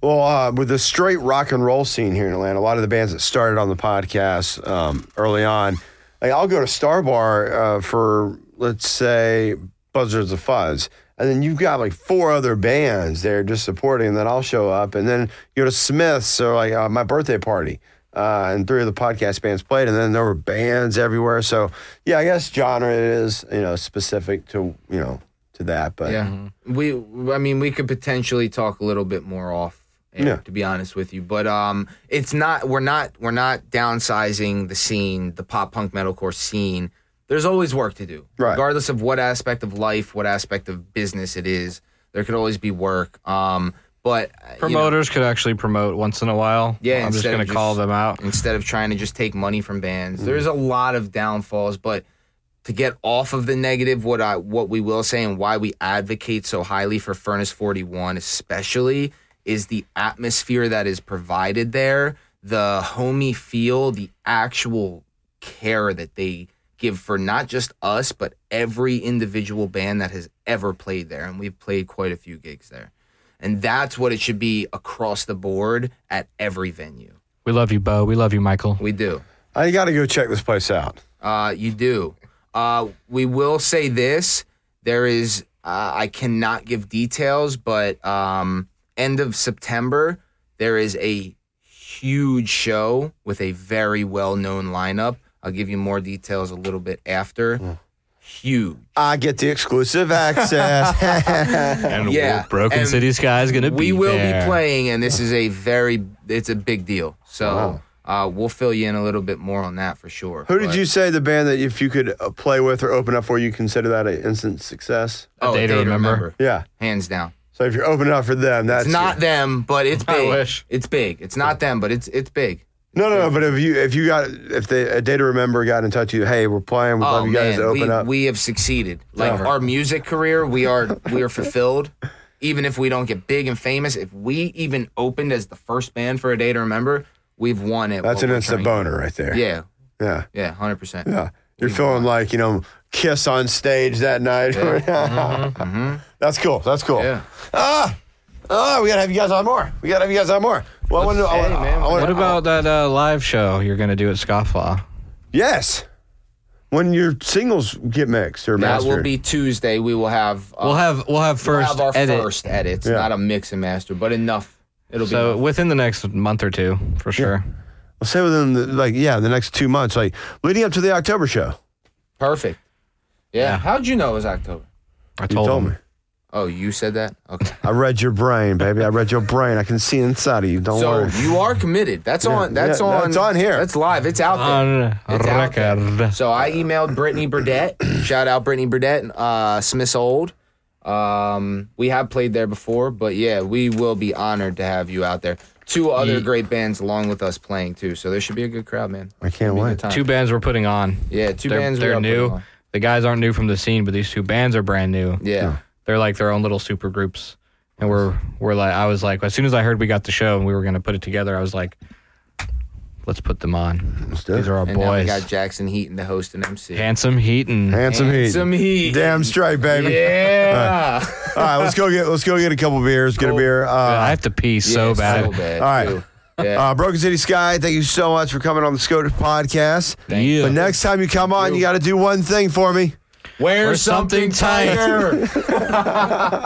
Speaker 1: Well, uh, with the straight rock and roll scene here in Atlanta, a lot of the bands that started on the podcast um, early on, like I'll go to Star Bar uh, for, let's say, Buzzards of Fuzz. And then you've got like four other bands there just supporting, and then I'll show up. And then you go to Smith's or like uh, my birthday party, uh, and three of the podcast bands played, and then there were bands everywhere. So, yeah, I guess genre is, you know, specific to, you know, to that. But
Speaker 3: Yeah. We I mean we could potentially talk a little bit more off air,
Speaker 1: Yeah.
Speaker 3: to be honest with you. But um it's not we're not we're not downsizing the scene, the pop punk metalcore scene. There's always work to do.
Speaker 1: Right.
Speaker 3: Regardless of what aspect of life, what aspect of business it is, there could always be work. Um but uh, you know,
Speaker 4: Promoters could actually promote once in a while.
Speaker 3: Yeah,
Speaker 4: I'm just
Speaker 3: instead of
Speaker 4: gonna call
Speaker 3: just-
Speaker 4: them out.
Speaker 3: instead of trying to just take money from bands. There's a lot of downfalls, but to get off of the negative, what I what we will say and why we advocate so highly for Furnace 41, especially, is the atmosphere that is provided there, the homey feel, the actual care that they give for not just us, but every individual band that has ever played there. And we've played quite a few gigs there. And that's what it should be across the board at every venue.
Speaker 4: We love you, Bo. We love you, Michael.
Speaker 3: We do.
Speaker 1: I got to go check this place out.
Speaker 3: Uh, you do. Uh, we will say this: there is. Uh, I cannot give details, but um, end of September there is a huge show with a very well known lineup. I'll give you more details a little bit after. Huge.
Speaker 1: I get the exclusive
Speaker 3: <laughs>
Speaker 1: access. <laughs>
Speaker 4: And
Speaker 3: Yeah,
Speaker 4: Broken
Speaker 3: and
Speaker 4: City Sky is going to be
Speaker 3: we will
Speaker 4: there.
Speaker 3: be playing, and this is a very it's a big deal. So uh, we'll fill you in a little bit more on that for sure.
Speaker 1: Who did
Speaker 3: But-
Speaker 1: you say the band that if you could uh, play with or open up for, you consider that an instant success?
Speaker 3: Oh,
Speaker 4: Day to Remember?
Speaker 1: Yeah.
Speaker 3: hands down.
Speaker 1: So if you're opening up for them, that's
Speaker 3: It's not them, but it's
Speaker 4: I
Speaker 3: big.
Speaker 4: wish.
Speaker 3: It's big. It's not them, but it's it's big.
Speaker 1: no, no, no. But if you if you got if the a day to remember got in touch with you, hey, we're playing. We'd
Speaker 3: Oh
Speaker 1: love you guys
Speaker 3: man,
Speaker 1: to open
Speaker 3: we,
Speaker 1: up.
Speaker 3: we have succeeded. Like
Speaker 1: Yeah.
Speaker 3: our music career, we are we are fulfilled. Even if we don't get big and famous, if we even opened as the first band for a day to remember, we've won it.
Speaker 1: that's an instant boner right there.
Speaker 3: Yeah,
Speaker 1: yeah,
Speaker 3: yeah, hundred percent.
Speaker 1: yeah. You're feeling like you know Kiss on stage that night. <laughs> That's cool. That's cool.
Speaker 3: Mm-hmm, Yeah.
Speaker 1: Ah, ah. We gotta have you guys on more. We gotta have you guys on more. Well, I wanna- I wanna- I wanna-
Speaker 4: What about that uh, live show you're going to do at Scofflaw?
Speaker 1: yes? When your singles get mixed or
Speaker 3: That
Speaker 1: mastered,
Speaker 3: will be Tuesday. We will have uh,
Speaker 4: We'll have we'll have
Speaker 3: we'll
Speaker 4: first
Speaker 3: have our
Speaker 4: edit.
Speaker 3: first edits,
Speaker 1: Yeah.
Speaker 3: not a mix and master, but enough. It'll
Speaker 4: So
Speaker 3: be
Speaker 4: within the next month or two, for sure.
Speaker 1: I'll say within the, like yeah the next two months, like leading up to the October show.
Speaker 3: perfect. Yeah.
Speaker 4: Yeah.
Speaker 3: How'd you know it was October?
Speaker 4: I
Speaker 1: You
Speaker 4: told,
Speaker 1: told
Speaker 4: him.
Speaker 1: me.
Speaker 3: Oh, you said that. Okay.
Speaker 1: I read your brain, baby. I read your brain. I can see inside of you. Don't
Speaker 3: So
Speaker 1: worry.
Speaker 3: you are committed. That's on. That's
Speaker 1: yeah, no,
Speaker 3: on.
Speaker 1: it's on here.
Speaker 3: That's live. It's out there.
Speaker 4: On
Speaker 3: It's out there.
Speaker 4: record.
Speaker 3: So I emailed
Speaker 1: <coughs>
Speaker 3: Brittany Burdett. Shout out Brittany Burdett, uh, Smith's Old. Um, we have played there before, but yeah, we will be honored to have you out there. Two other
Speaker 4: Ye-
Speaker 3: great bands along with us playing too. So there should be a good crowd, man.
Speaker 1: I can't
Speaker 3: Be a good
Speaker 1: wait.
Speaker 3: time.
Speaker 4: Two bands we're putting on.
Speaker 3: yeah, 2
Speaker 4: they're
Speaker 3: bands. we
Speaker 4: they're
Speaker 3: are putting
Speaker 4: new.
Speaker 3: on.
Speaker 4: The guys aren't new from the scene, but these two bands are brand new.
Speaker 3: Yeah,
Speaker 4: They're like their own little super groups. And we're we're like I was like as soon as I heard we got the show and we were gonna put it together, I was like, let's put them on.
Speaker 1: Let's do
Speaker 4: These
Speaker 1: it.
Speaker 4: are our
Speaker 3: and now we
Speaker 4: boys.
Speaker 3: got Jackson Heaton to host and MC.
Speaker 4: Handsome Heaton.
Speaker 1: Handsome heat.
Speaker 3: Handsome Heat.
Speaker 1: Damn straight, baby.
Speaker 3: <laughs> Yeah.
Speaker 1: All right, let's go get let's go get a couple beers. Get a beer.
Speaker 4: I
Speaker 1: Uh,
Speaker 4: have to pee so
Speaker 3: Yeah,
Speaker 4: bad.
Speaker 3: So bad.
Speaker 1: All right.
Speaker 3: too. Yeah.
Speaker 1: uh, Broken City Sky, thank you so much for coming on the Scotus podcast.
Speaker 4: Yeah.
Speaker 1: But next time you come on, you got to do one thing for me.
Speaker 3: Wear
Speaker 4: something tight.
Speaker 3: tighter.